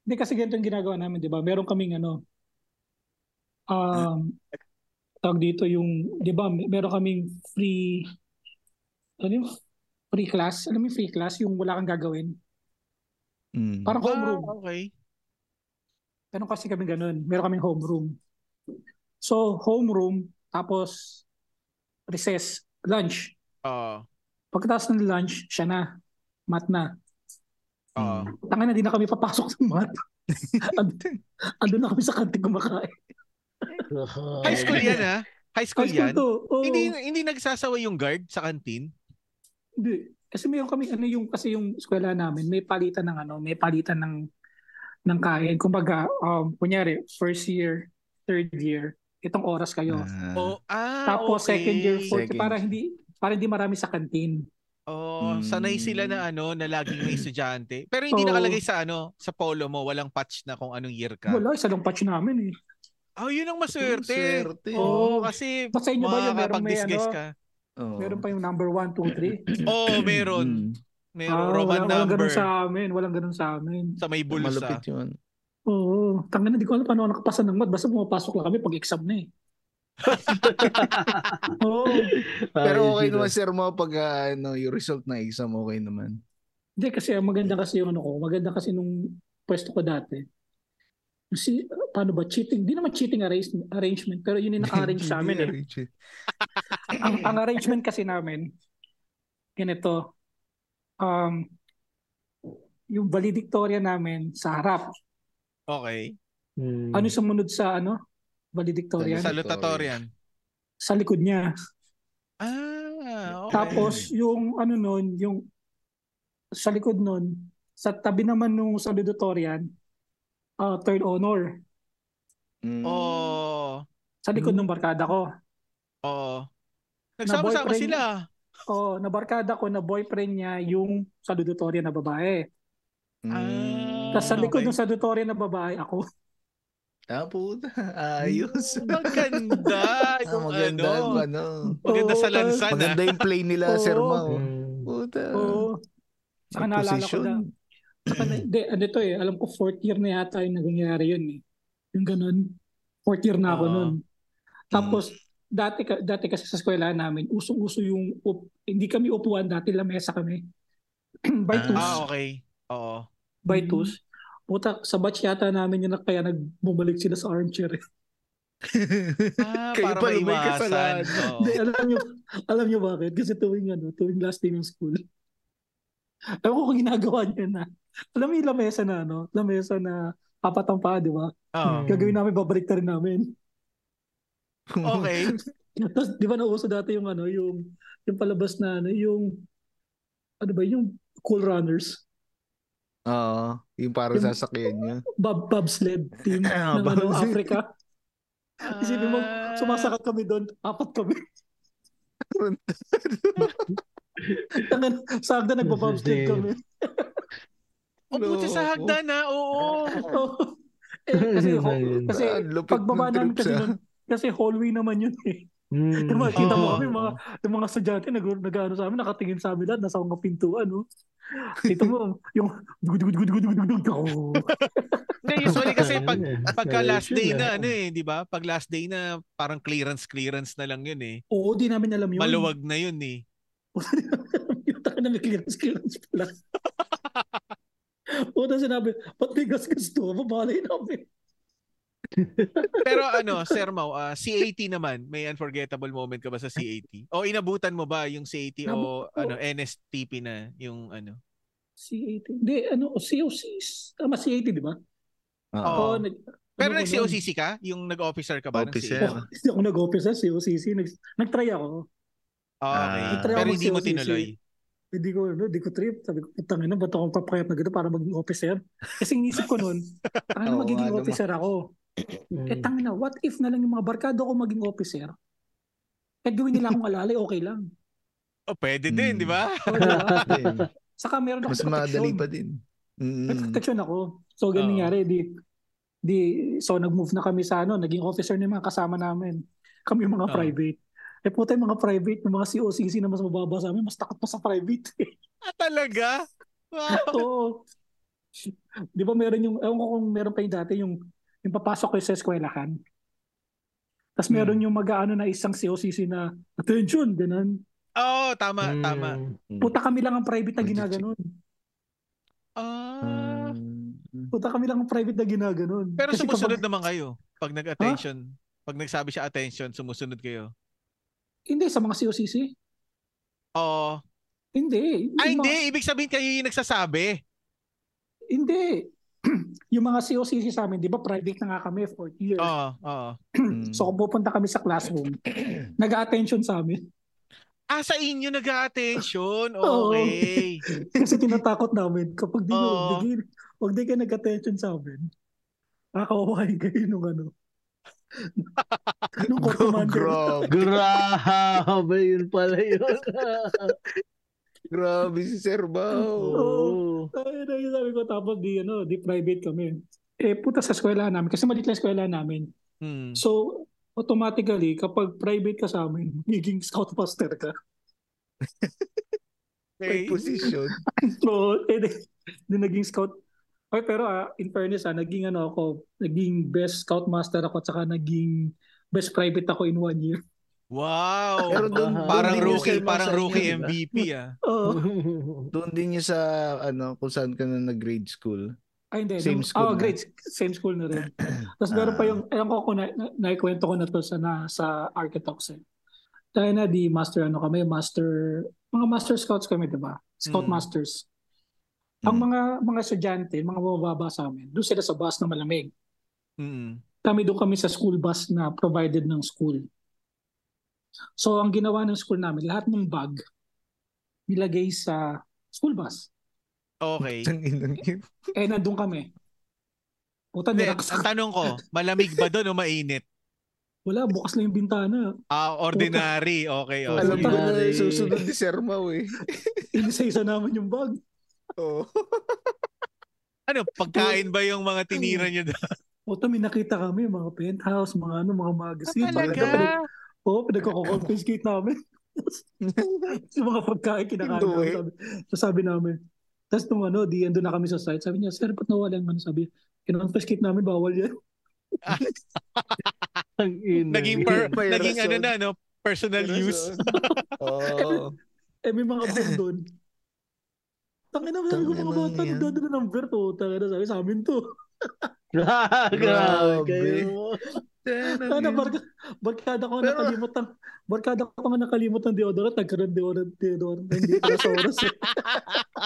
Speaker 4: Hindi kasi ganito yung ginagawa namin, di ba? Meron kaming ano, um, tawag dito yung, di ba, meron kaming free, ano yung free class? Alam mo yung free class? Yung wala kang gagawin.
Speaker 3: Mm.
Speaker 4: Parang homeroom.
Speaker 1: Wow, okay.
Speaker 4: Meron kasi kami ganun. Meron kaming homeroom. So, homeroom, tapos recess, lunch.
Speaker 1: Oo.
Speaker 4: Pagkatapos ng lunch, siya na. Mat na.
Speaker 1: Oo.
Speaker 4: Tanga na, di na kami papasok sa mat. And, andun na kami sa kantin kumakain.
Speaker 1: Oh, High school yan ah. High school
Speaker 4: High school
Speaker 1: yan.
Speaker 4: to. Oo.
Speaker 1: Hindi
Speaker 4: Hindi,
Speaker 1: hindi nagsasaway yung guard sa kantin.
Speaker 4: Kasi mayroon kami, ano yung, kasi yung eskwela namin, may palitan ng ano, may palitan ng, ng kain. Kumbaga, um, kunyari, first year, third year, itong oras kayo.
Speaker 3: Ah.
Speaker 1: Oh, ah,
Speaker 4: Tapos
Speaker 1: okay.
Speaker 4: second year, fourth,
Speaker 3: Second.
Speaker 4: para hindi, para hindi marami sa kantin.
Speaker 1: Oh, sanay
Speaker 3: Mm.
Speaker 1: sila na ano, na laging may estudyante. Pero hindi
Speaker 4: Mm. Oo.
Speaker 1: nakalagay sa ano, sa polo mo, walang patch na kung anong year ka.
Speaker 4: Wala, isa lang patch namin eh.
Speaker 1: Oh, yun ang maswerte.
Speaker 3: Swerte.
Speaker 1: Oo, kasi
Speaker 4: Basta inyo ba yun, meron may ano,
Speaker 1: makakapag-disguise ka.
Speaker 3: Oo.
Speaker 4: meron pa yung number one, two, three.
Speaker 1: Oo, meron.
Speaker 3: Oh. Mm.
Speaker 1: Meron Roman
Speaker 4: Ah, walang, walang
Speaker 1: number
Speaker 4: ganun sa
Speaker 1: sa...
Speaker 4: amin, walang ganun sa amin.
Speaker 1: may bulsa.
Speaker 3: Malupit yun.
Speaker 4: Oo. Tangin na, di ko alam paano ako nakapasa ng mat. Basta pumapasok lang kami pag exam na eh. Oo. Ah,
Speaker 3: Pero okay naman sir mo pag ah, ano, yung result na exam okay naman.
Speaker 4: Hindi kasi ang maganda kasi yung ano ko. Maganda kasi nung pwesto ko dati. Kasi paano ba? Cheating. Di naman cheating arrange, arrangement. Pero yun yung naka-arrange sa amin eh.
Speaker 3: Arrange it.
Speaker 4: Ang, ang arrangement kasi namin, ganito. Um, yung valedictorian namin sa harap.
Speaker 1: Okay.
Speaker 4: Ano yung sumunod sa ano? Valedictorian?
Speaker 1: Sa
Speaker 3: Sa
Speaker 1: Lutatorian.
Speaker 4: Sa likod niya.
Speaker 1: Ah, okay.
Speaker 4: Tapos yung ano nun, yung sa likod nun, sa tabi naman nung salutatorian, uh, third honor.
Speaker 3: Mm.
Speaker 1: Oh. Oo.
Speaker 4: Sa likod
Speaker 1: Hmm.
Speaker 4: ng barkada ko.
Speaker 1: Oo. Nagsama-sama
Speaker 4: boyfriend-
Speaker 1: sila.
Speaker 4: Oh, na barkada ko na boyfriend niya yung salutatorian na babae.
Speaker 3: Mm.
Speaker 1: Ah.
Speaker 4: Tapos sa likod
Speaker 1: okay.
Speaker 4: ng salutatorian na babae, ako.
Speaker 3: Ah, puta.
Speaker 4: Mm.
Speaker 3: Ayos.
Speaker 1: Ang ganda
Speaker 3: Ah,
Speaker 1: yung
Speaker 3: maganda
Speaker 1: ano.
Speaker 3: yung ano.
Speaker 1: Maganda
Speaker 4: Oo,
Speaker 1: sa lansan ah.
Speaker 3: Maganda yung play nila,
Speaker 4: Oo.
Speaker 3: Sir Mau.
Speaker 2: Mm.
Speaker 3: Puta.
Speaker 4: Oo. Saka
Speaker 3: May
Speaker 4: naalala ko
Speaker 3: position.
Speaker 4: na- Saka na, hindi, ano to eh, alam ko fourth year na yata yung nangyayari yun eh. Yung ganun. Fourth year na ako
Speaker 1: Oo.
Speaker 4: nun. Tapos, dati, ka- dati kasi sa eskwela namin, usong-uso yung, up, hindi kami upuan, dati lamesa kami. by
Speaker 3: Ah.
Speaker 4: twos.
Speaker 1: Ah, okay. Oo.
Speaker 4: By twos. Puta, sa batch yata namin yun na kaya nagbumalik sila sa armchair. eh.
Speaker 1: Ah,
Speaker 3: Kayo
Speaker 1: para
Speaker 3: pala may
Speaker 1: maiwasan.
Speaker 3: kasalanan.
Speaker 1: Oo.
Speaker 4: Hindi, alam nyo, alam nyo bakit? Kasi tuwing ano, tuwing last day ng school. Ewan ko kung ginagawa niya na. Alam mo yung lamesa na ano, lamesa na apat ang paa, di ba?
Speaker 1: Oo.
Speaker 2: Mm.
Speaker 4: Gagawin namin, babalik na rin namin.
Speaker 1: Okay.
Speaker 4: Tapos, di ba nauso dati yung ano, yung, yung palabas na ano, yung, ano ba, yung cool runners,
Speaker 3: Oo. Yung parang sasakyan niya.
Speaker 4: bob, bobsled team ng
Speaker 3: Ah,
Speaker 4: ano,
Speaker 3: bobsled. Ah.
Speaker 4: Africa. Isipin mo,
Speaker 1: Ah,
Speaker 4: sumasakat kami doon, apat kami. Tangan, ano, sa hagda nagbabobsled kami.
Speaker 1: Oh, buti sa hagdan ah. Oo.
Speaker 4: eh, kasi, ho,
Speaker 2: Ayun.
Speaker 4: kasi
Speaker 3: Ah, lupit
Speaker 4: pagbaba
Speaker 3: ng trip
Speaker 4: namin kasi
Speaker 3: sa-
Speaker 4: nun, kasi hallway naman yun eh.
Speaker 2: Mm.
Speaker 4: Kaya makikita mo
Speaker 1: Oo.
Speaker 4: kami, mga, yung mga estudyante nag, nag ano sa amin, nakatingin sa amin lahat, nasa mga pintuan, no? Dito mo, yung gud gud gud gud gud gud gud.
Speaker 1: Hindi, usually kasi pag
Speaker 2: Ayun eh.
Speaker 1: pagka last
Speaker 3: ah.
Speaker 2: Ayun
Speaker 1: day
Speaker 2: eh.
Speaker 1: na ano eh, 'di ba? Pag last day na parang clearance clearance na lang 'yun eh.
Speaker 4: Oo, di namin alam yun.
Speaker 1: Maluwag na 'yun eh.
Speaker 4: Puta, di namin alam yun. Taka na may clearance, clearance pala. Puta sinabi, ba't may gasgas to? Mabalay namin.
Speaker 1: Pero ano, Sir Mau, ah, CAT naman, may unforgettable moment ka ba sa CAT? O inabutan mo ba yung CAT o
Speaker 4: Inabutan ko.
Speaker 1: ano NSTP na yung ano?
Speaker 4: C80. Hindi, ano, COCs. Tama, C80, di ba?
Speaker 1: Oo.
Speaker 4: Oo, nag,
Speaker 1: Pero
Speaker 4: ano ko nun?
Speaker 1: nag-COCC ka? Yung nag-officer ka ba? ng
Speaker 3: Officer.
Speaker 1: CAT?
Speaker 4: Oh, Hindi ako nag-office sa COCC. Nag, nag-try ako.
Speaker 1: Oh, okay.
Speaker 3: Ah.
Speaker 4: Nag-try ako
Speaker 1: Pero
Speaker 4: ng
Speaker 1: hindi mo
Speaker 4: COCC.
Speaker 1: tinuloy.
Speaker 4: Hindi ko, ano, hindi ko trip. Sabi ko, putang ina, ba't ako papayat na gito para maging officer? Kasi inisip ko noon, ano
Speaker 3: Oo,
Speaker 4: magiging
Speaker 3: ano ma-
Speaker 4: officer ako?
Speaker 2: Mm.
Speaker 4: Eh, tangina, what if na lang yung mga barkada ko maging officer? Kahit gawin nila akong alalay, okay lang.
Speaker 1: Oh, pwede din,
Speaker 3: Hmm.
Speaker 1: 'di ba?
Speaker 4: O, di ba?
Speaker 3: Ayun.
Speaker 4: Saka meron ako
Speaker 3: Mas madali pa din.
Speaker 4: May
Speaker 3: Mm.
Speaker 4: protection ako. So,
Speaker 1: Oo.
Speaker 4: ganun nangyari. Di, di, so, nag-move na kami sa ano, naging officer na yung mga kasama namin. Kami yung
Speaker 1: Oo.
Speaker 4: mga private. Eh, puta yung mga private, yung mga COCC na mas mababa sa amin, mas takot pa sa private.
Speaker 1: Ah, talaga? Wow.
Speaker 4: Oo. Di ba meron yung, ewan ko kung meron pa yung dati, yung, yung papasok kayo sa eskwelahan. Tapos
Speaker 1: Hmm.
Speaker 4: meron yung mag-ano na isang COCC na, attention, ganun.
Speaker 1: Oo, tama,
Speaker 4: Hmm.
Speaker 2: Mm.
Speaker 1: tama.
Speaker 4: Puta kami lang ang private na ginaganon.
Speaker 1: Ah.
Speaker 4: Puta kami lang ang private na ginaganon.
Speaker 1: Pero
Speaker 4: Kasi
Speaker 1: sumusunod
Speaker 4: kapag- Ah?
Speaker 1: naman kayo pag nag-attention. Pag nagsabi siya attention, sumusunod kayo.
Speaker 4: Hindi, sa mga COCC.
Speaker 1: Oo.
Speaker 4: Hindi.
Speaker 1: Ay,
Speaker 4: Yung mga-
Speaker 1: Ah, hindi. Ibig sabihin kayo yung nagsasabi.
Speaker 4: Hindi. yung mga COCC sa amin, di ba private na nga kami, fourth year.
Speaker 1: Oo, oo.
Speaker 4: So kung pupunta kami sa classroom, nag-attention sa amin.
Speaker 1: Ah, sa inyo nag-attention.
Speaker 4: Oo.
Speaker 1: Okay.
Speaker 4: Kasi tinatakot namin, kapag di,
Speaker 1: Oo.
Speaker 4: oh. di, pag di ka nag-attention sa amin, kakawain kayo nung ano. nung court commander.
Speaker 3: Grabe,
Speaker 2: Grabe, yun pala yun.
Speaker 3: grabe si Sir Bao.
Speaker 2: Oo.
Speaker 4: Ay, na yun sabi ko, tapos di, ano, di private kami. Eh, puta sa eskwela namin, kasi maliit lang eskwela namin.
Speaker 1: Hmm.
Speaker 4: So, automatically, kapag private ka sa amin, magiging scoutmaster ka.
Speaker 1: Okay.
Speaker 3: May position.
Speaker 4: So, eh, di, di naging scout. Ay, pero ah, in fairness, ah, naging ano ako, naging best scoutmaster ako at saka naging best private ako in one year. Oh,
Speaker 1: Wow.
Speaker 3: Pero doon,
Speaker 2: Aha.
Speaker 1: parang
Speaker 3: doon din yung
Speaker 1: rookie,
Speaker 3: Sir Mau
Speaker 1: parang
Speaker 3: sa inyo,
Speaker 1: rookie
Speaker 3: di ba?
Speaker 1: MVP ah.
Speaker 4: Oo.
Speaker 3: Doon din yung sa, ano, kung saan ka na nag-grade school.
Speaker 4: ay, hindi.
Speaker 3: Same
Speaker 4: Nung-
Speaker 3: school
Speaker 4: Oh,
Speaker 3: na?
Speaker 4: great. Same school na rin. Tapos meron pa
Speaker 3: Ah.
Speaker 4: yung, alam ko kung na, na, naikwento ko na to sa, na, sa Architox eh. Tayo na di master ano kami, master, mga master scouts kami, di ba? Scoutmasters. Ang
Speaker 3: Mm.
Speaker 4: mga mga estudyante, mga mabababa sa amin, doon sila sa bus na malamig.
Speaker 1: Mm.
Speaker 4: kami doon kami sa school bus na provided ng school. So ang ginawa ng school namin, lahat ng bag nilagay sa school bus.
Speaker 1: Okay.
Speaker 3: Ang inang yun.
Speaker 4: Eh nandun kami. Puta,
Speaker 1: Hindi,
Speaker 4: niraksak.
Speaker 1: ang tanong ko, malamig ba doon o mainit?
Speaker 4: Wala, bukas lang yung bintana.
Speaker 1: Ah, ordinary. Okay, okay.
Speaker 3: Alam ko na
Speaker 2: Ordinary.
Speaker 3: yung susunod ni Sir Mau eh.
Speaker 4: Inisa-isa naman yung bag.
Speaker 3: Oo.
Speaker 1: Ano, pagkain ba yung mga tinira nyo doon?
Speaker 4: Puta, may nakita kami, mga penthouse, mga ano, mga magazine. mga
Speaker 1: Ah, Talaga?
Speaker 4: dapat- Oo, oh, pinagkakakonfiscate namin. yung mga pagkain kinakain
Speaker 3: Hindi,
Speaker 4: namin.
Speaker 3: eh.
Speaker 4: Sabi, so sabi namin. Tapos nung ano, di ando na kami sa site, sabi niya, sir, ba't nawala yung ano? Sabi niya, kinonfiscate namin, bawal yan.
Speaker 2: Ang ina.
Speaker 1: Naging, per,
Speaker 3: May
Speaker 1: naging ano
Speaker 3: rason.
Speaker 1: na, no? Personal use.
Speaker 3: Oo.
Speaker 4: Eh, may mga bong doon. Tangin na, sabi ko, mga
Speaker 3: Tangina yan.
Speaker 4: bata, nagdadala ng beer to. Tangin na, sabi sa amin to.
Speaker 2: Grabe.
Speaker 3: Grabe.
Speaker 4: Ano, barka, barkada ko
Speaker 3: Pero-
Speaker 4: nakalimot ang, barkada ko nga nakalimot ng deodorant, nagkaroon deodorant, deodorant, hindi ko na sa oras. eh.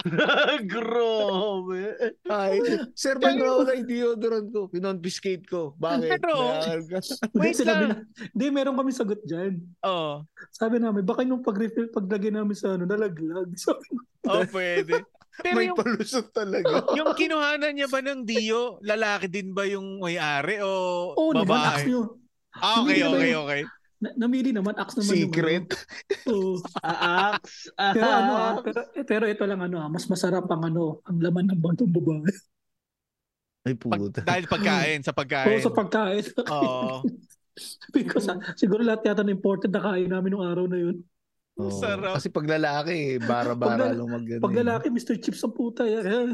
Speaker 2: Grabe.
Speaker 3: Ay, sir, ba't nawala yung deodorant ko? Kinonfiscate ko. Bakit?
Speaker 1: Pero-
Speaker 3: Mayroon ka.
Speaker 1: Wait
Speaker 4: Hindi, sinabi
Speaker 1: lang.
Speaker 4: na, hindi, meron kami sagot dyan.
Speaker 1: Oo.
Speaker 4: Sabi namin, baka nung pag-refill, paglagay namin sa ano, nalaglag. Sabi ko,
Speaker 1: Oh, pwede. Pero
Speaker 3: May
Speaker 1: yung,
Speaker 3: palusot talaga.
Speaker 1: yung kinuhanan niya ba ng Dio, lalaki din ba yung may-ari o
Speaker 4: oo "Oh, naman,
Speaker 1: babae?
Speaker 4: axe yun.
Speaker 1: Ah, okay,
Speaker 4: Hindi
Speaker 1: okay,
Speaker 4: naman.
Speaker 1: okay.
Speaker 4: Na- namili naman, axe naman
Speaker 3: Secret.
Speaker 4: yung ano. Oo.
Speaker 2: Aaks.
Speaker 4: Pero ano ah,
Speaker 2: Aaks.
Speaker 4: pero, eh, pero ito lang ano ah, mas masarap ang ano, ang laman ng bagong babae.
Speaker 3: Ay,
Speaker 1: Pag,
Speaker 3: puta.
Speaker 1: dahil pagkain, sa
Speaker 4: Oo,
Speaker 1: pagkain.
Speaker 4: sa pagkain.
Speaker 1: Oo.
Speaker 4: Because ah, siguro lahat yata na imported na kain namin nung araw na yun.
Speaker 3: Oo.
Speaker 1: sarap.
Speaker 3: Oh. Kasi pag lalaki, eh, bara-bara
Speaker 4: Pag lala-
Speaker 3: lumag ganun.
Speaker 4: Pag lalaki, Mr. Chips ang puta. eh. Yeah.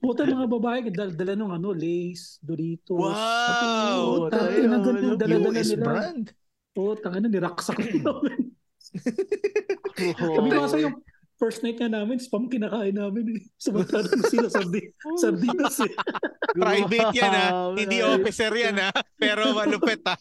Speaker 4: Puta mga babae, dal dala nung ano, Lays, Doritos.
Speaker 1: Wow!
Speaker 4: Oo,
Speaker 2: Oh,
Speaker 4: tangina,
Speaker 2: tayo,
Speaker 4: ganun,
Speaker 2: ano,
Speaker 4: dala-dala
Speaker 3: US
Speaker 4: nila.
Speaker 3: brand.
Speaker 4: Oo, tangina, niraksak namin. Sabi ko
Speaker 2: Grabe.
Speaker 4: kasi yung first night nga namin, spam kinakain namin eh. Samantala nung sila, sardi, sardinas eh.
Speaker 1: Private yan ha. Hindi oh. officer yan ha. Pero malupet ha.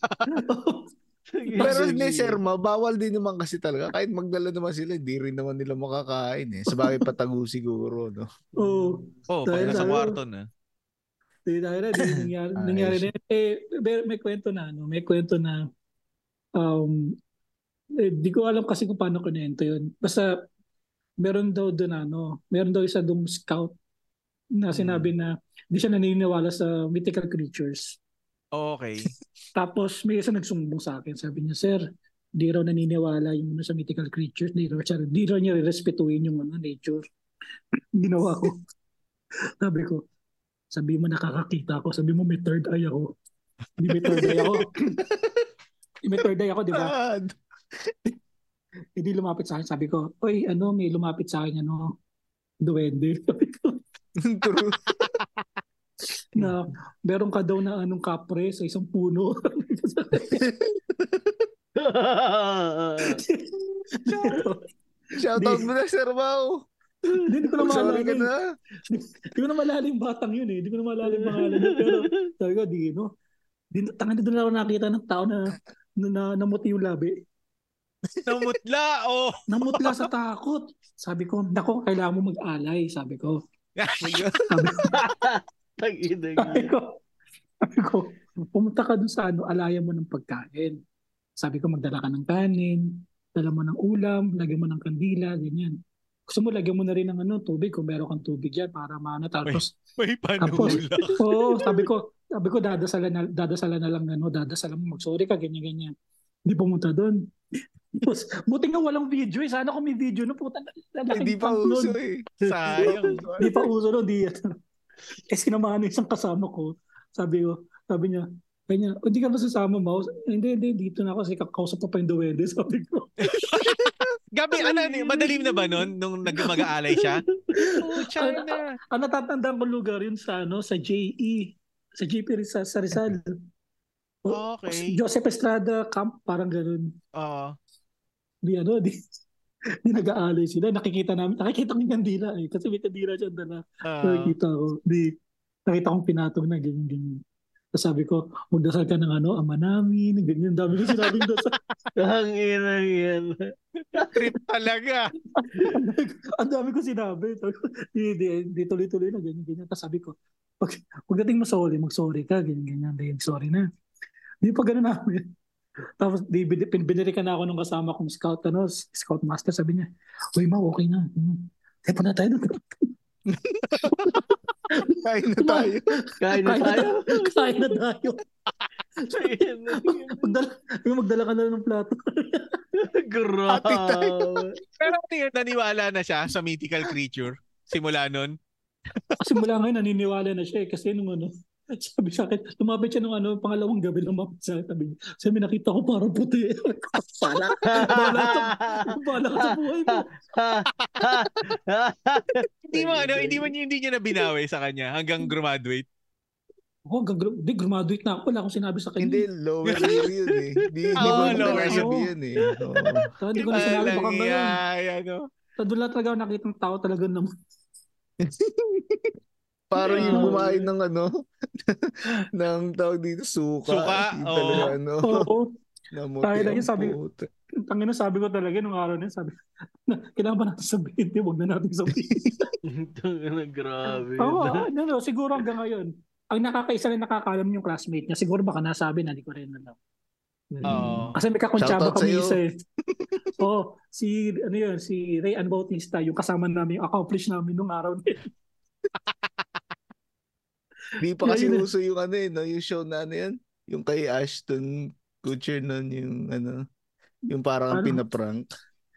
Speaker 4: Oh,
Speaker 2: Sige,
Speaker 3: Pero
Speaker 2: sige.
Speaker 3: ni Sir Ma, bawal din naman kasi talaga. Kahit magdala naman sila, di rin naman nila makakain eh. Sabagay patago siguro, no?
Speaker 4: Oo.
Speaker 1: Oo, oh,
Speaker 4: Dahil
Speaker 1: pag nasa
Speaker 4: ano-
Speaker 1: kwarto na.
Speaker 4: Di tayo na, di nangyari,
Speaker 3: Ayos.
Speaker 4: nangyari na. yun. Eh, may, may kwento na, ano, may kwento na, um, eh, di ko alam kasi kung paano kunento yun. Basta, meron daw doon, ano, meron daw isa doon scout na sinabi na di siya naniniwala sa mythical creatures.
Speaker 1: Okay.
Speaker 4: Tapos may isa nagsumbong sa akin, sabi niya, sir, di raw naniniwala yung ano sa mythical creatures, di raw, siya, di raw niya respetuhin yung ano, nature. Ginawa ko. sabi ko, sabi mo nakakakita ako, sabi mo may third eye ako. Hindi may third eye ako. may third eye ako, di ba?
Speaker 3: Ah,
Speaker 4: Hindi lumapit sa akin, sabi ko, oy, ano, may lumapit sa akin, ano, duwende. Sabi ko,
Speaker 3: true.
Speaker 4: na meron ka daw na anong kapre sa isang puno.
Speaker 3: Shoutout mo na, Sir Mau.
Speaker 4: Hindi hindi ko na maalala.
Speaker 3: Sorry ka
Speaker 4: eh.
Speaker 3: na.
Speaker 4: Hindi ko na maalala yung batang yun eh. Hindi ko na maalala yung pangalan niya. Pero sabi ko, di, no? Di, tangan na doon ako nakita ng tao na, na, na namuti yung labi.
Speaker 1: Namutla. Oh.
Speaker 4: Namutla sa takot. Sabi ko, nako, kailangan mo mag-alay. Sabi ko.
Speaker 2: Tangina
Speaker 4: Sabi
Speaker 2: niya.
Speaker 4: ko, sabi ko, pumunta ka doon sa ano, alayan mo ng pagkain. Sabi ko, magdala ka ng kanin, dala mo ng ulam, lagyan mo ng kandila, ganyan. Gusto mo, lagyan mo na rin ng ano, tubig, kung meron kang tubig yan, para maano. Tapos,
Speaker 1: May
Speaker 4: Tapos,
Speaker 1: panula.
Speaker 4: oo, sabi ko, sabi ko dadasalan na, dadasalan na lang ano, dadasalan mo mag-sorry ka ganyan ganyan. Hindi pumunta doon. Tapos, buti nga walang video eh. Sana kung may video no puta lalaking
Speaker 3: Hindi pa
Speaker 4: pump
Speaker 3: uso
Speaker 4: nun.
Speaker 3: eh.
Speaker 1: Sayang.
Speaker 4: Hindi pa uso no, di yan. eh sinamahan ng isang kasama ko. Sabi ko, sabi niya, sabi niya, hindi ka ba sasama mo? Hindi, hindi, dito na ako kasi kakausap ko pa yung duwende. Sabi ko,
Speaker 1: Gabi, ano, ano, madalim na ba nun nung nag mag-aalay siya? Oh,
Speaker 4: Ano?
Speaker 1: China.
Speaker 4: ang natatandaan ko lugar yun sa ano, sa JE, sa JP Rizal, sa Rizal.
Speaker 1: Okay.
Speaker 4: Joseph Estrada Camp, parang ganun.
Speaker 1: Oo.
Speaker 4: di ano, di, di nag-aalay sila. Nakikita namin, nakikita ko yung kandila eh. Kasi may kandila siya dala.
Speaker 1: Ah.
Speaker 4: Nakikita ko, di, nakita kong pinatong na ganyan, ganyan. Tapos sabi ko, magdasal ka ng ano, ama namin, ganyan. Dami ko sinabing dasal.
Speaker 2: Ang ina niyan.
Speaker 1: trip talaga.
Speaker 4: Ang dami ko sinabi. Sabi ko, Di, di, di tuloy-tuloy na, ganyan, ganyan. Tapos sabi ko, pag, pagdating mo sa huli, mag-sorry ka, ganyan, ganyan. Dahil sorry na. Di pa ganun namin. Tapos di, bin- bin- binirikan na ako nung kasama kong scout, ano, s- scout master. Sabi niya, Uy, ma, okay na. Hmm. Eh, pa na tayo doon.
Speaker 3: Kain na tayo.
Speaker 2: Kain na
Speaker 4: Kain na
Speaker 2: tayo.
Speaker 4: Kain na tayo.
Speaker 2: Kain na tayo.
Speaker 4: magdala, yung magdala ka na lang ng plato.
Speaker 3: Ate tayo.
Speaker 2: Grabe.
Speaker 1: Pero ano yun, naniwala na siya sa mythical creature simula nun?
Speaker 4: Kasi mula ngayon, naniniwala na siya eh. Kasi nung ano, sabi sa akin, lumapit siya nung ano, pangalawang gabi lumapit sa akin. Sabi, niya, "Sir, may nakita ko parang puti. Pala. Bahala ka, bahala ka sa buhay mo.
Speaker 1: Hindi mo, ano, hindi mo hindi niya na binawi sa kanya hanggang graduate.
Speaker 4: Ako, hanggang gra- hindi, graduate na ako. Wala akong sinabi sa kanya.
Speaker 3: Hindi, lower year yun eh. Hindi, hindi
Speaker 1: Oo,
Speaker 3: mo
Speaker 1: lower
Speaker 3: na kailangan
Speaker 4: year.
Speaker 3: sabihin eh. Oo.
Speaker 4: Kaya hindi ko na sinabi baka
Speaker 1: Walang
Speaker 4: ganun.
Speaker 1: iyay, ano.
Speaker 4: Sa doon lang talaga ako nakita ng tao talaga naman.
Speaker 3: Parang yung
Speaker 4: Yeah.
Speaker 3: kumain ng ano, ng tawag dito, suka.
Speaker 1: Suka,
Speaker 3: Yung talaga,
Speaker 1: oo.
Speaker 3: ano,
Speaker 4: Oo.
Speaker 3: namuti
Speaker 4: Tayo na
Speaker 3: ang
Speaker 4: yun, sabi-
Speaker 3: puta.
Speaker 4: Ang ina sabi ko talaga nung araw na yun, sabi na, kailangan ba natin sabihin? Hindi, huwag na natin sabihin.
Speaker 2: Grabe.
Speaker 4: Oo, oh, no, no, siguro hanggang ngayon. Ang nakakaisa na nakakalam yung classmate niya, siguro baka nasabi na, di ko rin alam. Hmm.
Speaker 1: Oo.
Speaker 4: Kasi may kakuntsaba
Speaker 3: Shoutout sa'yo.
Speaker 4: kami isa eh. Oo, si, ano yun, si Ray Ann Bautista, yung kasama namin, yung accomplish namin nung araw na yun.
Speaker 3: Di pa kasi
Speaker 4: Ayun eh.
Speaker 3: uso yung ano eh, no? yung show na ano yan. Yung kay Ashton Kutcher nun, yung ano, yung parang
Speaker 4: Ano?
Speaker 3: pinaprank.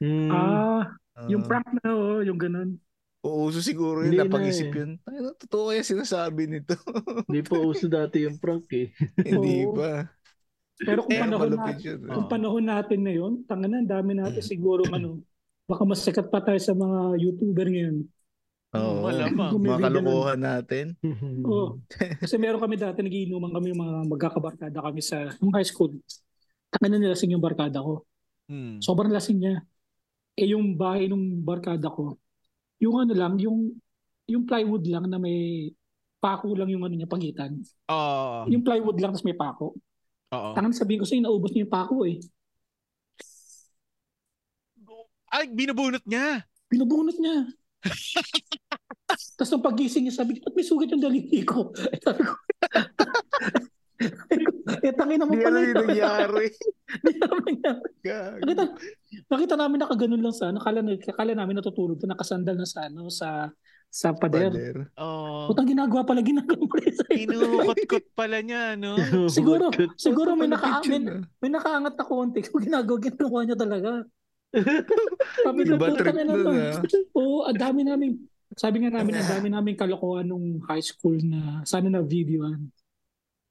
Speaker 2: Hmm.
Speaker 4: Ah,
Speaker 3: Ah,
Speaker 4: yung prank na, oh, yung ganun.
Speaker 3: Uuso siguro yun,
Speaker 2: Hindi na
Speaker 3: napag-isip
Speaker 2: eh.
Speaker 3: yun. Ano, totoo kaya sinasabi nito?
Speaker 2: Hindi pa uso dati yung prank eh.
Speaker 3: Hindi
Speaker 4: Oo.
Speaker 3: pa.
Speaker 4: Pero kung
Speaker 1: Eh,
Speaker 3: Parang
Speaker 4: panahon,
Speaker 3: malupit
Speaker 4: na,
Speaker 3: yun. eh.
Speaker 1: Oo.
Speaker 4: kung panahon natin na yun, tanga na, ang dami natin
Speaker 3: Mm.
Speaker 4: siguro, ano, baka mas sikat pa tayo sa mga YouTuber ngayon.
Speaker 3: Oo.
Speaker 1: Malamang.
Speaker 4: Kung may
Speaker 3: Mga
Speaker 4: video
Speaker 3: kalokohan natin.
Speaker 2: Mm.
Speaker 4: Oo. Mm. Kasi meron kami dati nagiinuman kami yung mga magkakabarkada kami sa yung high school. Taka na nilasing yung barkada ko.
Speaker 1: Hmm.
Speaker 4: Sobrang lasing niya. Eh yung bahay nung barkada ko, yung ano lang, yung yung plywood lang na may pako lang yung ano niya pagitan.
Speaker 1: Oo.
Speaker 4: Yung plywood lang tapos may pako.
Speaker 1: Oo.
Speaker 4: Tangan sabihin ko sa'yo, naubos niya yung pako eh.
Speaker 1: Ay, binubunot niya.
Speaker 4: Binubunot niya. tapos nung pagising niya, sabi ko, ba't may sugat yung daliri ko? Eh, sabi ko, eh, tangin mo
Speaker 3: Hindi
Speaker 4: pala
Speaker 3: ano yung
Speaker 4: ito.
Speaker 3: nangyari.
Speaker 4: Hindi naman niya.
Speaker 3: Gago.
Speaker 4: Nakita, nakita namin nakaganon lang sa ano. Kala, na- kala namin natutulog na nakasandal na sa ano, sa sa pader.
Speaker 3: Pader.
Speaker 1: Oo.
Speaker 4: Putang ginagawa pala ginagawa ko rin sa'yo.
Speaker 1: Oh, Kinukot-kot pala niya, no?
Speaker 4: Ah, Siguro,
Speaker 2: Good.
Speaker 4: siguro may, naka,
Speaker 3: Malupit yun,
Speaker 4: may,
Speaker 3: ah.
Speaker 4: may nakaangat na konti. Kung ginagawa, ginagawa niya talaga. Sabi
Speaker 3: Iba
Speaker 4: "Putang
Speaker 3: trip
Speaker 4: ina
Speaker 3: nun,
Speaker 4: to."
Speaker 3: ah.
Speaker 4: Oo, ang dami namin. Sabi nga namin, ang dami namin kalokohan nung high school na sana na videoan.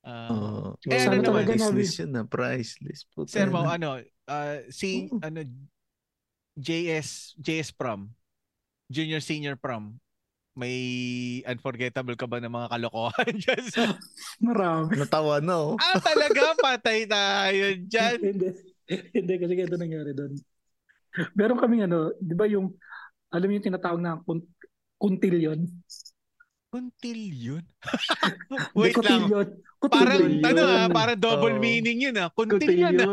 Speaker 1: Ah.
Speaker 3: Oo.
Speaker 1: Eh,
Speaker 4: ano naman?
Speaker 3: Priceless yun na, priceless. Puta
Speaker 1: Sir Mau,
Speaker 3: na.
Speaker 1: ano, ah, si,
Speaker 4: Oo.
Speaker 1: ano, JS, JS prom, junior senior prom, may unforgettable ka ba ng mga kalokohan dyan? sa-
Speaker 4: Marami.
Speaker 3: Natawa na oh.
Speaker 1: ah, talaga, patay tayo dyan.
Speaker 4: hindi. Hindi kasi ganito nangyari doon. Meron kaming ano, di ba yung, alam mo yung tinatawag na kun- kuntilyon?
Speaker 1: Kuntil yun?
Speaker 4: Hindi,
Speaker 1: Wait lang.
Speaker 4: Kotilyon.
Speaker 1: Parang,
Speaker 4: Kotilyon.
Speaker 1: ano ah,
Speaker 2: Yun.
Speaker 1: parang double
Speaker 3: Oo.
Speaker 1: meaning yun ah. Kuntil
Speaker 2: Kutil
Speaker 1: yun ah.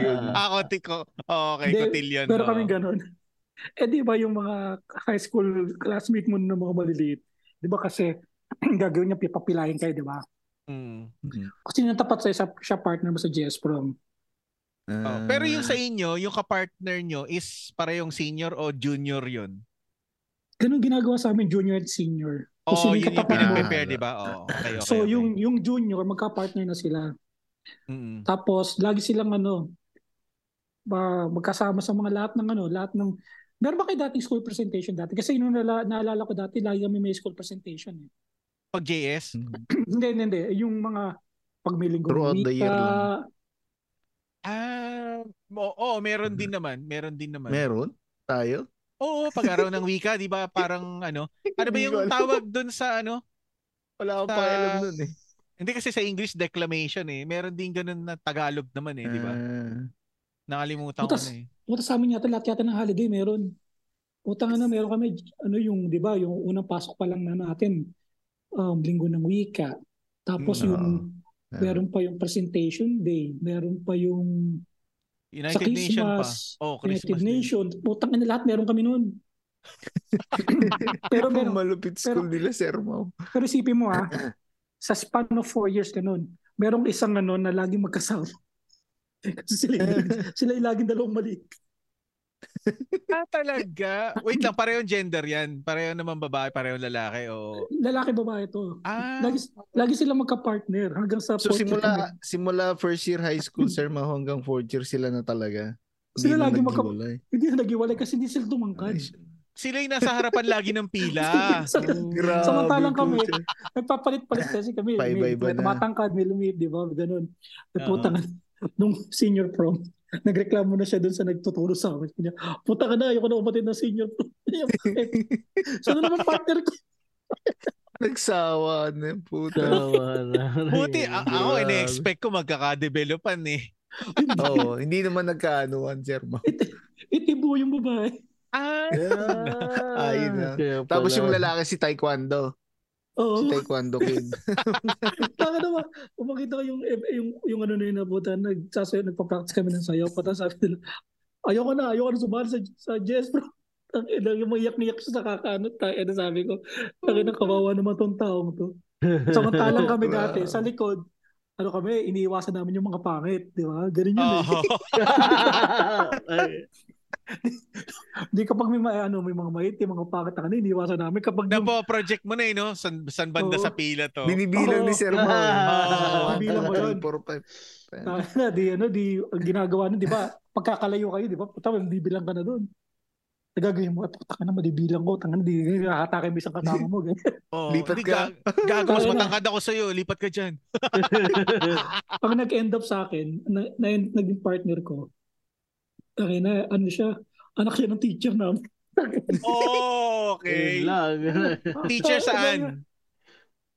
Speaker 2: yun.
Speaker 1: Ah, kutil ko. Oh, Okay,
Speaker 4: Hindi,
Speaker 1: kutil yun.
Speaker 4: Pero
Speaker 1: oo.
Speaker 4: kaming ganun. Eh di ba yung mga high school classmate mo na mga maliliit? Di ba kasi gagawin niya pipapilahin kayo, di ba?
Speaker 1: Mm.
Speaker 4: Kasi natapat sa isa siya partner mo sa JS Prom.
Speaker 1: Oh,
Speaker 3: Ah.
Speaker 1: Pero yung sa inyo, yung kapartner nyo is parehong senior o junior yun?
Speaker 4: Ganun ginagawa sa amin junior at senior.
Speaker 1: O
Speaker 4: Kasi
Speaker 1: oh, yun
Speaker 4: may
Speaker 1: yung
Speaker 4: katapat mo.
Speaker 1: pinaprepare, di ba? Oh, okay, okay,
Speaker 4: so
Speaker 1: okay.
Speaker 4: yung yung junior magka-partner na sila.
Speaker 1: Mm-mm.
Speaker 4: Tapos lagi silang ano ma- magkasama sa mga lahat ng ano, lahat ng Meron ba kayo dating school presentation dati? Kasi yun yung nala- naalala ko dati, lagi kami may school presentation. Eh.
Speaker 1: Pag
Speaker 4: Hmm.
Speaker 1: JS?
Speaker 4: hindi, hindi, hindi. Yung mga pag may linggo
Speaker 3: Throughout the year lang.
Speaker 1: Ah, oo, oh, meron din naman. Meron din naman.
Speaker 3: Meron? Tayo?
Speaker 1: Oo, pag-araw ng wika, di ba? Parang ano, ano ba
Speaker 3: Hindi ko
Speaker 1: yung
Speaker 3: alam.
Speaker 1: tawag dun sa ano?
Speaker 3: Wala akong
Speaker 1: Sa-
Speaker 3: pakialam nun eh.
Speaker 1: Hindi kasi sa English declamation eh. Meron din ganun na Tagalog naman eh, di ba?
Speaker 3: Ah.
Speaker 1: Nakalimutan ko
Speaker 4: Butas.
Speaker 1: na eh.
Speaker 4: Puta sa amin yata, lahat yata ng holiday meron. Puta nga na, meron kami, ano yung, di ba, yung unang pasok pa lang na natin, um, linggo ng wika. Tapos
Speaker 3: Mm,
Speaker 4: yung,
Speaker 3: oo.
Speaker 4: meron pa yung presentation day, meron pa yung sa
Speaker 1: United Nation pa.
Speaker 4: Christmas,
Speaker 1: Oh,
Speaker 4: United
Speaker 1: Christmas. din.
Speaker 4: Nation. Putang ina lahat, meron kami noon. pero
Speaker 3: Ang
Speaker 4: meron,
Speaker 3: malupit school nila, Sir Mau.
Speaker 4: pero isipin mo ah, sa span of four years na noon, merong isang ano na laging magkasama. Kasi sila, sila yung laging dalawang mali.
Speaker 1: Ah, talaga? Wait lang, parehong gender yan. Pareho naman babae, parehong lalaki. Oo.
Speaker 4: Lalaki babae to.
Speaker 1: Ah,
Speaker 4: Lagi, lagi sila magka-partner hanggang sa
Speaker 3: So
Speaker 4: fourth year kami.
Speaker 3: simula simula first year high school, Sir Mau, hanggang fourth year sila na talaga.
Speaker 4: Sila
Speaker 3: Hindi na
Speaker 4: lagi magka-
Speaker 3: naghiwalay.
Speaker 4: Hindi na naghiwalay kasi hindi sila tumangkad.
Speaker 3: Ay,
Speaker 1: Sila yung nasa harapan lagi ng pila.
Speaker 4: Sa-
Speaker 3: Grabe.
Speaker 4: Samantalang kami,
Speaker 3: puta.
Speaker 4: nagpapalit-palit kasi kami. May, may
Speaker 3: Paiba-iba na.
Speaker 4: tumatangkad, may lumib, di ba? Ganun.
Speaker 1: Oo.
Speaker 4: At puta ka, nung senior prom, nagreklamo na siya doon sa nagtuturo sa amin. Kanya, puta ka na, ayoko na umatid na senior prom. so, ano naman partner ko?
Speaker 3: Nagsawa na yung puta.
Speaker 1: Buti, ah, a- ako,
Speaker 3: Grabe.
Speaker 1: ina-expect eh, ko magkakadevelopan eh.
Speaker 3: Oo, hindi naman nagkaanoan, sir. ma'am.
Speaker 4: Itibo eh, yung babae.
Speaker 1: Ah,
Speaker 3: Ayun na. Tapos yung lalaki si Taekwondo. Si Oh.
Speaker 4: Oo.
Speaker 3: Taekwondo kid.
Speaker 4: Taka na ba? Kung makita ko yung, yung, yung ano na yun na puta, nagsasayo, nagpa-practice kami ng sayaw. Pata sabi nila, ayoko na, ayoko na sumali sa, sa jazz, bro. Ang ina, yung maiyak niyak siya sa kakaano. Ang ina, sabi ko, ang ina, kawawa naman tong taong to. Samantalang kami
Speaker 3: Wow.
Speaker 4: dati, sa likod, ano kami, iniiwasan namin yung mga pangit, di ba? Ganun yun eh.
Speaker 1: oh.
Speaker 4: Hindi kapag may, mga- ano, may mga mait, yung mga pangit na kanina, iniiwasan namin. Kapag yung
Speaker 1: Napo-project mo na eh, no? San, san banda
Speaker 4: Oo.
Speaker 1: sa pila to?
Speaker 3: Oh. Binibilang ni
Speaker 4: Oo.
Speaker 3: Sir eh. Mao.
Speaker 1: Oo.
Speaker 4: Bilang mo yun.
Speaker 3: 4, 5.
Speaker 4: na, di ano, di ang ginagawa nun, di ba? Pagkakalayo kayo, di ba? Puta, may bibilang ka na doon. Nagagawin mo, puta ka na, madibilang ko, tanga na, di nakakatake mo isang kasama mo. ganyan.
Speaker 1: Oo.
Speaker 3: Lipat
Speaker 1: Di,
Speaker 3: ka.
Speaker 1: ga- Gago, mas
Speaker 4: Oo na.
Speaker 1: matangkad ako sa'yo. Lipat ka dyan.
Speaker 4: Pag nag-end up sa akin, na, na, naging partner ko, tanga na, ano siya, anak siya ng teacher namin.
Speaker 1: Okay. Teacher saan?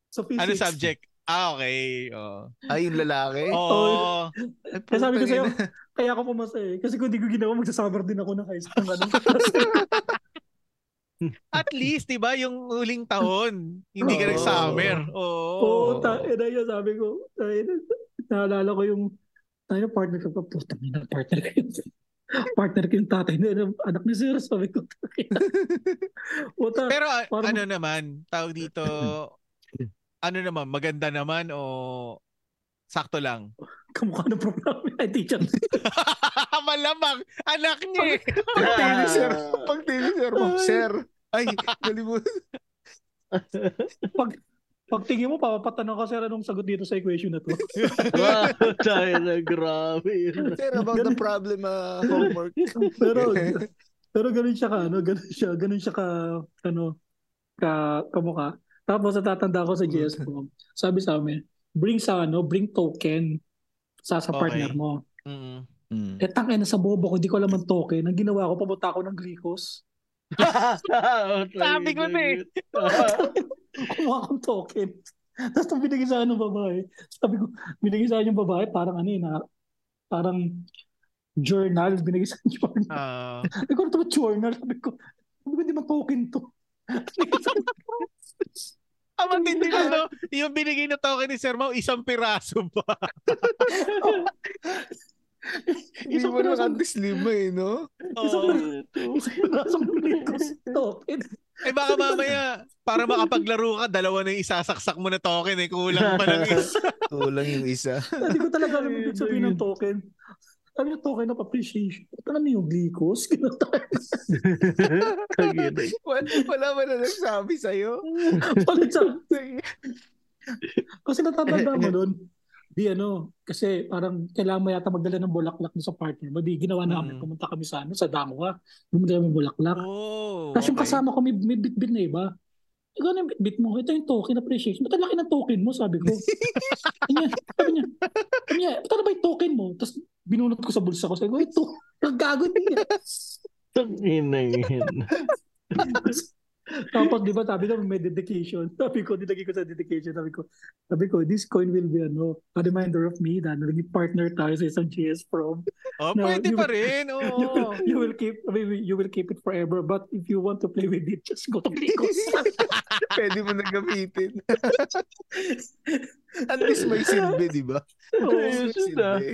Speaker 4: Sa physics.
Speaker 1: Ano subject? Ah, okay. Oh.
Speaker 3: Ay, yung lalaki?
Speaker 1: Oh.
Speaker 3: Ay,
Speaker 4: Kaya Eh, sabi ko
Speaker 3: putang
Speaker 4: sa'yo,
Speaker 3: ina.
Speaker 4: kaya ako pumasa eh. Kasi kung di ko ginawa, magsasummer din ako ng high school. Ano?
Speaker 1: At least, di ba, yung uling taon, hindi ka
Speaker 3: Oo.
Speaker 1: nag-summer.
Speaker 4: Oo,
Speaker 1: Oo.
Speaker 4: oh, ta- ina yun, sabi ko. Ay, na- naalala ko yung, tayo na partner ko, puta na partner ko yun. partner ko yung tatay na, yun, anak ni Sir, sabi ko. Puta,
Speaker 1: Pero ah,
Speaker 4: Parang-
Speaker 1: ano naman, tawag dito, ano naman, maganda naman o sakto lang?
Speaker 4: kamukha ng problema ay teacher.
Speaker 1: Malamang, anak niya eh.
Speaker 3: Pagtili, sir. Pagtili, sir. Mao.
Speaker 4: Ay.
Speaker 3: Sir. Ah. Ay, kalimutan.
Speaker 4: Pagtingin mo, papapatanong ka, Sir, anong sagot dito sa equation na to?
Speaker 2: Wow, Ah, tayo na grabe yun.
Speaker 3: Sir, about the problem ah, homework.
Speaker 4: Ano pero, mm. pero ganun siya ka, ano, ganun siya, ganun siya ka, ano, ka, kamukha. Tapos natatanda ko sa JS Prom, sabi sa amin, bring sa ano, bring token sa sa
Speaker 1: Okay.
Speaker 4: partner mo.
Speaker 1: Mm.
Speaker 3: Mm.
Speaker 4: Eh, tangin na sa bobo ko, hindi ko alam ang token. Ang ginawa ko, pamunta ako ng Gricos.
Speaker 2: Ah,
Speaker 1: Sabi ko na eh.
Speaker 4: Kumuha akong token. Tapos nung binigay sa akin ng babae, sabi ko, binigay sa akin yung babae, parang ano yun, ah, parang journal, binigay sa akin journal.
Speaker 1: Ah.
Speaker 4: Sabi ko, ano to ba journal? Sabi ko, sabi ko, hindi man token to. Binigay sa akin.
Speaker 1: Ang matindi na, no? ano, Yung binigay na token ni Sir Mau, isang piraso pa.
Speaker 3: Hindi
Speaker 4: Isang
Speaker 3: mo na
Speaker 4: pirasong,
Speaker 3: kantis lima eh, no?
Speaker 4: isang
Speaker 1: Oo.
Speaker 4: pirasong, isang pirasong Gricos token.
Speaker 1: Eh baka mamaya, para makapaglaro ka, dalawa na yung isasaksak mo na token eh. Kulang pa ng isa.
Speaker 3: Kulang yung isa.
Speaker 4: Hindi ko talaga alam yung ibig sabihin ng token. Ano yung token of appreciation? Ano na yung Gricos?
Speaker 3: Wala, wala ba na nagsabi sa'yo?
Speaker 4: Palit sa Eh, Kasi natatanda mo nun, di ano, kasi parang kailangan mo yata magdala ng bulaklak mo sa partner mo. Di ginawa namin,
Speaker 1: Mm.
Speaker 4: pumunta kami sa ano, sa Damoa, bumili kami ng bulaklak.
Speaker 1: Oh,
Speaker 4: Tapos yung kasama ko, may, may bitbit na iba. Ikaw ano yung bitbit mo? Ito yung token appreciation. Ba't ang laki ng token mo? Sabi ko. Sabi niya, sabi niya, sabi niya, ba't ano ba yung token mo? Tapos binunot ko sa bulsa ko. Sabi ko, ito, ang gago niya. Tapos di ba sabi ko may dedication. Sabi ko, nilagay ko sa dedication. Sabi ko, sabi ko, this coin will be ano, a reminder of me na naging partner tayo sa isang GS prom.
Speaker 1: Oh,
Speaker 4: No,
Speaker 1: pwede
Speaker 4: you-
Speaker 1: pa rin. Oo.
Speaker 4: You will, you will keep, I mean, you will keep it forever. But if you want to play with it, just go to Picos.
Speaker 3: Pwede mo na gamitin. At least may silbi, di ba?
Speaker 4: Oo.
Speaker 3: May silbi. Oo,
Speaker 4: Oh,
Speaker 3: di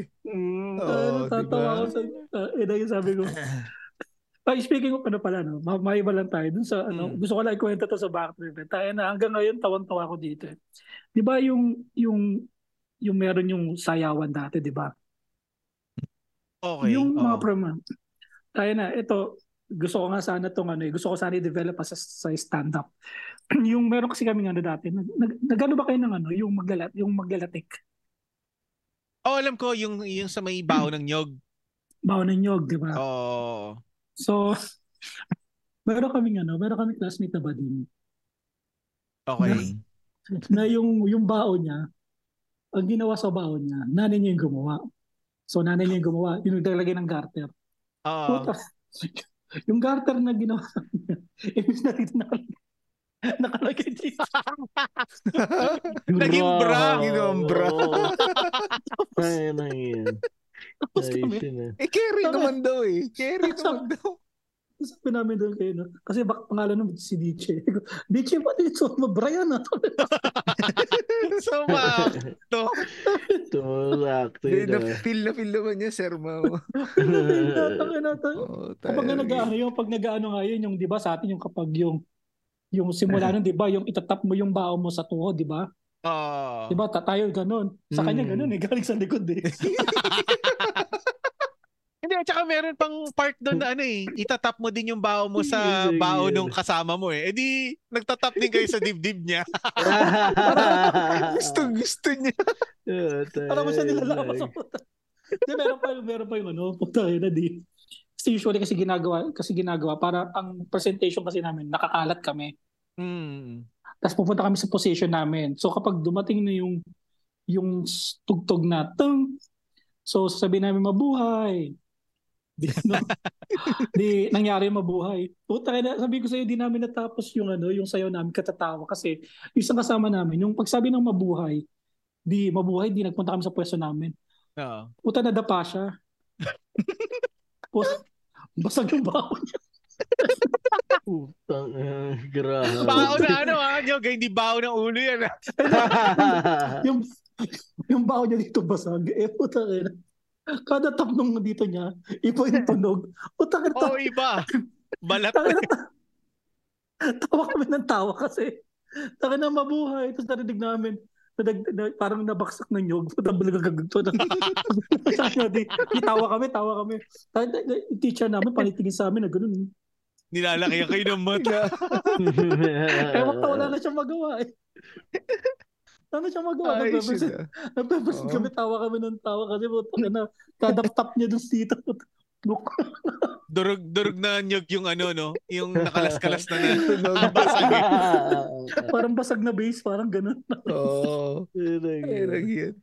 Speaker 3: ba?
Speaker 4: Natatawa ako sa, uh, yung sabi ko. Ay, speaking of ano pala, no, ma- maiba lang tayo dun sa,
Speaker 3: Hmm.
Speaker 4: ano,
Speaker 1: Mm.
Speaker 4: gusto ko lang ikwento to sa backtrip. Eh. Tayo na, hanggang ngayon, tawan-tawa ako dito. eh. Di ba yung, yung, yung meron yung sayawan dati, di ba?
Speaker 1: Okay.
Speaker 4: yung mga
Speaker 1: oo.
Speaker 4: program. Tayo na, ito, gusto ko nga sana tong ano, eh, gusto ko sana i-develop as a, sa stand-up. yung meron kasi kami ano dati, nag, nag, nagano ba kayo ng ano, yung, maglalat, yung maglalatik?
Speaker 1: Oh, alam ko yung yung sa may baho ng nyog.
Speaker 4: Bawa ng nyog, di ba?
Speaker 1: Oo.
Speaker 4: So, meron kaming ano, meron kaming classmate na bading
Speaker 1: Okay.
Speaker 4: na yung yung bao niya, ang ginawa sa bao niya, nanay niya yung gumawa. So nanay niya yung gumawa, yun yung naglalagay ng garter.
Speaker 1: Oo.
Speaker 4: Puta. yung garter na ginawa sa kanya, imbis na dito nakalagay, nakalagay dito.
Speaker 1: Naging bra.
Speaker 3: Naging bra.
Speaker 2: Ay, na yun.
Speaker 1: Tapos kami,
Speaker 2: Ayusin na.
Speaker 3: Eh, carry
Speaker 4: Tama.
Speaker 3: naman daw eh. Carry naman daw.
Speaker 4: Sabi namin doon kayo, no? kasi bak pangalan naman si DJ. DJ, ba't dito? Mabrayan na to.
Speaker 1: so wow. to.
Speaker 2: Tumakto
Speaker 3: Eh,
Speaker 2: yun. ah.
Speaker 3: na, feel na feel naman niya, Sir Mau.
Speaker 4: Tatangin natin.
Speaker 3: Oh,
Speaker 4: Kapag nga nag-ano yung, pag nag-ano nga yun, yung, di ba, sa atin yung kapag yung, yung simula nun, di ba, yung itatap mo yung bao mo sa tuho, di ba?
Speaker 1: Oh.
Speaker 4: Di ba, ta- tayo ganun. Sa kanya
Speaker 2: Mm.
Speaker 4: ganun eh, galing sa likod eh.
Speaker 1: Hindi, at saka meron pang part doon na ano eh, itatap mo din yung bao mo sa
Speaker 2: Sige.
Speaker 1: bao nung kasama mo eh. E di, nagtatap din kayo sa dibdib niya.
Speaker 3: gusto, gusto niya.
Speaker 4: Alam mo siya
Speaker 2: oh.
Speaker 4: nilalaman sa puta. Di, meron pa, meron pa yung ano, puta yun na di. Kasi usually kasi ginagawa, kasi ginagawa, para ang presentation kasi namin, nakakalat kami.
Speaker 1: Hmm.
Speaker 4: Tapos pupunta kami sa position namin. So kapag dumating na yung yung s- tugtog na tung, so sasabihin namin mabuhay. Di, ano, di nangyari yung mabuhay. Puta na, sabi ko sa'yo, di namin natapos yung ano, yung sayo namin katatawa kasi yung isang kasama namin, yung pagsabi ng mabuhay, di mabuhay, di nagpunta kami sa pwesto namin.
Speaker 1: Oo.
Speaker 4: Puta nadapa siya. Puta, basag yung baon niya.
Speaker 2: Putang, ah, grabe.
Speaker 1: Bao na ano ha, Jog, hindi bao ng ulo yan. ah.
Speaker 4: yung yung baon niya dito basag. Eh, puta ka na. Kada tap nung dito niya, iba yung tunog. Puta ka
Speaker 1: Oo,
Speaker 4: na.
Speaker 1: iba. Balat.
Speaker 4: Taka na. Tawa kami ng tawa kasi. Taka na mabuhay. Tapos narinig namin, nadag, na, parang nabaksak ng nyog. Puta balagagagto na. Sabi di, di tawa kami, tawa kami. Tayo- tayo- tayo- Yung teacher namin, panitingin sa amin na ganun.
Speaker 1: Nilalaki kayo ng mata.
Speaker 4: Ewan ko, wala na siyang magawa eh. Wala na siyang magawa.
Speaker 3: Ay,
Speaker 4: Nagpe-present-
Speaker 3: siya.
Speaker 4: Napapasin
Speaker 3: Oo.
Speaker 4: kami, tawa kami ng tawa kasi puto na, kadaptap niya dun dito. Look,
Speaker 1: Durog-durog na nyog yung ano, no? Yung nakalas-kalas na na.
Speaker 3: Tunog.
Speaker 1: Basag eh.
Speaker 4: parang basag na base, parang ganun.
Speaker 3: Oo. Ay,
Speaker 2: Talaga.
Speaker 3: nagyan.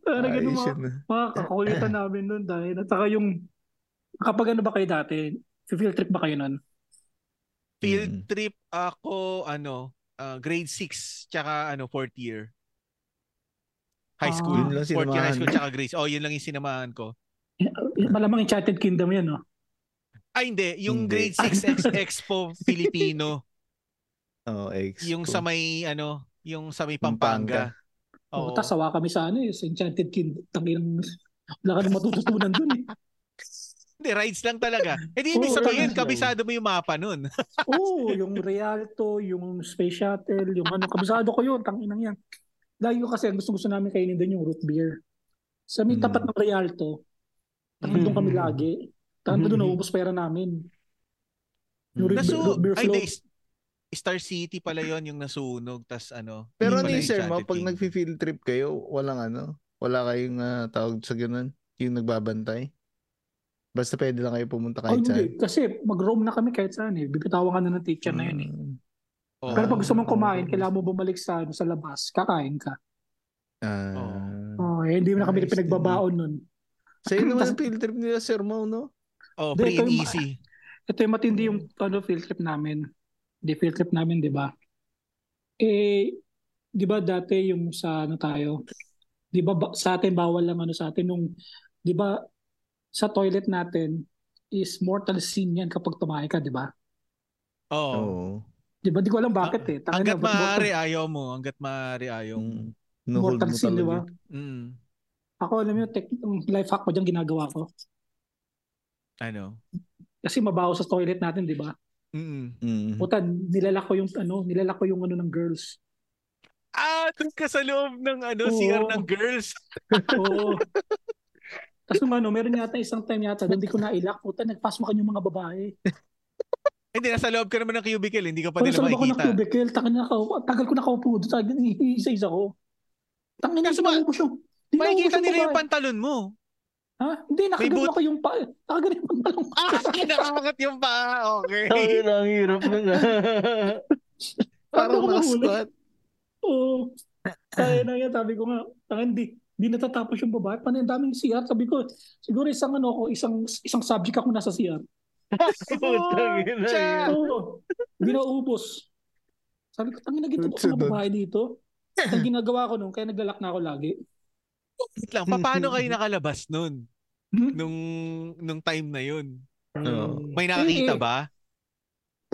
Speaker 4: Parang
Speaker 3: Ay,
Speaker 4: ganun ah.
Speaker 3: siya
Speaker 4: mga,
Speaker 3: na.
Speaker 4: mga kakulitan namin nun dahil. At saka yung, kapag ano ba kayo dati, field trip ba kayo nun?
Speaker 1: Field
Speaker 3: Mm.
Speaker 1: trip ako, ano, ah, grade 6, tsaka ano, fourth year. High
Speaker 4: Ah.
Speaker 1: school.
Speaker 3: Yun lang
Speaker 1: fourth year high
Speaker 3: sinamahan.
Speaker 1: school, tsaka grades. Oh, yun lang yung sinamahan ko.
Speaker 4: Malamang Enchanted Kingdom yan, no?
Speaker 1: Ay, hindi. Yung
Speaker 3: Hindi.
Speaker 1: grade 6 Ex- Expo Filipino.
Speaker 3: Oo, ex
Speaker 1: yung
Speaker 3: ko.
Speaker 1: sa may, ano, yung sa may Pampanga. Oo.
Speaker 4: Oh. Tapos sawa kami sa ano, eh, sa Enchanted Kingdom. Tanginang, wala ka na matututunan dun eh.
Speaker 1: Hindi, rides lang talaga. Eh di, ibig
Speaker 4: Oo,
Speaker 1: sabihin,
Speaker 2: rides lang.
Speaker 1: kabisado mo yung mapa nun.
Speaker 4: Oo, yung Rialto, yung Space Shuttle, yung ano, kabisado ko yun, tanginang yan. Layo kasi, ang gusto-gusto namin kainin doon yung root beer. Sa may
Speaker 3: Mm.
Speaker 4: tapat ng Rialto, tangan doon kami
Speaker 2: Mm.
Speaker 4: lagi. Tangan doon
Speaker 2: Mm.
Speaker 4: naubos pera namin. Yung root, beer,
Speaker 1: Nasu,
Speaker 4: root beer
Speaker 1: ay,
Speaker 4: float.
Speaker 1: di, Star City pala yon yung nasunog, tas ano. yun
Speaker 3: Pero ano
Speaker 1: pala
Speaker 3: yung sir, mo,
Speaker 1: Enchanted
Speaker 3: pag
Speaker 1: Kingdom.
Speaker 3: nag-field trip kayo, walang ano? Wala kayong ah, tawag sa ganun? Yung nagbabantay? Basta pwede lang kayo pumunta
Speaker 4: Ay,
Speaker 3: kahit
Speaker 4: Oh, hindi.
Speaker 3: saan?
Speaker 4: Kasi mag-roam na kami kahit saan eh. Bibitawan ka na ng teacher na yun eh.
Speaker 3: Mm.
Speaker 1: Oo.
Speaker 4: Pero pag gusto mong kumain,
Speaker 3: Oo.
Speaker 4: kailangan mo bumalik sa, ano, sa labas. Kakain ka.
Speaker 3: Ah.
Speaker 4: Oh, eh, hindi mo na kami
Speaker 3: Ayos din,
Speaker 4: pinagbabaon nun.
Speaker 3: Sa'yo naman ang
Speaker 4: Tas-
Speaker 3: field trip nila, Sir Mau, no?
Speaker 1: Oh,
Speaker 4: Hindi,
Speaker 1: free and
Speaker 4: kayo-
Speaker 1: easy.
Speaker 4: Ito yung matindi yung ano, field trip namin. Di field trip namin, di ba? Eh, di ba dati yung sa ano tayo? Di ba, ba sa atin bawal lang ano sa atin nung di ba sa toilet natin is mortal sin yan kapag tumahi ka, di ba?
Speaker 1: Oh.
Speaker 3: Oo.
Speaker 4: Di ba? Di ko alam bakit eh. Tangina,
Speaker 1: Hanggat
Speaker 4: ba't
Speaker 1: maaari
Speaker 4: mortal-
Speaker 1: ayaw mo, hanggat maaari ayaw mo.
Speaker 3: Yung
Speaker 4: Mortal,
Speaker 3: no-hold mo
Speaker 4: sin, di
Speaker 3: talaga.
Speaker 4: ba?
Speaker 1: Mm.
Speaker 4: Ako alam mo yung tech, yung life hack ko dyan ginagawa ko.
Speaker 1: Ano?
Speaker 4: Kasi mabaho sa toilet natin, di ba?
Speaker 1: Mm.
Speaker 3: Mm.
Speaker 4: Puta, nilalak ko yung ano, nilalak ko yung ano ng girls.
Speaker 1: Ah, doon ka sa loob ng ano,
Speaker 4: Oo.
Speaker 1: CR ng girls.
Speaker 4: Oo. Tapos nung ano, meron yata isang time yata, doon di ko nailak. Puta, nagpasmakan yung mga babae.
Speaker 1: Hindi, nasa loob ka naman ng cubicle, hindi ka pa
Speaker 4: Pero
Speaker 1: nila
Speaker 4: sa loob ako ng
Speaker 1: makikita.
Speaker 4: cubicle, tagal na ako, tagal ko nakaupo doon. Tagal, isa-isa ko. Tangin na,
Speaker 1: Kaso ma-
Speaker 4: sinaubos yung,
Speaker 1: Makikita
Speaker 4: sinaubos
Speaker 1: nila yung
Speaker 4: babae.
Speaker 1: pantalon mo.
Speaker 4: Ha? Hindi,
Speaker 1: boot.
Speaker 4: nakaganon ako yung pa. Nakaganon yung pantalong.
Speaker 1: Ah, nakakangat yung paa. Okay.
Speaker 2: Ang hirap, ang hirap nun ah.
Speaker 1: ah,
Speaker 3: Parang
Speaker 4: Parang nakahuli.
Speaker 3: nakasquat.
Speaker 4: Oo. Kaya na yan, sabi ko nga, tangan di, di natatapos yung babae. Paano yung daming CR? Sabi ko, siguro isang ano ko, isang isang subject ako nasa CR.
Speaker 2: Putang ina,
Speaker 1: Siya.
Speaker 3: Ah.
Speaker 2: hirap.
Speaker 4: Oo. Hindi na ubos. Sabi ko, tangin na gito ba
Speaker 3: Sunod.
Speaker 4: ako babae dito? Ang ginagawa ko nun, kaya naglalak na ako lagi.
Speaker 1: Wait lang, pa- paano kayo nakalabas nun?
Speaker 4: Hmm?
Speaker 1: Nung, nung time na yun?
Speaker 4: Mm.
Speaker 3: Oo.
Speaker 1: May nakakita
Speaker 4: Eh, eh.
Speaker 1: ba?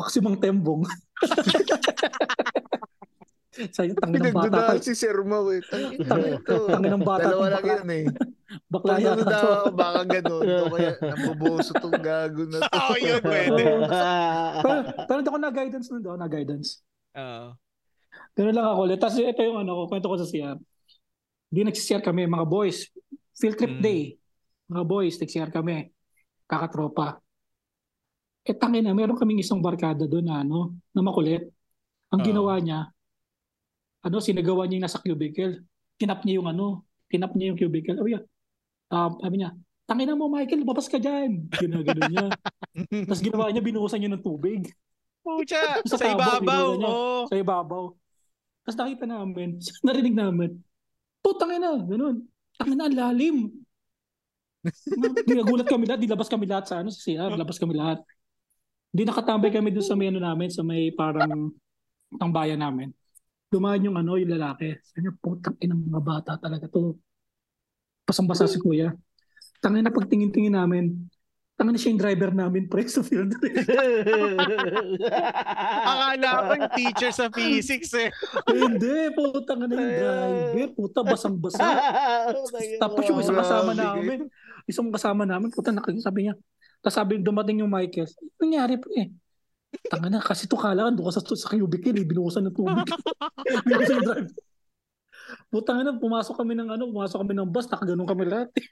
Speaker 4: Paksimang tembong. Sabi ko, tangin ng bata ka.
Speaker 3: Pinagdudahan si Sir Mau eh. Tangin na ito.
Speaker 4: Tangin ng bata
Speaker 3: Dalawa
Speaker 4: ka.
Speaker 3: lang yun eh.
Speaker 4: Bakla
Speaker 3: Kung
Speaker 4: yata
Speaker 3: nagdudahan
Speaker 4: to.
Speaker 3: ako baka ganun. O kaya nabuboso tong gago na to.
Speaker 1: Oo, yun, pwede.
Speaker 4: Oo. Pero, pero hindi ako na-guidance nun daw, na-guidance.
Speaker 1: Oo.
Speaker 4: Ganun lang ako. Tapos ito yung ano ko, kwento ko sa CR. Di nagsisiyar kami, mga boys. Field trip
Speaker 1: Mm.
Speaker 4: day. Mga boys, nagsisiyar kami. Kakatropa. Eh, tangin na, meron kaming isang barkada doon na, ano, na makulit. Ang
Speaker 1: Ah.
Speaker 4: ginawa niya, ano, sinagawa niya yung nasa cubicle. Kinap niya yung ano, kinap niya yung cubicle. Oh, yeah. Um, sabi niya, tangin na mo, Michael, lumabas ka dyan. Ginagano niya. Tapos ginawa niya, binuhusan niya ng tubig
Speaker 1: Pucha,
Speaker 4: Sa
Speaker 1: sa
Speaker 4: tabo,
Speaker 1: ibabaw. oh.
Speaker 4: binura niya.
Speaker 1: Oo.
Speaker 4: sa ibabaw. Tapos nakita namin, narinig namin, putang ina, ganun. Tangin na, ang lalim. Na- Dinagulat kami lahat, dilabas kami lahat sa ano, sa CR, labas kami lahat. Hindi nakatambay kami dun sa may ano namin, sa may parang tambayan namin. Dumaan yung ano, yung lalaki. Sabi niya, putang ina mga bata talaga to. Pasambasa si kuya. Tangin na pagtingin-tingin namin, tangin na siya yung driver namin, pre, sa field.
Speaker 1: Akala ko yung teacher sa physics eh.
Speaker 4: Hindi, putang ina yung driver, puta, basang-basa.
Speaker 2: Ano
Speaker 4: Tapos yung isang
Speaker 3: Wow,
Speaker 4: kasama
Speaker 3: sige.
Speaker 4: namin, isang kasama namin, puta nakikita sabi niya. Tapos sabi dumating yung Michael, "Ano nangyari po eh. Tanga na, kasi tukala ka, doon ka sa, sa cubicle, eh, binuhusan ng tubig. binuhusan ng drive. Puta na, pumasok kami ng ano, pumasok kami ng bus, nakaganon kami lahat. eh.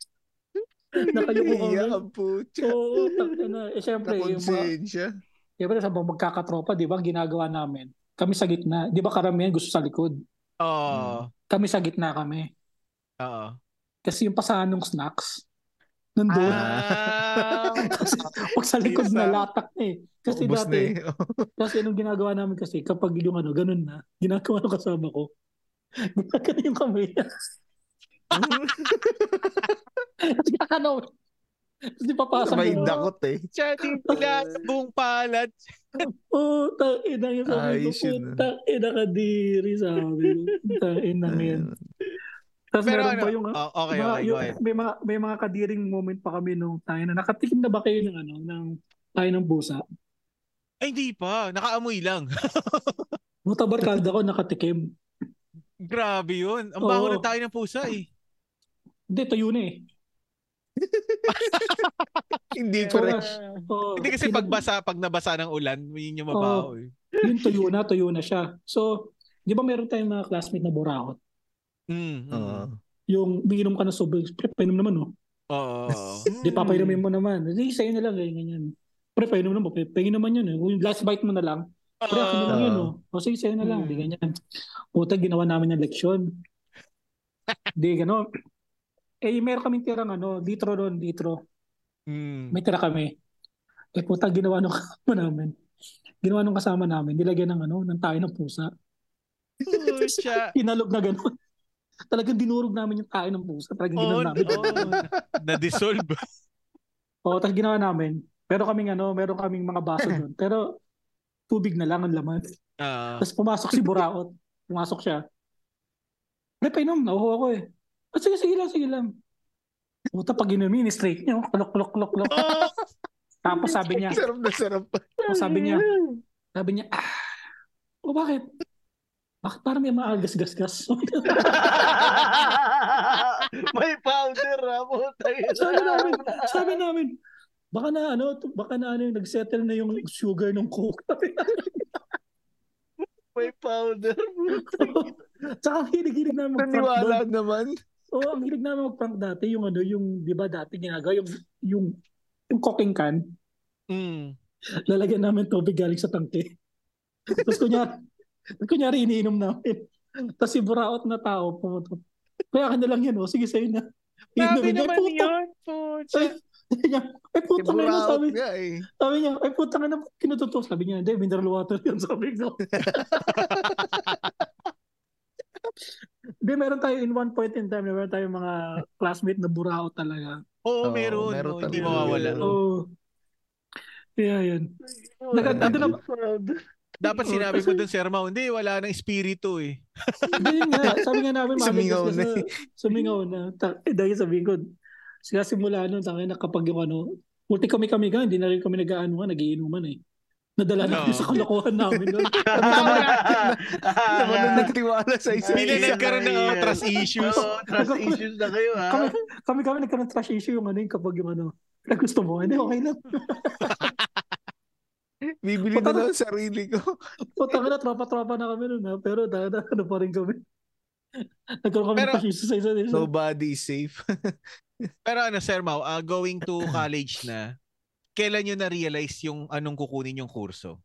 Speaker 4: Nakayuko kami.
Speaker 3: Iya ang putya.
Speaker 4: Oo, tanga na. Eh, syempre, yung mga,
Speaker 3: Nakonsensya.
Speaker 4: syempre, sa mga magkakatropa, di ba, ang ginagawa namin, kami sa gitna, di ba karamihan gusto sa likod,
Speaker 1: Oo.
Speaker 4: kami sa gitna kami. Hmm.
Speaker 1: Oo.
Speaker 4: Kasi yung pasahan ng snacks, nandoon.
Speaker 1: Ah.
Speaker 4: Pag sa likod
Speaker 3: Ayos,
Speaker 4: na
Speaker 3: ah.
Speaker 4: latak na eh. Kasi
Speaker 3: Ubus na
Speaker 4: dati,
Speaker 3: eh.
Speaker 4: kasi anong ginagawa namin kasi, kapag yung ano, ganun na, ginagawa ng kasama ko, ginagawa yung kamay niya.
Speaker 3: oh.
Speaker 4: Tapos ano, tapos di papasok
Speaker 3: May
Speaker 4: yun, oh.
Speaker 3: dakot eh.
Speaker 1: Chatting pila sa buong palad.
Speaker 4: Oo, tang ina yung sabi ko,
Speaker 3: Ayos yun, ah.
Speaker 4: putang ina ka diri, sabi ko. Tang
Speaker 1: Ano
Speaker 4: ina nga
Speaker 3: Mm.
Speaker 4: yan. Tapos
Speaker 1: Pero
Speaker 4: meron
Speaker 1: ano,
Speaker 4: pa yung, ah,
Speaker 1: oh, okay,
Speaker 4: mga-
Speaker 1: okay, go
Speaker 4: yung-
Speaker 1: ahead.
Speaker 4: may mga may mga kadiring moment pa kami nung tayo na nakatikim na ba kayo ng ano ng tayo ng busa?
Speaker 1: Ay, hindi pa. Nakaamoy lang.
Speaker 4: Buta barkada ko nakatikim.
Speaker 1: Grabe yun. Ang bango
Speaker 4: Oo.
Speaker 1: na tayo ng pusa eh.
Speaker 4: Hindi, tayo na eh.
Speaker 3: Hindi
Speaker 4: So,
Speaker 3: fresh.
Speaker 2: Ah.
Speaker 4: oo.
Speaker 1: Hindi kasi
Speaker 4: Yun-
Speaker 1: pagbasa, pag nabasa ng ulan, yun yung mabaho eh.
Speaker 4: Yun tuyo na, tuyo na siya. So, di ba meron tayong mga classmate na burakot?
Speaker 1: Mm, mm.
Speaker 3: Oo.
Speaker 4: Yung minginom ka na sobrang, pre, painom naman oh.
Speaker 1: Oo. oo.
Speaker 4: Di
Speaker 2: Hmm.
Speaker 4: papainumin mo naman. Hindi, sa'yo na lang, ganyan, ganyan. Pre, painom naman, pre, painom naman yun eh. Yung last bite mo na lang, pre, akin naman
Speaker 3: Ah.
Speaker 4: yun oh. O sige, sa'yo na lang,
Speaker 1: Hmm.
Speaker 4: di ganyan. Puta, ginawa namin yung leksyon. di gano'n. Eh, meron kaming tirang ano, litro doon, litro.
Speaker 1: Mm.
Speaker 4: may tira kami. Eh puta, ginawa nung kasama namin. Ginawa nung kasama namin, nilagyan ng ano, ng tayo ng pusa.
Speaker 1: Pucha.
Speaker 4: Inalog na gano'n. Talagang dinurog namin yung tayo ng pusa. Talagang
Speaker 1: Oo,
Speaker 4: ginawa namin.
Speaker 1: oo. Na-dissolve.
Speaker 4: Oo, tapos ginawa namin. Pero kaming ano, meron kaming mga baso doon. Pero tubig na lang ang laman.
Speaker 1: Ah.
Speaker 4: Tapos pumasok si Buraot. Pumasok siya. Pre, painom. Nauho ako eh. At sige, sige lang, sige lang. Puta, pag inumin, straight niyo. Kulok, kulok, kulok, kulok.
Speaker 1: Oo.
Speaker 4: Tapos sabi niya,
Speaker 3: Sarap na sarap pa.
Speaker 2: Hmm.
Speaker 4: Tapos sabi niya, sabi niya, ah, o bakit? Bakit parang may mga algas-gasgas?
Speaker 2: May powder ah, putang
Speaker 4: sabi
Speaker 2: ina.
Speaker 4: namin, sabi namin, baka na ano, to- baka na ano, yung nagsettle na yung sugar ng coke.
Speaker 2: May powder.
Speaker 4: Tsaka ang hilig-hilig namin mag-prank doon.
Speaker 3: Naniwala naman.
Speaker 4: Oo, ang hilig namin mag-prank dati, yung ano, yung, di ba dati ginagawa, yung, yung, yung cooking can,
Speaker 1: Mm.
Speaker 4: lalagyan namin tubig galing sa tangke. Tapos kunyari, kunyari iniinom namin. Tapos si buraot na tao, pumunta. Kaya ka na lang yan, oh. sige sa'yo na.
Speaker 1: Grabe
Speaker 4: Inumin niya,
Speaker 1: naman
Speaker 4: puta.
Speaker 1: yun.
Speaker 4: Sabi sabi niya, ay putang
Speaker 3: Tibura
Speaker 4: ina,
Speaker 3: out
Speaker 4: sabi,
Speaker 3: nga eh.
Speaker 4: sabi niya, ay putang ina, kinututok. Sabi niya, hindi, mineral water yun. Sabi ko. Hindi, meron tayo in one point in time, meron tayong mga classmate na burao talaga.
Speaker 1: Oo,
Speaker 3: Oo,
Speaker 1: meron.
Speaker 3: meron
Speaker 1: oo, hindi
Speaker 3: talaga.
Speaker 1: mawawala.
Speaker 3: Meron.
Speaker 4: Oo. yeah, yun. Nag-
Speaker 3: ano
Speaker 4: na-
Speaker 1: Dapat
Speaker 4: Oo,
Speaker 1: sinabi ko
Speaker 4: kasi-
Speaker 1: dun, Sir Mau, hindi, wala nang espiritu eh.
Speaker 4: Hindi yun nga, sabi nga namin, mga
Speaker 3: Sumingaw
Speaker 4: discuss
Speaker 3: na. eh.
Speaker 4: na, sumingaw na. Ta- eh, dahil sabihin ko, sila simula nun, tangin na kapag yung ano, multi kami kami ka, hindi na rin kami nag-aanuhan, nagiinuman eh.
Speaker 3: Ano?
Speaker 4: Nadala na kami
Speaker 1: Oo.
Speaker 4: sa kalokohan namin nun.
Speaker 3: Naman na nagtiwala sa isa.
Speaker 2: Ay,
Speaker 1: Hindi na
Speaker 2: yan
Speaker 1: nagkaroon
Speaker 2: na
Speaker 1: ng
Speaker 2: yan.
Speaker 1: oh, trust issues.
Speaker 2: Oo, trust issues na kayo ha.
Speaker 4: kami, kami kami nagkaroon ng trash issue yung ano yung kapag yung ano, na gusto mo, hindi okay lang.
Speaker 3: Bibili na lang ang sarili ko.
Speaker 4: O tangin na, tropa-tropa na kami nun ha, pero dahil na, ano pa rin kami. Nagkaroon kami ng
Speaker 1: Pero-
Speaker 4: trash issue sa isa't isa.
Speaker 3: Nobody is safe.
Speaker 1: Pero ano, Sir Mau, ah, going to college na, kailan nyo na-realize yung anong kukunin yung kurso?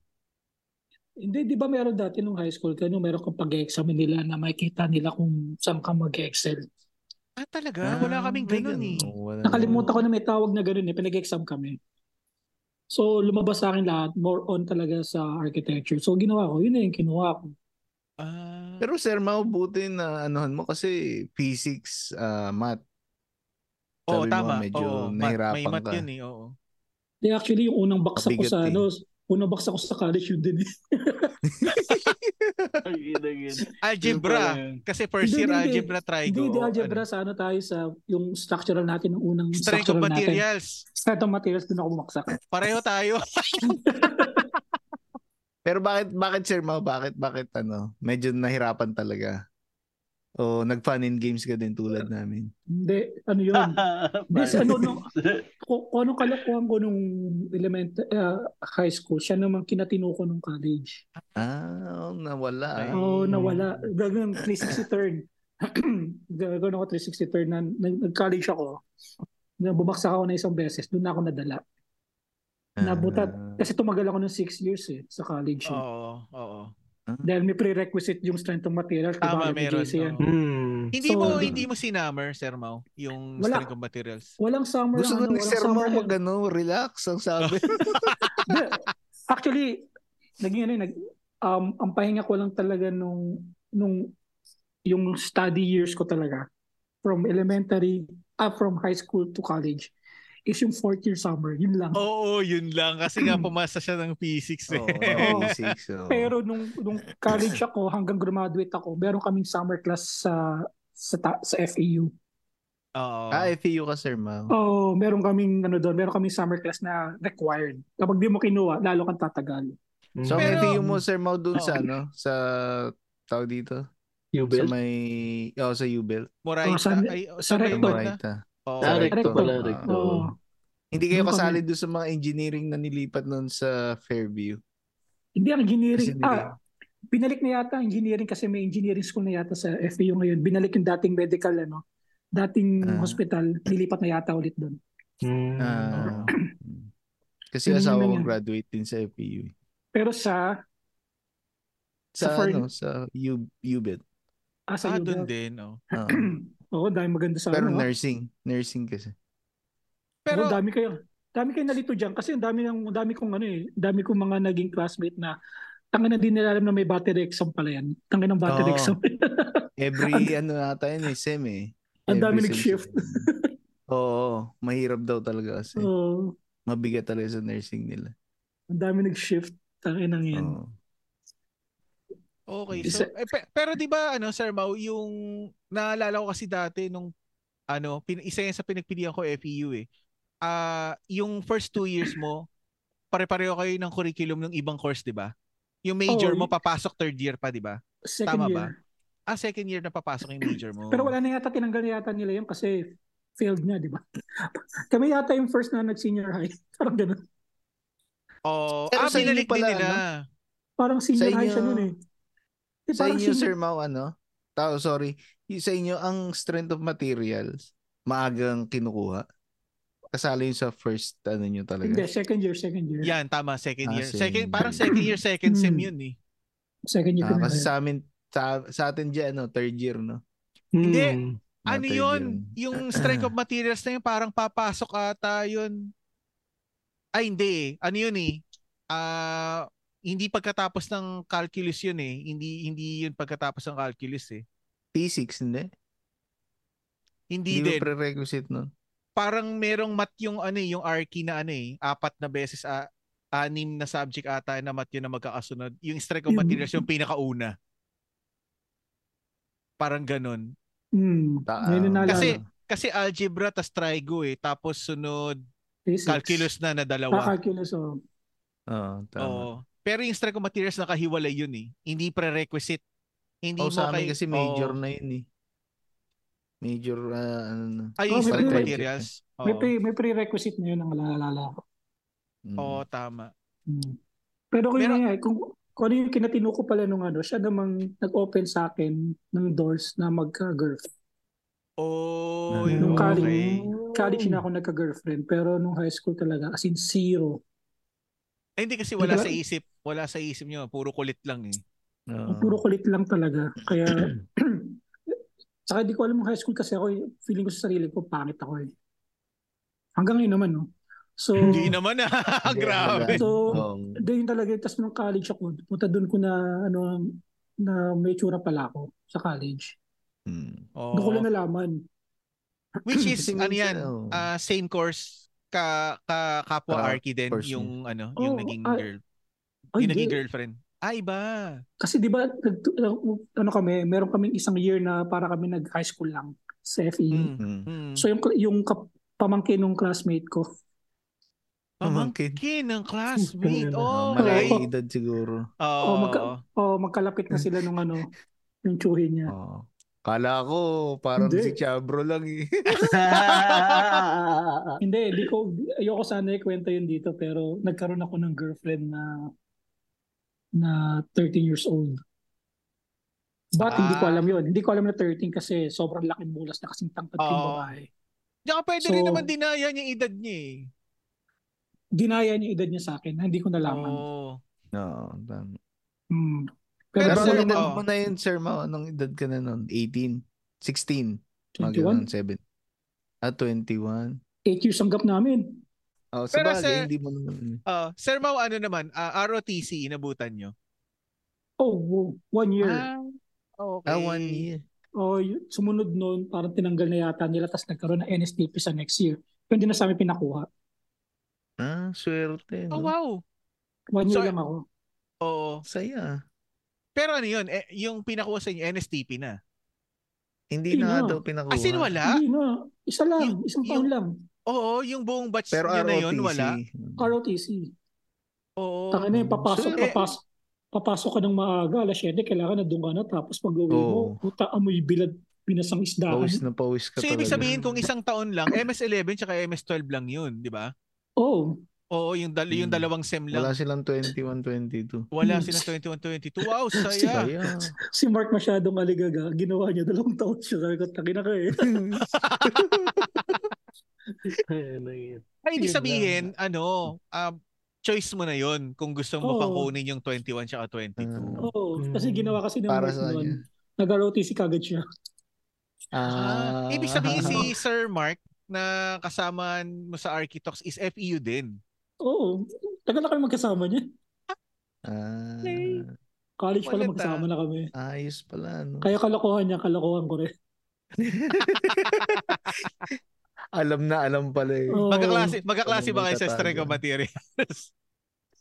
Speaker 4: Hindi, di ba meron dati nung high school ka, nung meron kang pag-exam nila na makikita nila kung saan ka mag-excel.
Speaker 3: Mm.
Speaker 1: Ah, talaga? wala kaming ganun eh.
Speaker 4: Nakalimutan ko na may tawag na ganun eh, pinag-exam kami. So, lumabas sa akin lahat, more on talaga sa architecture. So, ginawa ko, yun na yung kinuha ko.
Speaker 1: Ah,
Speaker 3: Pero sir, mabuti na anuhan mo kasi physics, ah, math.
Speaker 1: oo,
Speaker 3: sabi mo,
Speaker 1: tama.
Speaker 3: medyo
Speaker 1: oo, mat,
Speaker 3: nahirapan
Speaker 1: may mat
Speaker 3: ka.
Speaker 1: yun eh, oo.
Speaker 4: Di actually, yung unang baksa ko
Speaker 3: Mabigat eh.
Speaker 4: sa, ano, unang baksa ko sa college yun din eh.
Speaker 2: Ang ina, yun.
Speaker 1: Algebra. Kasi first year,
Speaker 4: Hindi, hindi, hindi.
Speaker 1: algebra, trigo.
Speaker 4: Hindi, di
Speaker 1: oo,
Speaker 4: algebra, sa ano tayo, sa yung structural natin, yung
Speaker 1: ano.
Speaker 4: unang
Speaker 1: Strength of
Speaker 4: structural natin.
Speaker 1: materials.
Speaker 4: Strength of materials, dun ako bumaksak.
Speaker 1: Pareho tayo.
Speaker 3: Pero bakit bakit sir Mau, bakit bakit ano? Medyo nahirapan talaga. O nag-fun and games ka din tulad namin.
Speaker 4: Hindi, ano yun. This, ano, no, kung, kung anong kalokohan ko nung element, ah, high school, siya naman kinatino ko nung college.
Speaker 3: Ah, nawala.
Speaker 1: Ay.
Speaker 3: ah.
Speaker 4: Oo, nawala. Gagawin 360 turn. Gagawin ako 360 turn. Na, nag- nag-college ako. Na bumaksak ako na isang beses. Doon na ako nadala. nabutat. Kasi tumagal ako ng 6 years eh, sa college.
Speaker 2: Ah.
Speaker 4: eh.
Speaker 1: oo, oo.
Speaker 4: Dahil may prerequisite yung strength of materials. di
Speaker 1: Tama,
Speaker 4: ba, alam ni
Speaker 1: meron.
Speaker 4: JC yan.
Speaker 1: oo. Hindi mo
Speaker 4: So,
Speaker 1: hindi mo sinammer, Sir Mau, yung
Speaker 4: Wala.
Speaker 1: strength of materials.
Speaker 4: Walang summer.
Speaker 3: Gusto ko ni
Speaker 4: ano, walang
Speaker 3: Sir
Speaker 4: summer
Speaker 3: Mau
Speaker 4: help.
Speaker 3: mag ano, relax ang sabi.
Speaker 1: Oh,
Speaker 4: Hindi. Actually, naging ano, yun, nag, um, ang pahinga ko lang talaga nung, nung yung study years ko talaga from elementary, ah, from high school to college is yung fourth year summer. Yun lang.
Speaker 1: Oo,
Speaker 3: Oh.
Speaker 1: yun lang kasi nga pumasa siya ng physics eh.
Speaker 3: Oo, oh, physics. oo.
Speaker 4: Pero nung, nung college ako, hanggang graduate ako, meron kaming summer class sa sa, ta- sa FAU.
Speaker 1: Oo.
Speaker 3: ah, FEU ka sir Mau.
Speaker 4: Oh, meron kaming ano doon, meron kaming summer class na required. Kapag di mo kinuha, lalo kang tatagal.
Speaker 3: So, ang
Speaker 1: Pero- Oh.
Speaker 3: FEU mo sir Mau dun sa
Speaker 1: Oo.
Speaker 3: ano, sa tao dito, sa
Speaker 2: Yubel?
Speaker 3: may oh, sa Ubel.
Speaker 1: Moraita.
Speaker 4: Oh, sa-
Speaker 1: Ay, oh,
Speaker 4: sa
Speaker 1: sa
Speaker 4: recto.
Speaker 1: Taiwan na.
Speaker 3: Right.
Speaker 1: Oo.
Speaker 2: Sa recto
Speaker 4: Recto.
Speaker 2: pala, recto.
Speaker 4: Oo.
Speaker 3: Hindi kayo
Speaker 4: Doon kami.
Speaker 3: kasali doon sa mga engineering na nilipat noon sa Fairview.
Speaker 4: Hindi, ang engineering.
Speaker 3: Kasi
Speaker 4: Ah, binalik na yata ang engineering kasi may engineering school na yata sa FAU ngayon. Binalik yung dating medical, ano, dating
Speaker 3: Ah.
Speaker 4: hospital. Nilipat na yata ulit doon. Hmm.
Speaker 3: Ah. kasi
Speaker 4: Yun yung
Speaker 3: asawa ko
Speaker 4: yun.
Speaker 3: graduate din sa FEU. eh.
Speaker 4: Pero sa, Sa
Speaker 3: Sa,
Speaker 4: Fair-
Speaker 3: ano, sa U- E UBED.
Speaker 4: ah, sa
Speaker 1: Ah,
Speaker 4: UBL.
Speaker 1: dun din. Oh.
Speaker 3: Ah.
Speaker 4: Oo, dahil maganda sa
Speaker 3: Pero
Speaker 4: ano. ah.
Speaker 3: nursing. Nursing kasi.
Speaker 1: Pero,
Speaker 4: Oo, dami kayo. Dami kayo nalito dyan kasi ang dami, ng, ang dami kong ano eh, dami kong mga naging classmate na tanga na din nila alam na may battery exam pala yan. Tanga ng battery
Speaker 3: Oo.
Speaker 4: exam.
Speaker 3: Every ano ata yun eh, SEM eh.
Speaker 4: Ang dami
Speaker 3: Every
Speaker 4: nag-shift.
Speaker 3: sem sila. Oo, mahirap daw talaga kasi.
Speaker 4: Oo,
Speaker 3: Mabigat talaga sa nursing nila.
Speaker 4: ang dami nag-shift. Tanga na yan.
Speaker 3: Oo.
Speaker 1: okay. So,
Speaker 4: Isa-
Speaker 1: eh, pe- pero di ba ano, Sir Mau, yung naalala ko kasi dati nung ano, pin, isa yan sa pinagpilian ko FEU eh. Ah, yung first two years mo, pare-pareho kayo ng curriculum ng ibang course, di ba? Yung major
Speaker 3: Oh,
Speaker 4: Oo.
Speaker 1: mo papasok third year pa, di ba?
Speaker 4: Second
Speaker 1: Tama
Speaker 4: year.
Speaker 1: ba? Ah, second year na papasok yung major mo.
Speaker 4: Pero wala na yata tinanggal na yata nila yun kasi failed na, di ba? Kami yata yung first na nag-senior high. Parang ganun.
Speaker 1: Oh, ah,
Speaker 3: Pero sa inyo
Speaker 1: binalik din
Speaker 3: pala, ano?
Speaker 1: nila.
Speaker 4: Parang senior
Speaker 3: Sa
Speaker 4: high siya
Speaker 3: inyo-
Speaker 4: nun eh. Eh,
Speaker 3: Sa
Speaker 4: parang
Speaker 3: inyo, Sir
Speaker 4: senior-
Speaker 3: Mau, ano? Tao, sorry. Y- Sa inyo, ang strength of materials, maagang kinukuha. Kasali yun sa first, ano nyo
Speaker 4: Hindi,
Speaker 3: talaga.
Speaker 4: second year, second year.
Speaker 1: Yan, tama, second
Speaker 3: Ah,
Speaker 1: year.
Speaker 3: second
Speaker 1: Second,
Speaker 3: year.
Speaker 1: parang second year, second sem
Speaker 4: Hmm.
Speaker 1: yun eh.
Speaker 4: Second year.
Speaker 3: Ah,
Speaker 4: kami
Speaker 3: kasi
Speaker 4: high. Hmm.
Speaker 3: sa amin, sa, sa atin dyan, ano, third year, no?
Speaker 1: Hindi. Ano
Speaker 3: Matter
Speaker 1: yun? Yung strike of materials na yun, parang papasok ata yun. Ay, hindi eh. Ano yun eh? Ah, hindi pagkatapos ng calculus yun eh. Hindi hindi yun pagkatapos ng calculus eh.
Speaker 3: P6, hindi?
Speaker 1: Hindi
Speaker 3: Hindi
Speaker 1: din.
Speaker 3: ba prerequisite nun?
Speaker 1: parang merong mat yung ano eh, yung Arky na ano eh, apat na beses a anim na subject ata na mat yun na magkakasunod. Yung strike of
Speaker 4: Yun.
Speaker 1: materials yung pinakauna. Parang ganun.
Speaker 4: Hmm.
Speaker 3: Ta- ah,
Speaker 4: Ngayon na naalala.
Speaker 1: Kasi- Kasi algebra tas trigo eh, tapos sunod
Speaker 4: Physics.
Speaker 1: calculus na na
Speaker 4: Ah,
Speaker 1: dalawa.
Speaker 4: calculus, oh.
Speaker 3: Oo, tama.
Speaker 1: Oo. Pero yung strike of materials nakahiwalay yun eh. Hindi prerequisite. Hindi
Speaker 3: Oh,
Speaker 1: mo
Speaker 3: sa amin
Speaker 1: kay-
Speaker 3: kasi major
Speaker 1: Oo.
Speaker 3: na yun eh. Major, ah, ano na.
Speaker 1: Ay,
Speaker 4: Oh,
Speaker 1: yung
Speaker 4: may
Speaker 1: strike of
Speaker 4: prerequisite.
Speaker 1: materials. Oo,
Speaker 4: May, pre- may prerequisite na yun ang naalala ko.
Speaker 3: Mm.
Speaker 1: Oo, tama.
Speaker 4: Hmm. Pero kung,
Speaker 1: Pero-
Speaker 4: yun nga, kung, kung ano yung kinatino ko pala nung ano, siya namang nag-open sa akin ng doors na magka-girl.
Speaker 1: Oh,
Speaker 3: Ayun.
Speaker 4: Nung college,
Speaker 1: okay.
Speaker 4: college
Speaker 3: Oh.
Speaker 4: na ako nagka-girlfriend, pero nung high school talaga, as in zero.
Speaker 1: Eh, hindi kasi wala
Speaker 4: Diba?
Speaker 1: sa isip. Wala sa isip nyo. Puro kulit lang eh.
Speaker 3: Oo.
Speaker 4: Ang puro kulit lang talaga. Kaya, saka di ko alam ng high school kasi ako, eh, feeling ko sa sarili ko, pangit ako eh. Hanggang ngayon naman, no? So,
Speaker 1: Hindi naman ah.
Speaker 3: Hindi,
Speaker 1: Grabe.
Speaker 3: wala.
Speaker 4: so,
Speaker 3: Oo.
Speaker 4: Hindi, yun talaga. Tapos nung college ako, pumunta doon ko na, ano, na may tsura pala ako sa college.
Speaker 3: Mm.
Speaker 1: Oo.
Speaker 4: Doon ko lang nalaman.
Speaker 1: Which is,
Speaker 3: Kasi
Speaker 1: ano yan,
Speaker 3: minsan, oo.
Speaker 1: ah, same course ka, ka kapwa
Speaker 3: Ka-
Speaker 1: Arky din
Speaker 3: course
Speaker 1: yung ano yung
Speaker 4: Oo,
Speaker 1: naging
Speaker 4: ah,
Speaker 1: girl
Speaker 4: Ay,
Speaker 1: yung naging
Speaker 4: hindi.
Speaker 1: girlfriend ah iba
Speaker 4: Kasi di ba, nag- ano kami, meron kaming isang year na para kami nag-high school lang sa
Speaker 1: mm.
Speaker 4: FE.
Speaker 3: Mm.
Speaker 1: Mm.
Speaker 4: Hmm. So yung, yung kap- pamangkin ng classmate ko,
Speaker 3: Pamangkin.
Speaker 1: pamangkin ng classmate
Speaker 3: Oo,
Speaker 1: oh
Speaker 3: malayang
Speaker 1: okay
Speaker 3: edad siguro.
Speaker 1: Oo.
Speaker 4: Oh, magka- oh, magkalapit na sila nung ano, yung tsuhin niya.
Speaker 3: Oo. Kala ko, parang
Speaker 4: Hindi.
Speaker 3: si Chabro lang eh.
Speaker 4: Hindi, di ko, ayoko sana ikwento yun dito, pero nagkaroon ako ng girlfriend na na 13 years old. But hindi ko
Speaker 1: Ah.
Speaker 4: alam yun. Hindi ko alam na 13 kasi sobrang laki bulas na kasing tangkad ko yung
Speaker 1: Oo.
Speaker 4: babae.
Speaker 1: Tsaka pwede rin
Speaker 4: So-
Speaker 1: naman dinayan yung edad niya eh
Speaker 4: Ginaya niya yung edad niya sa akin. Hindi ko nalaman.
Speaker 1: oh.
Speaker 3: Oo, tama.
Speaker 4: Hmm. Pero,
Speaker 1: Pero
Speaker 3: Pero
Speaker 1: sir, oh.
Speaker 3: ang edad
Speaker 1: oo.
Speaker 3: mo na yun, sir, ma, anong edad ka na nun? 18? 16? Mga
Speaker 4: 21,
Speaker 3: ganun, 7. Ah, 21.
Speaker 4: 8 years ang gap namin.
Speaker 3: Oh, sa
Speaker 1: Pero,
Speaker 3: bagay,
Speaker 1: sir-
Speaker 3: hindi mo naman.
Speaker 1: Ah, sir Mau ano naman ah, ROTC inabutan nyo
Speaker 4: Oh, wow, one year.
Speaker 1: ah okay
Speaker 3: Ah, one year.
Speaker 4: Oh, y- sumunod noon, parang tinanggal na yata nila tapos nagkaroon ng NSTP sa next year. Pero hindi na sa amin pinakuha.
Speaker 3: Ah, swerte.
Speaker 1: oh
Speaker 3: No?
Speaker 1: wow
Speaker 4: One year
Speaker 1: So,
Speaker 4: lang ako.
Speaker 1: oo
Speaker 3: Saya.
Speaker 1: pero ano yun eh, yung pinakuha sa inyo NSTP na
Speaker 3: Hindi
Speaker 4: Hindi
Speaker 3: na
Speaker 4: na.
Speaker 3: daw pinakuha.
Speaker 1: As in Ah, wala?
Speaker 4: Hindi na. Isa lang.
Speaker 1: Yung-
Speaker 4: isang taon
Speaker 1: yung-
Speaker 4: lang.
Speaker 1: Oo, yung buong batch
Speaker 3: Pero
Speaker 1: niya na
Speaker 3: ROTC.
Speaker 1: yun, wala.
Speaker 4: ROTC.
Speaker 1: Oo.
Speaker 4: Taka na yun,
Speaker 3: Oh.
Speaker 4: papasok,
Speaker 1: Sir, eh-
Speaker 4: papasok, papasok ka ng maaga, alas 7, kailangan na doon ka na, tapos pag uwi mo,
Speaker 3: Oh.
Speaker 4: puta, amoy bilad, pinasang isdahan.
Speaker 3: Pawis na pawis ka
Speaker 1: So,
Speaker 3: talaga.
Speaker 1: ibig sabihin kung isang taon lang, MS-11 tsaka MS-12 lang yun, di ba?
Speaker 4: Oh,
Speaker 1: Oo, yung, dal- yung
Speaker 3: Hmm.
Speaker 1: dalawang SEM
Speaker 3: Wala
Speaker 1: lang.
Speaker 3: silang 21, 22.
Speaker 1: Wala,
Speaker 4: Hmm.
Speaker 1: silang 21-22. Wow, saya!
Speaker 3: Saya.
Speaker 4: si Mark masyadong aligaga, ginawa niya dalawang taon siya, sabi ko, "Tangina ka eh.
Speaker 2: Ayun, ayun.
Speaker 1: Ay, ibig
Speaker 3: Yun
Speaker 1: sabihin, ano, um, choice mo na yun kung gusto mo
Speaker 4: Oo.
Speaker 1: pang kunin yung 21 tsaka 22.
Speaker 4: Oh,
Speaker 2: Hmm.
Speaker 4: kasi ginawa kasi ni
Speaker 3: Para
Speaker 4: Mark
Speaker 3: sa kanya.
Speaker 4: noon, nag-ROTC kagad siya.
Speaker 1: Ah, ibig sabihin si Sir Mark na kasama mo sa Architox is FEU din.
Speaker 4: Oo, Oh. tagal na kami magkasama niya.
Speaker 3: Ah,
Speaker 4: College pa
Speaker 1: Kulit, ah.
Speaker 4: lang magkasama na kami.
Speaker 3: ayos pala, no?
Speaker 4: Kaya kalokohan niya, kalokohan ko rin.
Speaker 3: Alam na, alam pala eh.
Speaker 4: Oo.
Speaker 1: Magkaklase, magkaklase ba kayo sa
Speaker 3: Tatalo.
Speaker 1: strength of materials?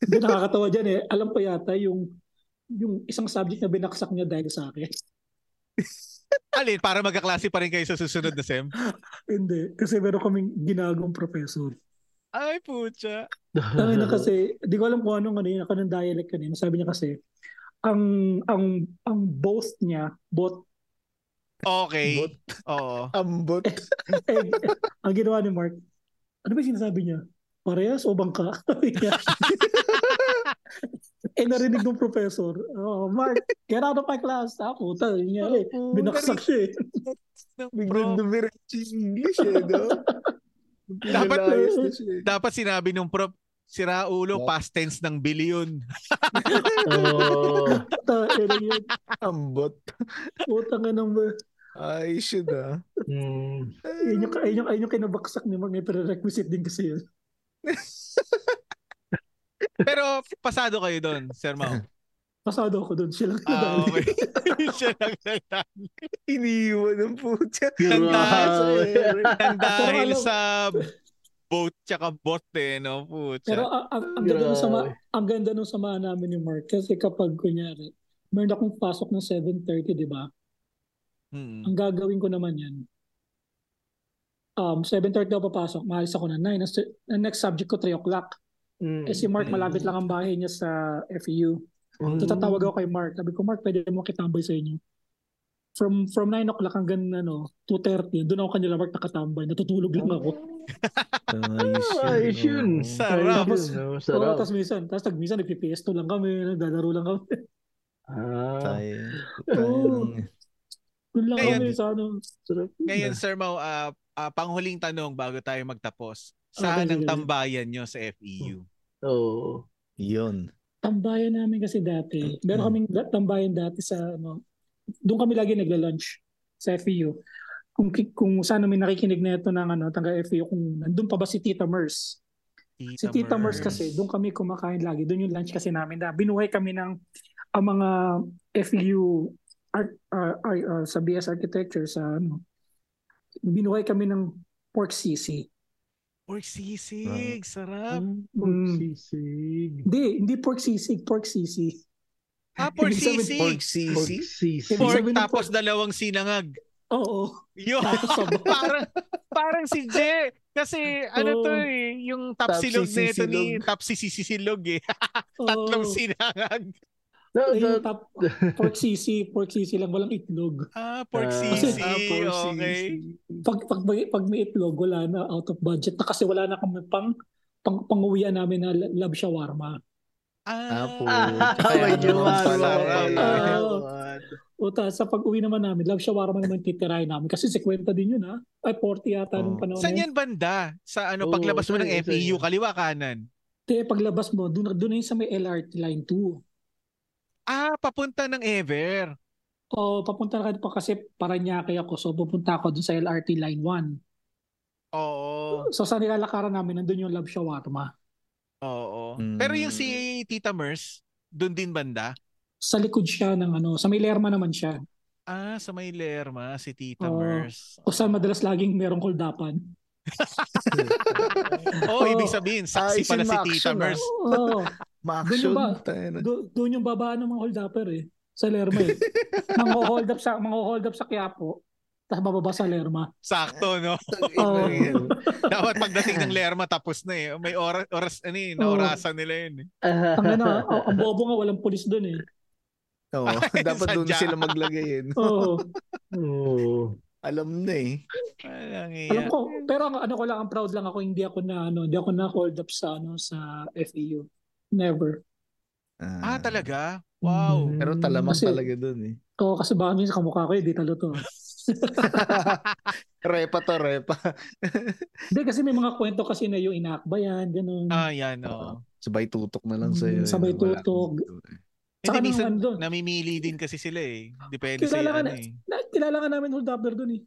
Speaker 4: Hindi nakakatawa dyan eh. Alam pa yata yung yung isang subject na binaksak niya dahil sa akin.
Speaker 1: Alin, para magkaklase pa rin kayo sa susunod na SEM?
Speaker 4: Hindi, kasi meron kaming ginagong professor.
Speaker 1: Ay, putya.
Speaker 4: Tangin na kasi, di ko alam kung anong ano yun, anong dialect yun. Sabi niya kasi, ang ang ang both niya, both,
Speaker 1: Okay.
Speaker 3: Bot.
Speaker 1: Oo.
Speaker 3: Ambot.
Speaker 4: eh, ang ginawa ni Mark, ano ba yung sinasabi niya? Parehas o bangka? Sabi niya. eh, narinig ng professor, oh, Mark, get out of my class. Ah, puta, yun nga eh. Binaksak siya eh.
Speaker 3: Biglang dumiretso yung English eh, no?
Speaker 1: Dapat-
Speaker 3: Ayos na siya eh.
Speaker 1: Dapat sinabi nung prof, sira ulo,
Speaker 3: What?
Speaker 1: past tense ng billion.
Speaker 2: Oo.
Speaker 4: Puta, eh, yun.
Speaker 3: Ambot.
Speaker 4: Puta nga naman.
Speaker 3: Ay, should ah.
Speaker 2: Mm.
Speaker 4: Ayun yung, ayun yung, ayun yung kinabaksak ni Mark. May prerequisite din kasi yun.
Speaker 1: Pero pasado kayo doon, Sir Mau.
Speaker 4: Pasado ako doon. Siya lang
Speaker 1: Ah,
Speaker 4: nadali.
Speaker 1: okay. Siya lang nagtanong.
Speaker 3: Iniwan ng Ah, putya.
Speaker 1: Ah, eh. Ang dahil
Speaker 4: Pero alam-
Speaker 1: sa boat tsaka bote, no?
Speaker 4: Pero
Speaker 1: Putya.
Speaker 4: a- a- ang ganda nung sama,
Speaker 2: Grabe.
Speaker 4: ang ganda nung samahan namin ni Mark kasi kapag kunyari, meron akong pasok ng 7.30, di ba?
Speaker 1: Hmm.
Speaker 4: Ang gagawin ko naman yan, um, 7.30 ako papasok, maalis ako ng 9. Ang, su- ang next subject ko, 3 o'clock.
Speaker 2: Mm.
Speaker 4: Eh si Mark,
Speaker 1: Mm.
Speaker 4: malapit lang ang bahay niya sa FEU.
Speaker 2: Mm.
Speaker 4: So tatawag ako kay Mark. Sabi ko, Mark, pwede mo kitambay sa inyo. From from 9 o'clock hanggang ano, 2.30, doon ako kanila Mark nakatambay. Natutulog
Speaker 2: Mm.
Speaker 4: lang ako. Ah,
Speaker 3: Ayos
Speaker 2: Ayos yun.
Speaker 1: Sarap.
Speaker 4: Tapos-
Speaker 2: Yun, no?
Speaker 4: Oo,
Speaker 2: Sarap.
Speaker 4: tapos Oh, minsan, tapos nag- minsan nagpipisto lang kami, naglalaro lang kami.
Speaker 2: Ah,
Speaker 3: Tayo. eh.
Speaker 4: Oo. Doon lang
Speaker 1: Ngayon-
Speaker 4: kami sa ano.
Speaker 2: sarap. eh.
Speaker 1: Ngayon, Sir Mau, ah, ah, panghuling tanong bago tayo magtapos.
Speaker 4: Okay,
Speaker 1: Saan ang
Speaker 4: sige.
Speaker 1: tambayan nyo sa E FEU?
Speaker 2: Oo.
Speaker 3: Yun.
Speaker 4: Tambayan namin kasi dati. Meron kaming da- tambayan dati sa ano. Doon kami lagi nagla-lunch sa FEU. Kung ki- kung saan namin nakikinig na ito ng ano, taga FEU kung nandun pa ba si Tita Mers. Si Tita Mers kasi doon kami kumakain lagi. Doon yung lunch kasi namin. Na binuhay kami ng ang mga FEU art, ah, ay, ah, sa BS Architecture sa ano. Binuhay kami ng pork sisig.
Speaker 1: Pork sisig, sarap.
Speaker 4: Mm.
Speaker 2: Sisig.
Speaker 4: Hindi, hindi pork sisig, pork sisig.
Speaker 1: Ah, pork
Speaker 4: Ibig sabihin,
Speaker 1: sisig.
Speaker 3: Pork sisig.
Speaker 2: Sisig.
Speaker 4: Pork-
Speaker 1: Pork
Speaker 4: sabihin ng
Speaker 1: tapos dalawang sinangag.
Speaker 4: Oo.
Speaker 1: Yun.
Speaker 4: Tapos sabaw.
Speaker 1: parang parang si Jay. Kasi ano to
Speaker 4: Oo.
Speaker 1: eh, yung tapsilog na ito ni tapsisisilog eh. Tatlong
Speaker 4: Oo.
Speaker 1: sinangag.
Speaker 2: No,
Speaker 4: Ay,
Speaker 2: no,
Speaker 4: yung tap, pork sisi, pork sisi lang, walang itlog.
Speaker 1: Ah, pork
Speaker 2: Ah,
Speaker 1: sisig.
Speaker 3: Ah, pork
Speaker 1: okay.
Speaker 3: sisig.
Speaker 4: Pag, pag, may- pag may itlog, wala na, out of budget na kasi wala na kami pang, pang panguwian namin na la- lab shawarma.
Speaker 1: Ah,
Speaker 3: Ah, po.
Speaker 2: Ah,
Speaker 1: may
Speaker 3: naman
Speaker 1: jowa,
Speaker 3: pala
Speaker 1: jowa.
Speaker 3: eh.
Speaker 4: Ah. Uta, sa pag-uwi naman namin, lab shawarma naman titirahin namin kasi 50 din yun ha. Ay, 40 yata
Speaker 3: Oh.
Speaker 4: nung panahon.
Speaker 1: Saan
Speaker 4: na
Speaker 1: yan
Speaker 4: yun.
Speaker 1: banda? Sa ano,
Speaker 2: Oo,
Speaker 1: paglabas mo
Speaker 2: saan
Speaker 1: ng
Speaker 2: yun, saan
Speaker 1: FEU,
Speaker 2: yun?
Speaker 1: kaliwa kanan.
Speaker 4: Te, paglabas mo, doon na- doon na yun sa may LRT line 2.
Speaker 1: Ah, papunta ng Ever.
Speaker 4: O, papunta na ka pa kasi Paranaque ako, so pupunta ako doon sa LRT line 1.
Speaker 1: Oo.
Speaker 4: So sa nilalakaran namin, nandun yung lab shawarma.
Speaker 1: Oo.
Speaker 3: Mm.
Speaker 1: Pero yung si Tita Mers, doon din banda?
Speaker 4: Sa likod siya ng ano, sa may Lerma naman siya.
Speaker 1: Ah, sa may Lerma, si Tita
Speaker 4: Oo.
Speaker 1: Mers.
Speaker 4: O saan madalas laging merong kuldapan.
Speaker 1: Oh,
Speaker 4: Oo.
Speaker 1: ibig sabihin, saksi
Speaker 3: Ayos
Speaker 1: pala
Speaker 3: yung
Speaker 1: si Tita
Speaker 3: action, ah.
Speaker 1: Mers.
Speaker 4: Oo.
Speaker 3: Ma-action.
Speaker 4: Ganun ba?
Speaker 3: Tayo na.
Speaker 4: do, doon yung babaan ng mga hold upper eh. Sa Lerma eh. Mangho-hold up sa mangho-hold up sa Quiapo. Tapos bababa sa Lerma.
Speaker 1: Sakto, no?
Speaker 4: Oo.
Speaker 1: Dapat pagdating ng Lerma, tapos na eh. May oras, oras ano eh,
Speaker 4: Oh.
Speaker 1: naorasan nila yun eh.
Speaker 4: Ang ano, ang- ang bobo nga walang pulis doon eh.
Speaker 3: Oo, dapat doon
Speaker 1: Sadya.
Speaker 3: sila maglagay yun.
Speaker 4: Oo.
Speaker 2: Oo.
Speaker 3: Alam na eh.
Speaker 1: Walang
Speaker 4: Alam
Speaker 1: iya.
Speaker 4: ko, pero ang ano ko lang, ang proud lang ako, hindi ako na ano, hindi ako na hold up sa ano sa FEU. Never.
Speaker 1: Ah, talaga?
Speaker 4: Mm.
Speaker 1: Wow.
Speaker 3: Pero
Speaker 2: Hmm.
Speaker 3: talamak
Speaker 4: Hmm, Kasi-
Speaker 3: talaga doon eh.
Speaker 4: Oo, kasi baka minsan kamukha ko, eh, hindi talo to.
Speaker 3: repa to, repa.
Speaker 4: Hindi, kasi may mga kwento kasi na yung inaakbayan, ganun.
Speaker 1: Ah, yan, oo.
Speaker 3: Sabay tutok na lang sa'yo.
Speaker 4: Mm,
Speaker 3: eh.
Speaker 4: sabay
Speaker 3: Wala kang
Speaker 4: tutok.
Speaker 3: dito, eh.
Speaker 1: Hindi,
Speaker 4: Saka nung
Speaker 1: minsan
Speaker 4: ano doon,
Speaker 1: namimili din kasi sila eh. Depende sa
Speaker 4: Kilala ka
Speaker 1: ano
Speaker 4: na-
Speaker 1: eh.
Speaker 4: na, kilala ka namin hold upper doon eh.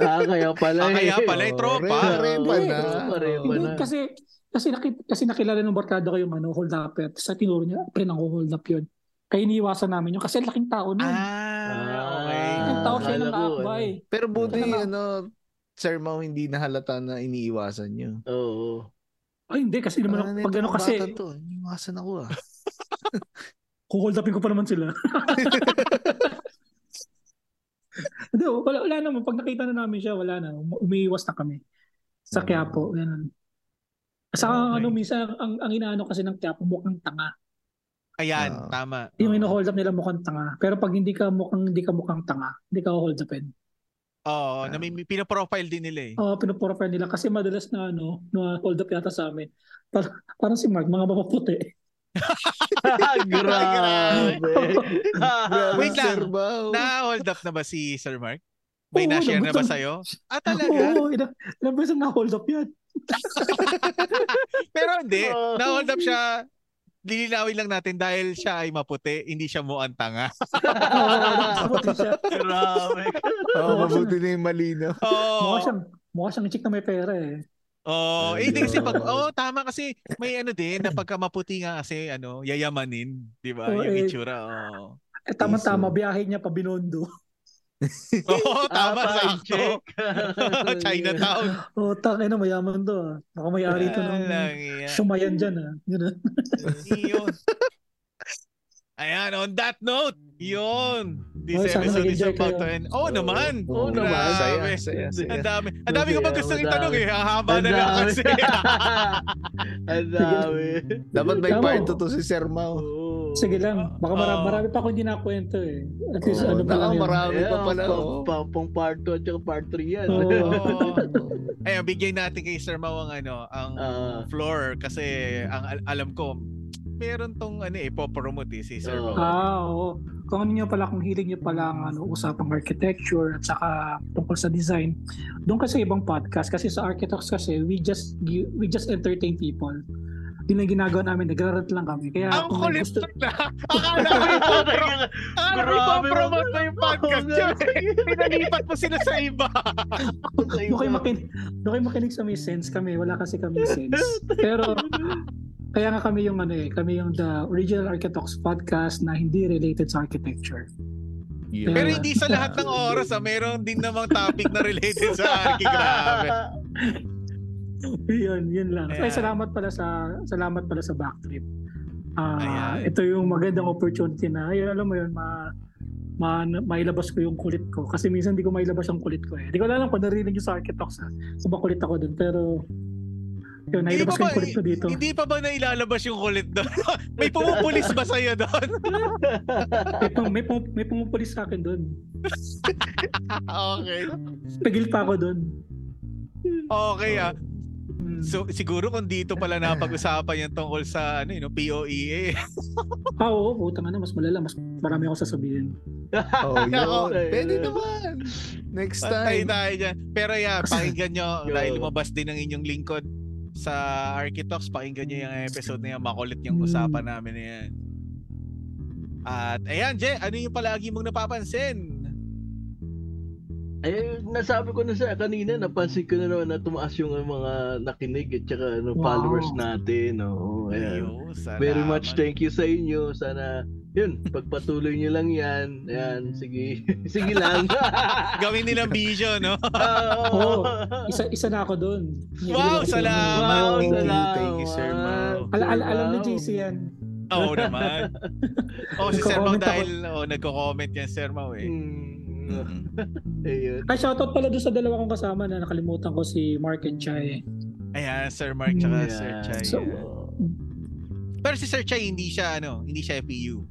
Speaker 2: Ah, kaya pala
Speaker 1: Ah, kaya
Speaker 2: eh.
Speaker 1: pala eh,
Speaker 3: Oo,
Speaker 1: tropa.
Speaker 3: repa, repa
Speaker 4: Hindi,
Speaker 3: na.
Speaker 2: repa,
Speaker 3: Oo.
Speaker 4: Hindi,
Speaker 2: Wala.
Speaker 4: kasi kasi, naki, kasi nakilala ng barkada ko yung ano, hold up eh. Sa tinuro niya, pre, nang hold up yun. Kaya iniwasan namin yun kasi laking tao nun.
Speaker 1: Ah,
Speaker 2: Ah,
Speaker 1: okay.
Speaker 4: Ang tao siya
Speaker 2: akala
Speaker 4: ng eh.
Speaker 2: ko,
Speaker 4: kaakbay.
Speaker 3: Pero buti
Speaker 4: Tama.
Speaker 3: ano, Sir Mau, hindi nahalata na iniiwasan nyo.
Speaker 2: Oo.
Speaker 4: Ay, hindi, kasi naman,
Speaker 3: Ah,
Speaker 4: pag
Speaker 3: nitong
Speaker 4: ano kasi,
Speaker 3: bata to, iniiwasan ako ah.
Speaker 4: kuhold upin ko pa naman sila. Hindi, oh, wala, wala naman. Pag nakita na namin siya, wala na. Um- Umiiwas na kami. Sa
Speaker 3: Ah.
Speaker 4: Quiapo, ganun. Sa
Speaker 1: Okay.
Speaker 4: ano, minsan, ang, ang inaano kasi ng Quiapo, mukhang tanga.
Speaker 1: Ayan,
Speaker 4: Ah.
Speaker 3: Oo.
Speaker 1: tama.
Speaker 4: Yung
Speaker 1: Oo.
Speaker 4: ino-hold up nila mukhang tanga. Pero pag hindi ka mukhang, hindi ka mukhang tanga, hindi ka hold upin.
Speaker 1: Oo,
Speaker 3: Um,
Speaker 1: namimi- pinaprofile din nila eh.
Speaker 4: Oo, pinoprofile nila kasi madalas na ano, na hold up yata sa amin. Parang, parang si Mark, mga mapaputi.
Speaker 2: Grabe.
Speaker 1: Wait lang.
Speaker 3: Sir Mau.
Speaker 1: Na-hold up na ba si Sir Mark? May
Speaker 4: Oo,
Speaker 1: na-share na ba
Speaker 4: nabutan.
Speaker 1: sa'yo? Ah, talaga?
Speaker 4: Oo, ilang, ilang beses na hold up yan.
Speaker 1: Pero hindi.
Speaker 2: Oo.
Speaker 1: Na-hold up siya lilinawin lang natin dahil siya ay maputi, hindi siya muang tanga.
Speaker 4: Mabuti siya.
Speaker 2: Grabe.
Speaker 3: Oo, mabuti na yung malino.
Speaker 4: Mukha
Speaker 1: Oo.
Speaker 4: siyang, mukha siyang chick na may pera eh.
Speaker 1: Oo. Eh,
Speaker 3: Ay,
Speaker 1: hindi kasi pag
Speaker 3: Lord.
Speaker 1: oh, tama kasi may ano din na pagka maputi nga kasi ano, yayamanin, 'di ba?
Speaker 4: Oo,
Speaker 1: Yung
Speaker 4: eh.
Speaker 1: itsura. Oo.
Speaker 4: Eh, tama-tama, biyahe niya pa binondo.
Speaker 1: Oo, tama
Speaker 2: Ah,
Speaker 1: sa
Speaker 2: fact check.
Speaker 1: Chinatown.
Speaker 4: O, tangin na, Oh, mayaman to ah. Baka mayari to ng
Speaker 1: Alang iya.
Speaker 4: sumayan dyan ah. Yun ah.
Speaker 1: Yun. Ayan, on that note, yun. This
Speaker 4: Ay, sana
Speaker 1: episode is
Speaker 4: nag-enjoy
Speaker 1: about
Speaker 4: kayo.
Speaker 1: to end. Oh, naman.
Speaker 2: Oo
Speaker 1: naman.
Speaker 3: diba? Saya, saya, saya.
Speaker 1: Ang dami. Ang dami ko
Speaker 2: Masaya,
Speaker 1: pa gustong
Speaker 2: madami.
Speaker 1: itanong eh. Hahaba na lang
Speaker 2: Ang
Speaker 1: kasi.
Speaker 2: dami. Ang dami.
Speaker 3: Dapat may
Speaker 4: Tama.
Speaker 3: part 2 to si Sir Mau.
Speaker 2: Oo.
Speaker 4: Sige
Speaker 1: Oh,
Speaker 4: lang. Baka marami,
Speaker 1: Oo.
Speaker 4: marami pa akong hindi nakwento eh. At
Speaker 1: Oh,
Speaker 4: least
Speaker 3: Oo,
Speaker 4: ano pa
Speaker 3: naka-
Speaker 4: lang yun.
Speaker 3: marami pa
Speaker 2: Ayan,
Speaker 3: pala. oh.
Speaker 2: pang-
Speaker 3: oo.
Speaker 2: pang- Pang part 2 at saka part 3 yan.
Speaker 4: Oo.
Speaker 1: Oh. Oo. Ayan, bigyan natin kay Sir Mau ang ano, ang
Speaker 2: Ah.
Speaker 1: floor kasi ang al- alam ko meron tong ano eh, ipopromote eh, si Sir Mau.
Speaker 2: Oo.
Speaker 4: Ah, oo. Kung ano nyo pala, kung hilig nyo pala ang ano, usapang architecture at saka tungkol sa design, doon kasi ibang podcast. Kasi sa architects kasi, we just gi- we just entertain people. Yun ang ginagawa namin, nagrarant lang kami. Kaya
Speaker 1: Ang
Speaker 4: kung may
Speaker 1: kulit
Speaker 4: gusto,
Speaker 1: na. Akala ko ipopromote. Akala ko
Speaker 2: Grabe,
Speaker 1: ipopromote mo yung podcast yun. Pinalipat mo sila sa iba.
Speaker 4: doon kayo, makinig, doon kayo makinig sa may sense kami. Wala kasi kami sense. Pero, kaya nga kami yung ano eh, kami yung the original Architects podcast na hindi related sa architecture.
Speaker 3: Yun.
Speaker 1: Pero hindi sa lahat ng oras ah, meron din namang topic na related sa akin. Grabe.
Speaker 4: yun, yun lang.
Speaker 1: Ayan.
Speaker 4: Ay, salamat pala sa salamat pala sa backtrip. Ah,
Speaker 1: Ayan.
Speaker 4: ito yung magandang opportunity na, yun, alam mo yun, ma, ma, mailabas ko yung kulit ko. Kasi minsan di ko mailabas ang kulit ko eh. Di ko alam kung narinig yung sa Architox ha. Sumakulit ako dun, pero yun,
Speaker 1: Hindi
Speaker 4: nailabas
Speaker 1: pa
Speaker 4: ko
Speaker 1: ba-
Speaker 4: yung kulit ko dito.
Speaker 1: Hindi pa ba nailalabas yung kulit doon? May pumupulis ba sa'yo doon?
Speaker 4: May, pum, may, pum, may pumupulis sa akin dun.
Speaker 1: okay.
Speaker 4: Pigil pa ako dun.
Speaker 1: Okay ah.
Speaker 4: Mm.
Speaker 1: So siguro kung dito pala napag-usapan yung tungkol sa ano, you know, POEA.
Speaker 4: ah, oo, putang ano, mas malala, mas marami ako sasabihin.
Speaker 3: Oh, yun.
Speaker 2: Okay.
Speaker 3: Pwede naman. Next
Speaker 1: Pantay
Speaker 3: time.
Speaker 1: tayo dyan. Pero yeah, pakinggan nyo
Speaker 2: Yo.
Speaker 1: dahil lumabas din ang inyong lingkod sa Architox. Pakinggan nyo yung episode na yan. Makulit yung usapan namin na yan. At ayan, Je, ano yung palagi mong napapansin?
Speaker 2: Eh, nasabi ko na sa kanina, napansin ko na naman na tumaas yung eh, mga nakinig at saka ano,
Speaker 4: Wow.
Speaker 2: followers natin. Oo, ayan.
Speaker 1: Ayun, salamat.
Speaker 2: Very much thank you sa inyo. Sana, yun, pagpatuloy nyo lang yan. Ayan, sige. sige lang.
Speaker 1: Gawin nila vision, no?
Speaker 2: Oo.
Speaker 4: Oo. Isa, isa na ako dun.
Speaker 1: Ah. Wow, salamat.
Speaker 2: Wow,
Speaker 3: Thank you,
Speaker 2: salamat.
Speaker 3: thank you, Sir Mau.
Speaker 4: Ala, ala, alam ni
Speaker 2: Wow.
Speaker 4: JC yan.
Speaker 1: Oo naman. O si Sir Mau
Speaker 4: Nagko-comment ako.
Speaker 1: dahil oh, nagko-comment yan Sir Mau eh.
Speaker 2: Mm,
Speaker 1: Mm.
Speaker 2: Diba? Ayun.
Speaker 4: Ay, shoutout pala doon sa dalawa kong kasama na nakalimutan ko si Mark and Chai.
Speaker 1: Ayan, Sir Mark tsaka
Speaker 2: Ayan.
Speaker 1: Sir Chai.
Speaker 4: So,
Speaker 1: ayan. Pero si Sir Chai hindi siya ano, hindi siya PU.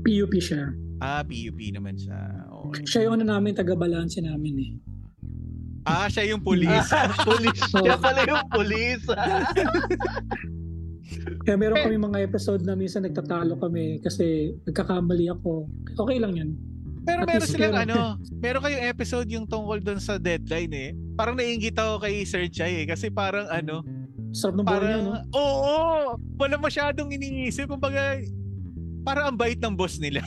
Speaker 4: PUP siya.
Speaker 1: Ah, PUP naman siya. Oh. Okay.
Speaker 4: Siya yung ano namin, taga-balanse namin eh.
Speaker 1: Ah, siya yung police.
Speaker 2: Police. Siya pala yung police.
Speaker 4: Kaya meron kami mga episode na minsan nagtatalo kami kasi nagkakamali ako. Okay lang yun.
Speaker 1: Pero
Speaker 4: At
Speaker 1: meron
Speaker 4: least
Speaker 1: silang
Speaker 4: meron.
Speaker 1: ano, meron kayong episode yung tungkol doon sa deadline eh. Parang naiingit ako kay Sir Chai eh. Kasi parang ano,
Speaker 4: Sarap ng buhay niya, no?
Speaker 1: parang, oo, wala masyadong iniisip. Kumbaga, parang ang bait ng boss nila.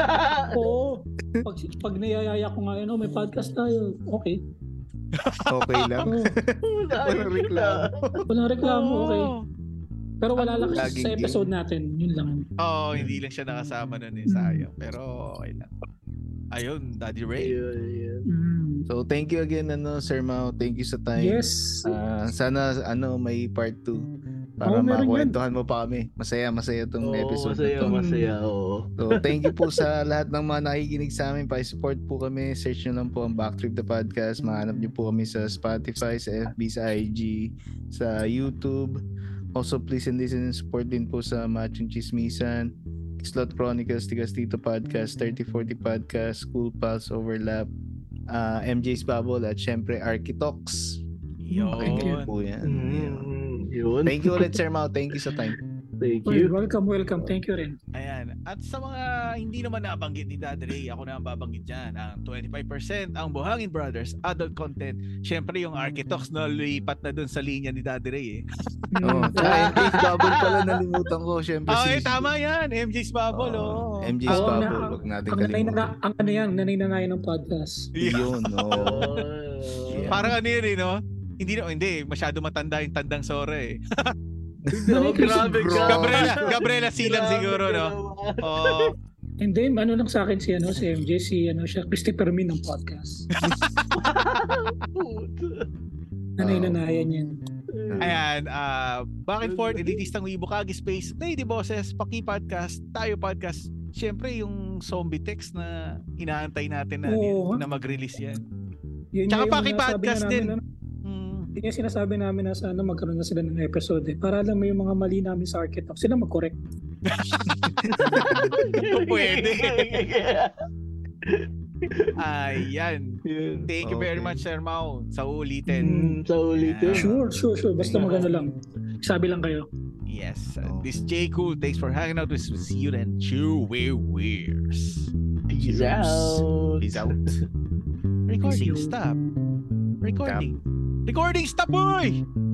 Speaker 1: ano?
Speaker 4: Oo. Pag, pag niyayaya ko nga yun, oh, may podcast tayo. Okay.
Speaker 3: Okay lang.
Speaker 4: Oh,
Speaker 3: Walang reklamo.
Speaker 4: walang reklamo, okay.
Speaker 1: Oo.
Speaker 4: Pero wala lang
Speaker 3: Laging
Speaker 4: kasi sa
Speaker 3: game.
Speaker 4: episode natin. Yun lang.
Speaker 1: Oo, hindi lang siya nakasama nun eh, sayang. Pero okay lang. Ayun, Daddy Ray.
Speaker 2: Ayun, ayun.
Speaker 4: Mm.
Speaker 3: So, thank you again, ano, Sir Mau. Thank you sa time.
Speaker 4: Yes.
Speaker 3: Ah, sana, ano, may part 2. Para
Speaker 4: Oo, meron yan.
Speaker 3: makakwentuhan mo pa kami. Masaya, masaya tong
Speaker 2: Oo,
Speaker 3: episode na
Speaker 2: masaya,
Speaker 3: to.
Speaker 2: masaya. Oo.
Speaker 3: So, thank you po sa lahat ng mga nakikinig sa amin. Pa-support po kami. Search nyo lang po ang Backtrip the Podcast. Mahanap nyo po kami sa Spotify, sa FB, sa IG, sa YouTube. Also, please and listen and support din po sa Machong Chismisan, Slot Chronicles, Tigas Tito Podcast, 3040 Podcast, School Pals Overlap, ah, MJ's Bubble, at syempre Architox.
Speaker 1: Yun.
Speaker 3: Pakinggan nyo po yan.
Speaker 2: Mm, Yun.
Speaker 3: Thank you ulit, Sir Mau. Thank you sa time.
Speaker 2: Thank
Speaker 4: Well,
Speaker 2: you.
Speaker 4: welcome, welcome. Thank you rin.
Speaker 1: Ayan. At sa mga hindi naman nabanggit ni Dad Ray, ako na ang babanggit dyan. Ang 25% ang Buhangin Brothers adult content. Siyempre yung Architox na luipat na dun sa linya ni Dad Ray eh.
Speaker 3: Oh,
Speaker 4: Mm.
Speaker 3: tsaka MJ's Bubble pala nalimutan ko. Siyempre
Speaker 1: Ah,
Speaker 3: si...
Speaker 1: eh, tama yan. MJ's Bubble.
Speaker 3: Ah,
Speaker 1: Oh,
Speaker 3: MJ's
Speaker 4: Oo,
Speaker 3: Bubble.
Speaker 4: na-
Speaker 3: Huwag natin
Speaker 4: Ang nanay na nga,
Speaker 3: kalimutan.
Speaker 4: ang ano yan, nanay na nga yan ng podcast.
Speaker 1: Yeah.
Speaker 3: Yun, oh. Yeah.
Speaker 1: Parang ano yun eh, no? Hindi na, hindi, masyado matanda yung tandang sore eh.
Speaker 2: No, grabe
Speaker 3: Bro.
Speaker 2: ka.
Speaker 1: Gabriela, Gabriela Silang siguro, no? Oh,
Speaker 4: And then, ano lang sa akin si, ano, si MJ, si ano, siya, Christopher Min ng podcast. Nanay na nga yan yan.
Speaker 1: ayan, ah, Bakit Ford, Elitistang Weibo, Kagi Space, Lady Bosses, Paki Podcast, Tayo Podcast, Siyempre, yung zombie text na inaantay natin na,
Speaker 4: Oo.
Speaker 1: na mag-release yan.
Speaker 4: Yun
Speaker 1: Tsaka paki-
Speaker 4: nga yung nasabi nga
Speaker 1: podcast
Speaker 4: namin,
Speaker 1: din.
Speaker 4: ano,
Speaker 1: Mm,
Speaker 4: Yun yung sinasabi namin na sana magkaroon na sila ng episode eh. Para alam mo yung mga mali namin sa Architox, sila mag-correct.
Speaker 1: Kung pwede. ayan.
Speaker 2: Yun.
Speaker 1: Thank you very
Speaker 3: Okay.
Speaker 1: much, Sir Mau, sa ulitin.
Speaker 2: Mm, Sa
Speaker 1: Yeah.
Speaker 2: ulitin.
Speaker 4: Sure, sure, sure. Basta
Speaker 1: Yeah.
Speaker 4: magano lang. Sabi lang kayo.
Speaker 1: Yes. and This is J. Cool. Thanks for hanging out with us. See you then. Two way wears.
Speaker 2: Peace out.
Speaker 1: Peace out. Recording
Speaker 4: Peace out.
Speaker 1: stop. Recording. Recording stop, boy!